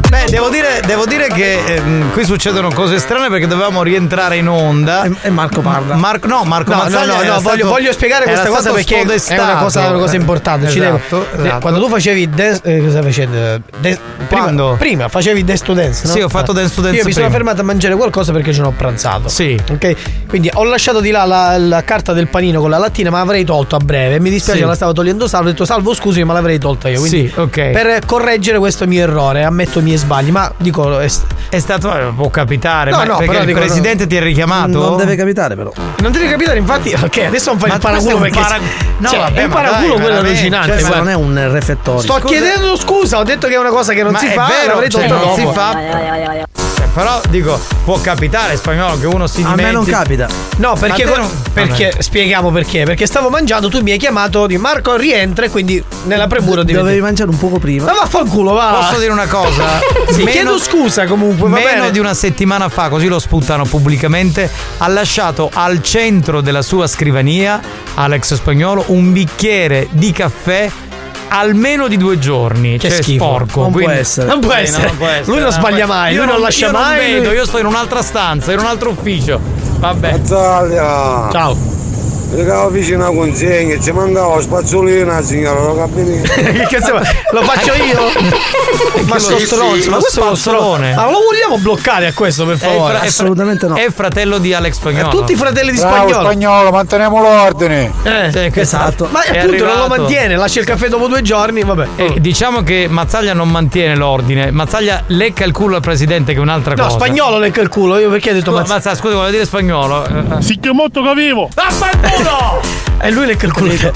Speaker 3: Beh, devo dire, devo dire che ehm, qui succedono cose strane perché dovevamo rientrare in onda. E,
Speaker 82: Marco parla.
Speaker 3: Marco, no, Marco
Speaker 8: No,
Speaker 3: Mazzaglia
Speaker 8: no, no,
Speaker 3: era
Speaker 8: no,
Speaker 3: stato-
Speaker 8: voglio, voglio spiegare
Speaker 3: era
Speaker 8: questa cosa
Speaker 3: stato
Speaker 8: perché è una
Speaker 3: spodestato.
Speaker 8: cosa, una cosa importante. ci devo.
Speaker 3: Esatto,
Speaker 8: Eh,
Speaker 3: esatto.
Speaker 8: Quando tu facevi dance, eh, cosa facevi? Eh, dance- prima,
Speaker 3: Quando?
Speaker 8: prima facevi dance to dance. No?
Speaker 3: Sì, ho fatto dance to dance
Speaker 8: Io mi sono
Speaker 3: prima.
Speaker 8: fermato a mangiare qualcosa perché ce l'ho pranzato. Sì. Ok. Quindi ho lasciato di là la, la carta del panino con la lattina, ma l'avrei tolto a breve. Mi dispiace,
Speaker 3: Sì.
Speaker 8: la stavo togliendo salvo. Ho detto salvo scusami, ma l'avrei tolta io. Quindi
Speaker 3: Sì, ok.
Speaker 8: Per correggere questo mio errore, ammetto i miei sbagli, ma dico. È,
Speaker 3: stato. eh, Può capitare,
Speaker 8: No,
Speaker 3: ma-
Speaker 8: no,
Speaker 3: perché
Speaker 8: però
Speaker 3: il
Speaker 8: dico-
Speaker 3: presidente ti ha richiamato?
Speaker 8: Non deve
Speaker 82: capitare, però.
Speaker 8: Non deve capitare, infatti. Ok, adesso non fai
Speaker 3: Ma
Speaker 8: il paraculo
Speaker 3: questo è un
Speaker 8: perché.
Speaker 3: para- No,
Speaker 8: cioè,
Speaker 3: vabbè,
Speaker 8: è un
Speaker 3: ma
Speaker 8: paraculo
Speaker 3: dai,
Speaker 8: quello
Speaker 3: veramente,
Speaker 8: allucinante.
Speaker 3: cioè,
Speaker 8: guarda.
Speaker 82: Non è un refettorio.
Speaker 8: Sto chiedendo scusa, ho detto che è una cosa che non
Speaker 3: Ma
Speaker 8: si
Speaker 3: è
Speaker 8: fa,
Speaker 3: vero,
Speaker 8: l'avrei
Speaker 3: cioè,
Speaker 8: tolto
Speaker 3: non
Speaker 8: dopo.
Speaker 3: si fa. però dico, può capitare spagnolo che uno si
Speaker 8: A
Speaker 3: dimentichi.
Speaker 8: me non capita.
Speaker 3: No,
Speaker 8: Perché, perché spieghiamo perché? Perché stavo mangiando, tu mi hai chiamato di Marco rientra e quindi nella premura devi.
Speaker 86: Dovevi mangiare un poco prima.
Speaker 8: Ma vaffanculo, va!
Speaker 3: Posso dire una cosa?
Speaker 8: sì,
Speaker 3: Meno-
Speaker 8: chiedo scusa comunque. va
Speaker 3: Meno
Speaker 8: bene?
Speaker 3: di una settimana fa, così lo sputtano pubblicamente, ha lasciato al centro della sua scrivania, Alex Spagnolo, un bicchiere di caffè almeno di due giorni.
Speaker 8: Che
Speaker 3: cioè
Speaker 8: schifo.
Speaker 3: sporco.
Speaker 8: Non può
Speaker 3: quindi-
Speaker 8: essere. Non può
Speaker 3: Sì, no,
Speaker 8: essere. Lui non
Speaker 3: no,
Speaker 8: sbaglia
Speaker 3: può-
Speaker 8: mai,
Speaker 3: Io
Speaker 8: lui non lascia
Speaker 3: io
Speaker 8: mai,
Speaker 3: Non
Speaker 8: lui-
Speaker 3: vedo, io sto in un'altra stanza, in un altro ufficio. Vabbè.
Speaker 15: Azzaglia!
Speaker 8: Ciao!
Speaker 15: Regavo vicino a consegna, ci mancava la spazzolina, signora, lo capisci?
Speaker 8: Che cazzo vuoi? Lo faccio io? ma sto stronzo, ma questo è uno stronzo. Ma lo vogliamo bloccare a questo per
Speaker 3: È,
Speaker 8: favore?
Speaker 3: Eh, fra- è fra- È fratello di Alex Spagnolo.
Speaker 8: Tutti i fratelli di spagnolo.
Speaker 15: spagnolo, manteniamo l'ordine.
Speaker 8: Eh,
Speaker 3: Sì, questo-
Speaker 8: esatto. Ma
Speaker 3: è
Speaker 8: appunto non lo
Speaker 3: arrivato.
Speaker 8: mantiene, lascia il caffè dopo due giorni, vabbè.
Speaker 3: Eh, diciamo che Mazzaglia non mantiene l'ordine. Mazzaglia lecca il culo al presidente, che è un'altra
Speaker 8: No,
Speaker 3: cosa.
Speaker 8: spagnolo lecca il culo, io perché ho detto
Speaker 3: Scusa,
Speaker 8: mazza.
Speaker 3: Mazzaglia, scusa, volevo dire spagnolo. Eh, eh.
Speaker 8: Si chiamò che vivo! E lui lecca il culo. Però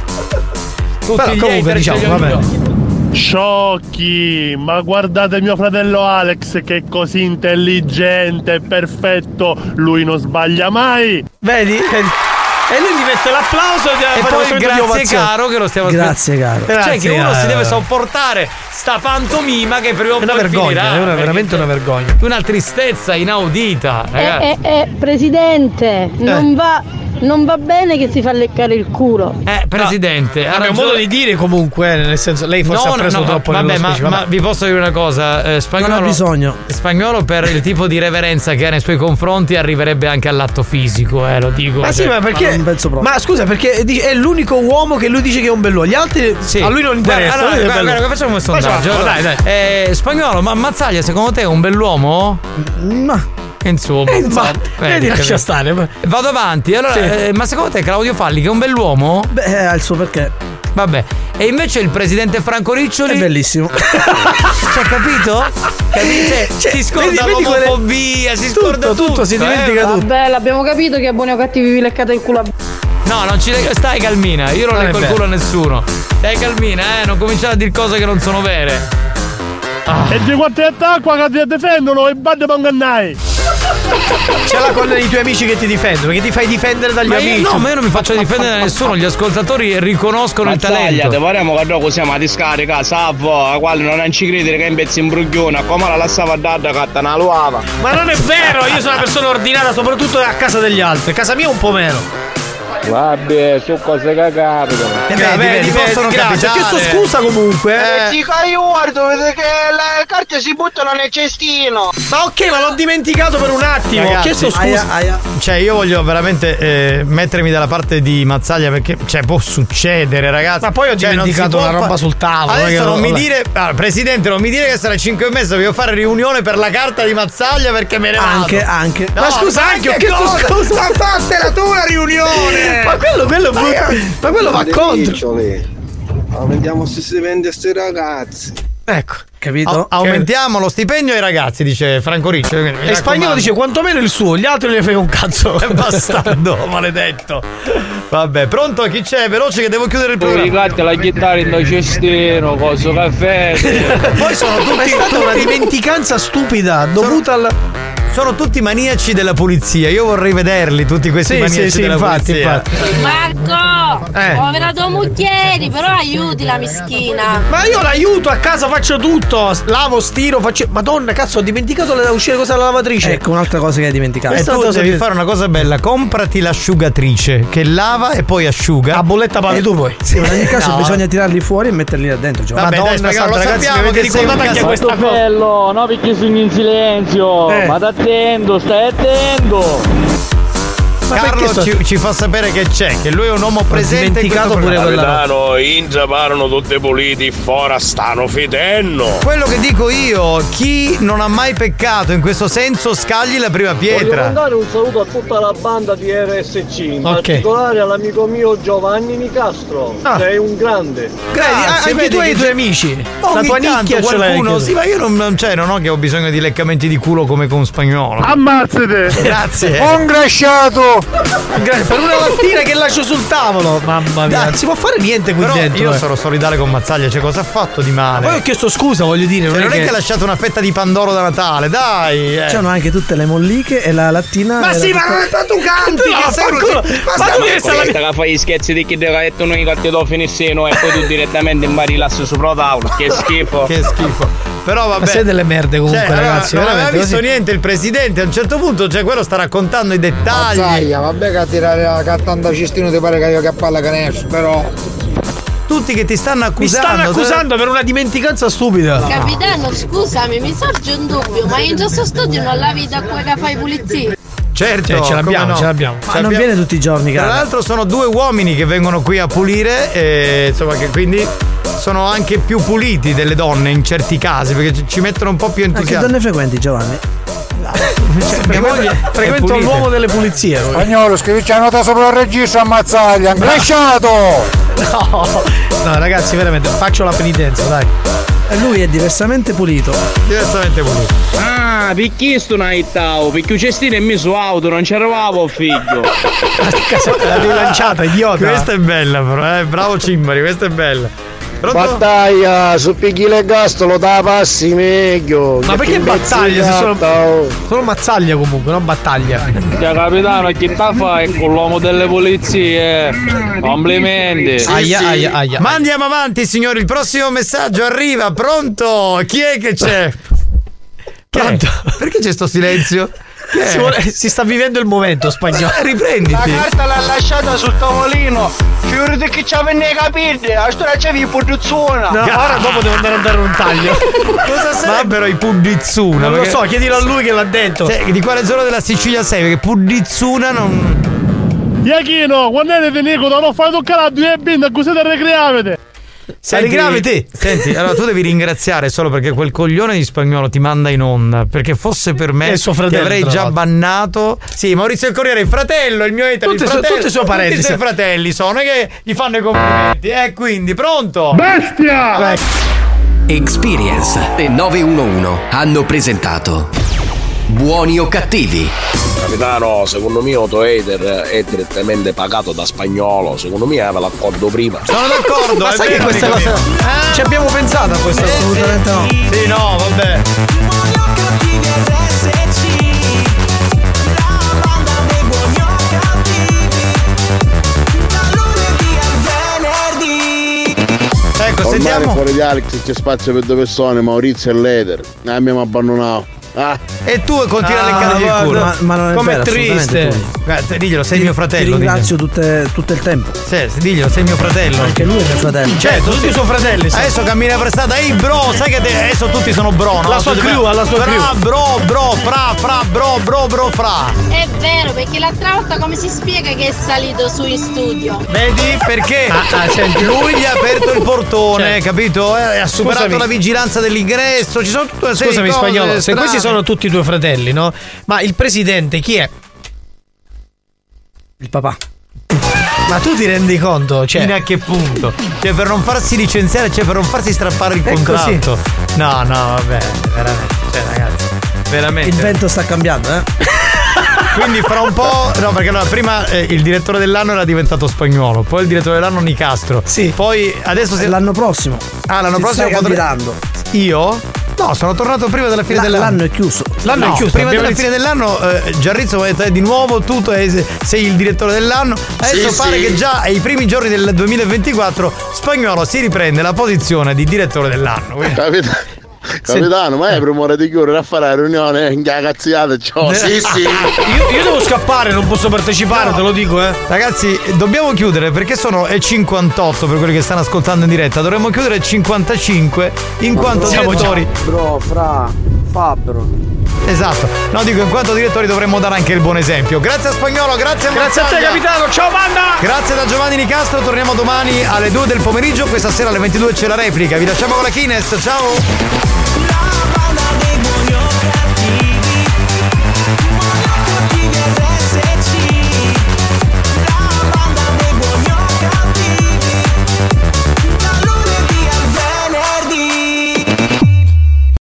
Speaker 16: gli
Speaker 8: comunque
Speaker 16: hater
Speaker 8: diciamo,
Speaker 16: ce li
Speaker 8: va bene.
Speaker 16: Sciocchi, ma guardate mio fratello Alex che è così intelligente, perfetto, lui non sbaglia mai.
Speaker 8: Vedi? E lui gli mette l'applauso e,
Speaker 3: E poi grazie caro che lo stiamo
Speaker 86: Grazie, caro.
Speaker 3: Cioè che
Speaker 86: Grazie,
Speaker 3: uno si
Speaker 86: caro.
Speaker 3: deve sopportare sta pantomima che prima o
Speaker 8: È una
Speaker 3: poi
Speaker 8: vergogna,
Speaker 3: finirà.
Speaker 8: è una-
Speaker 3: perché
Speaker 8: veramente una vergogna.
Speaker 3: c'è Una tristezza inaudita, ragazzi.
Speaker 37: Eh, eh, eh, presidente,
Speaker 3: Eh.
Speaker 37: non va. Non va bene che si fa leccare il culo.
Speaker 3: Eh, Presidente, ha
Speaker 8: Vabbè, un
Speaker 3: ragione-
Speaker 8: Ah, modo di dire comunque, eh, nel senso, lei forse
Speaker 3: No,
Speaker 8: ha preso
Speaker 3: no,
Speaker 8: troppo
Speaker 3: vabbè,
Speaker 8: nello
Speaker 3: ma,
Speaker 8: specifico,
Speaker 3: ma vi posso dire una cosa, eh, spagnolo,
Speaker 86: Non ha bisogno.
Speaker 3: spagnolo per il tipo di reverenza che ha nei suoi confronti arriverebbe anche all'atto fisico, eh, lo dico.
Speaker 8: Ma Ah, sì,
Speaker 3: cioè,
Speaker 8: ma perché?
Speaker 3: non
Speaker 8: Ma,
Speaker 3: penso proprio.
Speaker 8: scusa, perché dice- è l'unico uomo che lui dice che è un bello. Gli altri a lui non
Speaker 3: Guarda,
Speaker 8: interessa.
Speaker 3: allora,
Speaker 8: lui è
Speaker 3: guarda,
Speaker 8: bello.
Speaker 3: guarda, facciamo un
Speaker 8: Facciamo,
Speaker 3: sondaggio. allora.
Speaker 8: dai, dai.
Speaker 3: Eh, spagnolo, ma Mazzaglia, secondo te è un bell'uomo?
Speaker 86: No.
Speaker 3: Insomma,
Speaker 8: Eh, ma- vedi, lascia
Speaker 3: capito.
Speaker 8: stare.
Speaker 3: Vado avanti. Allora,
Speaker 86: Sì.
Speaker 3: eh, ma secondo te Claudio Falli che è un bell'uomo?
Speaker 8: eh,
Speaker 86: Beh, ha il suo perché.
Speaker 3: Vabbè. E invece il presidente Franco Riccioli. È
Speaker 86: bellissimo.
Speaker 3: Cioè, capito? Capito? Cioè, si scorda
Speaker 8: vedi- vedi quelle-
Speaker 3: l'omofobia, si scorda tutto,
Speaker 8: tutto, si dimentica
Speaker 3: eh.
Speaker 37: Vabbè, l'abbiamo capito che a buoni o cattivi vi leccate il culo a
Speaker 3: No, non ci lega- Stai calmina, io non,
Speaker 8: Non è
Speaker 3: leggo il
Speaker 8: vero.
Speaker 3: culo a nessuno. Stai calmina, eh, non cominciare a dire cose che non sono vere. Ah.
Speaker 16: E di quanti attacqua che ti difendono e bande mangannai.
Speaker 8: C'è la colla dei tuoi amici che ti difendono, perché ti fai difendere dagli
Speaker 3: Ma io-
Speaker 8: amici.
Speaker 3: no, ma io non mi faccio difendere da nessuno, gli ascoltatori riconoscono il
Speaker 15: Mazzaglia,
Speaker 3: talento.
Speaker 15: te vorremmo che dopo siamo a discarica, salvo, a quale non ci credere che è un pezzo imbruglione, come la lasciava a dada che te ne luava.
Speaker 8: Ma non è vero, io sono una persona ordinata, soprattutto a casa degli altri. A casa mia un po' meno.
Speaker 15: Vabbè, su cose che capitano.
Speaker 8: Eh, vedi, vedi, grazie. Ho chiesto scusa comunque. eh.
Speaker 2: aiuto, vede che le carte si buttano nel cestino.
Speaker 8: Ma ok, ma l'ho dimenticato per un attimo.
Speaker 3: Ragazzi,
Speaker 8: ho chiesto scusa.
Speaker 3: aia, aia.
Speaker 8: Cioè, io voglio veramente
Speaker 3: eh,
Speaker 8: mettermi dalla parte di Mazzaglia perché cioè, può succedere, ragazzi. Ma poi ho
Speaker 3: Cioè, non si
Speaker 8: dimenticato
Speaker 3: può
Speaker 8: una
Speaker 3: fa-
Speaker 8: roba sul tavolo. eh,
Speaker 3: Adesso
Speaker 8: che-
Speaker 3: non mi
Speaker 8: vabbè.
Speaker 3: dire, ah, presidente, non mi dire che sarà 5 e mezzo. Devo fare riunione per la carta di Mazzaglia perché me ne vado.
Speaker 86: Anche, anche.
Speaker 3: No,
Speaker 8: ma scusa,
Speaker 3: ma
Speaker 8: anche ho
Speaker 3: che
Speaker 8: chiesto
Speaker 3: cosa?
Speaker 8: scusa.
Speaker 3: Ma fatela tu la riunione!
Speaker 8: ma quello, quello è brutto. Ma quello va contro.
Speaker 15: Aumentiamo stipendi sti ragazzi.
Speaker 8: Ecco,
Speaker 3: Au-
Speaker 8: capito?
Speaker 3: aumentiamo lo stipendio ai ragazzi, dice Franco Riccio.
Speaker 8: E spagnolo dice quantomeno il suo, gli altri ne frega un cazzo. È bastardo, maledetto.
Speaker 3: Vabbè, pronto? Chi c'è? Veloce che devo chiudere il programma.
Speaker 15: la chitarra in cestino, coso caffè.
Speaker 3: Poi sono
Speaker 8: Ma è
Speaker 3: tutti-
Speaker 8: stata una
Speaker 3: tutti-
Speaker 8: dimenticanza stupida dovuta al.
Speaker 3: Sono tutti maniaci della pulizia. Io vorrei vederli tutti questi
Speaker 8: Sì,
Speaker 3: maniaci
Speaker 8: sì, sì,
Speaker 3: della
Speaker 8: infatti,
Speaker 3: pulizia.
Speaker 8: infatti.
Speaker 7: Marco!
Speaker 8: Eh.
Speaker 7: Povera tua Mucchieri, però aiuti la mischina.
Speaker 8: Ma io l'aiuto a casa, faccio tutto. Lavo, stiro, faccio. Madonna, cazzo, ho dimenticato da uscire cosa dalla lavatrice.
Speaker 86: Ecco un'altra cosa che hai dimenticato. Eh,
Speaker 3: E
Speaker 8: Questa
Speaker 3: tu
Speaker 8: cosa
Speaker 3: devi
Speaker 8: che-
Speaker 3: fare una cosa bella, comprati l'asciugatrice che lava e poi asciuga. A
Speaker 8: bolletta paghi tu poi.
Speaker 86: Sì, ma in ogni caso bisogna tirarli fuori e metterli là dentro. cioè. Giovanni.
Speaker 3: Vabbè, dai, spagnolo, lo sappiamo che sei un
Speaker 8: anche
Speaker 3: casotto
Speaker 8: questa cosa.
Speaker 15: Bello, no perché sono in silenzio,
Speaker 8: Eh.
Speaker 15: ma attento, stai attento.
Speaker 3: Carlo ci, ci fa sapere che c'è, che lui è un uomo presente in questo programma.
Speaker 15: Inza parlano tutti puliti, fora stanno fidenno.
Speaker 3: Quello che dico io, chi non ha mai peccato in questo senso, scagli la prima
Speaker 6: Voglio
Speaker 3: pietra.
Speaker 6: mandare un saluto a tutta la banda di RSC, in
Speaker 3: Ok.
Speaker 6: particolare all'amico mio Giovanni Nicastro. Sei un grande.
Speaker 8: Ah. Credi, ah, anche tu hai i tuoi amici. La
Speaker 3: Ogni
Speaker 8: tua
Speaker 3: tanto
Speaker 8: nicchia ce l'hai.
Speaker 3: qualcuno,
Speaker 8: anche tu.
Speaker 3: sì, ma io non, non- cioè, non ho che ho bisogno di leccamenti di culo come con spagnolo.
Speaker 16: Ammazzate!
Speaker 3: Grazie.
Speaker 16: Congrasciato!
Speaker 8: Gra- Per una lattina che lascio sul tavolo. Mamma mia. Non si può fare niente qui
Speaker 3: Però
Speaker 8: dentro.
Speaker 3: io
Speaker 8: eh.
Speaker 3: sono solidale con Mazzaglia, cioè cosa ha fatto di male?
Speaker 8: Poi ho chiesto scusa, voglio dire.
Speaker 3: Cioè, non è che ha lasciato una fetta di Pandoro da Natale,
Speaker 8: Cioè,
Speaker 3: dai! eh.
Speaker 87: C'erano anche tutte le molliche e la lattina.
Speaker 8: Ma
Speaker 87: era
Speaker 8: sì, ma
Speaker 87: tutta-
Speaker 8: non è stato canti!
Speaker 87: No,
Speaker 8: che sei
Speaker 87: fa
Speaker 8: uno-
Speaker 87: culo.
Speaker 8: Ma tu devi stare
Speaker 18: Questa che fai gli scherzi di chi deve che tu non gli ti do fino il seno e poi tu direttamente impari l'asso sopra tavolo. Che schifo.
Speaker 3: Che schifo. Però vabbè.
Speaker 8: Ma siete delle merde comunque,
Speaker 3: Cioè, allora,
Speaker 8: ragazzi.
Speaker 3: non aveva
Speaker 8: veramente,
Speaker 3: visto
Speaker 8: così.
Speaker 3: niente il presidente. A un certo punto, cioè, quello sta raccontando i dettagli.
Speaker 38: Zaia, vabbè che a tirare la cattanda a cestino ti pare che io che palla canestro, però.
Speaker 3: Tutti che ti stanno
Speaker 8: Mi
Speaker 3: accusando.
Speaker 8: stanno accusando per una dimenticanza stupida.
Speaker 7: Capitano, scusami, mi sorge un dubbio, ma in questo studio non lavi da quella che fai pulizia?
Speaker 3: Certo,
Speaker 8: Cioè, ce l'abbiamo,
Speaker 3: come no.
Speaker 8: ce l'abbiamo.
Speaker 3: Ce l'abbiamo.
Speaker 87: tutti i giorni,
Speaker 3: Tra
Speaker 87: cara.
Speaker 3: l'altro sono due uomini che vengono qui a pulire e insomma che quindi sono anche più puliti delle donne in certi casi perché ci- ci mettono un po' più
Speaker 87: Ah, che
Speaker 3: entusiasmo.
Speaker 87: donne frequenti, Giovanni?
Speaker 8: Cioè,
Speaker 3: Frequento-
Speaker 8: frequento l'uomo delle pulizie.
Speaker 38: Spagnolo, scrivici la nota sopra il registro a Mazzaglia, angresciato!
Speaker 8: No, no, ragazzi, veramente faccio la penitenza, dai.
Speaker 87: E lui è diversamente pulito.
Speaker 3: Diversamente pulito.
Speaker 18: Ah, perché sto non hai tau? Perché il cestino è messo auto, non ci arrivavo, figlio.
Speaker 8: L'avevi lanciata, idiota.
Speaker 3: Questa è bella però, eh. Bravo Cimbari, questa è bella.
Speaker 38: Battaglia, su picchile gastolo da passi meglio.
Speaker 8: Ma perché battaglia? Se sono, sono mazzaglia comunque, non battaglia.
Speaker 4: Cioè, capitano, chi ta fa è con l'uomo delle polizie. Complimenti.
Speaker 3: Aia, aia, aia. Ma andiamo avanti, signori. Il prossimo messaggio arriva. Pronto? Chi è che c'è? Pronto? Perché c'è sto silenzio? Chi è?
Speaker 8: Si, vuole- si sta vivendo il momento spagnolo.
Speaker 88: La
Speaker 3: Riprenditi.
Speaker 88: carta l'ha lasciata sul tavolino. Fiorito che ci aveva nei capelli, a sto c'è vi produzione.
Speaker 8: No, ora dopo devo andare a dare un taglio.
Speaker 3: Cosa sarebbero i Pudizzuna?
Speaker 8: Non lo
Speaker 3: Perché-
Speaker 8: so, chiedilo a lui che l'ha detto.
Speaker 3: Cioè, di quale zona della Sicilia sei? Perché Pudizzuna non.
Speaker 59: Iachino, quando è venuto, non fai toccare la due binde, così te recreavete.
Speaker 3: Senti-
Speaker 59: Ricreavi te.
Speaker 3: Senti, allora tu devi ringraziare solo perché quel coglione di spagnolo ti manda in onda. Perché fosse per me,
Speaker 8: E suo fratello,
Speaker 3: ti avrei
Speaker 8: tra
Speaker 3: già
Speaker 8: l'altro.
Speaker 3: bannato. Sì, Maurizio il Corriere, il fratello, il mio etero,
Speaker 8: Tutti
Speaker 3: il
Speaker 8: so-
Speaker 3: fratello.
Speaker 8: tutti i suoi parenti,
Speaker 3: Tutti i suoi
Speaker 8: sì.
Speaker 3: fratelli sono che gli fanno i complimenti. Eh, quindi, pronto?
Speaker 1: Bestia! Experience e 911 hanno presentato Buoni o cattivi?
Speaker 89: Capitano, secondo me Otto Hater è direttamente pagato da spagnolo, secondo me aveva l'accordo prima.
Speaker 3: Sono d'accordo,
Speaker 8: Ma
Speaker 3: è
Speaker 8: sai che
Speaker 3: vero,
Speaker 8: questa è la.
Speaker 3: Nicola.
Speaker 8: Ci abbiamo pensato a questo? Assolutamente no.
Speaker 3: Sì, no, vabbè. Ecco,
Speaker 12: Ormai
Speaker 3: sentiamo.
Speaker 12: fuori di Alex c'è spazio per due persone, Maurizio e Leder. Noi abbiamo abbandonato. Ah.
Speaker 3: E tu continui a leccargli il
Speaker 12: guarda,
Speaker 3: culo.
Speaker 12: Ah, ma- ma non è
Speaker 3: Com'è
Speaker 12: vero,
Speaker 3: triste.
Speaker 12: assolutamente,
Speaker 3: Guarda, diglielo, sei
Speaker 12: Ti-
Speaker 3: mio
Speaker 12: ti
Speaker 3: fratello.
Speaker 12: ringrazio
Speaker 3: tutte, tutto il tempo. Sì, sì, diglielo, sei mio fratello. Anche lui è mio fratello.
Speaker 8: Cioè,
Speaker 3: Certo, tutti sono fratelli.
Speaker 8: sì.
Speaker 3: Adesso cammina per strada. Ehi, bro, sai che te- adesso tutti sono bro, no?
Speaker 8: La sua
Speaker 3: Tutti
Speaker 8: crew,
Speaker 3: fra-
Speaker 8: alla sua
Speaker 3: fra,
Speaker 8: crew.
Speaker 3: bro, bro, fra, fra, bro, bro, bro, fra.
Speaker 7: È vero, perché l'altra volta come si spiega che è salito su in studio?
Speaker 3: Vedi perché
Speaker 8: Ah, ah, senti.
Speaker 3: lui gli ha aperto il portone, capito? Eh, ha superato
Speaker 8: Scusami.
Speaker 3: la vigilanza dell'ingresso. Ci sono tutte una serie
Speaker 8: Scusami,
Speaker 3: di cose
Speaker 8: spagnolo, se
Speaker 3: strane.
Speaker 8: questi sono tutti i tuoi fratelli, no? Ma il presidente chi è?
Speaker 87: Il papà.
Speaker 8: Ma tu ti rendi conto? Cioè,
Speaker 3: Fino a che punto? Cioè, per non farsi licenziare, cioè per non farsi strappare il
Speaker 8: È
Speaker 3: contratto. No, no, vabbè, veramente. Cioè, ragazzi, veramente.
Speaker 87: Il vento sta cambiando, eh.
Speaker 3: Quindi fra un po'. No, perché allora prima eh, il direttore dell'anno era diventato spagnolo, poi il direttore dell'anno Nicastro. Sì. Poi adesso se.
Speaker 87: L'anno prossimo.
Speaker 3: Ah, l'anno
Speaker 87: Si
Speaker 3: prossimo
Speaker 87: sta
Speaker 3: potrei-
Speaker 87: candidando.
Speaker 3: Io? No, sono tornato prima della fine
Speaker 87: La-
Speaker 3: dell'anno.
Speaker 87: l'anno è chiuso.
Speaker 3: L'anno
Speaker 87: No,
Speaker 3: è chiuso.
Speaker 87: abbiamo
Speaker 3: Prima della fine
Speaker 87: inizi-
Speaker 3: dell'anno, eh, Giarrizzo mi ha detto, eh, di nuovo tu tu, eh, sei il direttore dell'anno. Adesso
Speaker 89: Sì,
Speaker 3: pare
Speaker 89: sì.
Speaker 3: che già ai primi giorni del 2024 Spagnolo si riprende la posizione di direttore dell'anno. Quindi-
Speaker 12: Capita- Capitano, ma è per ora di chiudere a fare la riunione, eh, che cazziata, ciao. Oh, Sì, sì.
Speaker 8: Io, io devo scappare, non posso partecipare, te lo dico, eh.
Speaker 3: Ragazzi, dobbiamo chiudere perché sono e 58 per quelli che stanno ascoltando in diretta. Dovremmo chiudere 55 in quanto direttori.
Speaker 8: Bro, fra Fabbro.
Speaker 3: Esatto. No, dico in quanto direttori dovremmo dare anche il buon esempio. Grazie a Spagnolo, grazie a
Speaker 8: Grazie a te,
Speaker 3: Mazzaglia.
Speaker 8: capitano. Ciao, banda!
Speaker 3: Grazie da Giovanni Nicastro, torniamo domani alle 2 del pomeriggio, questa sera alle 22 c'è la replica. Vi lasciamo con la Kines, ciao.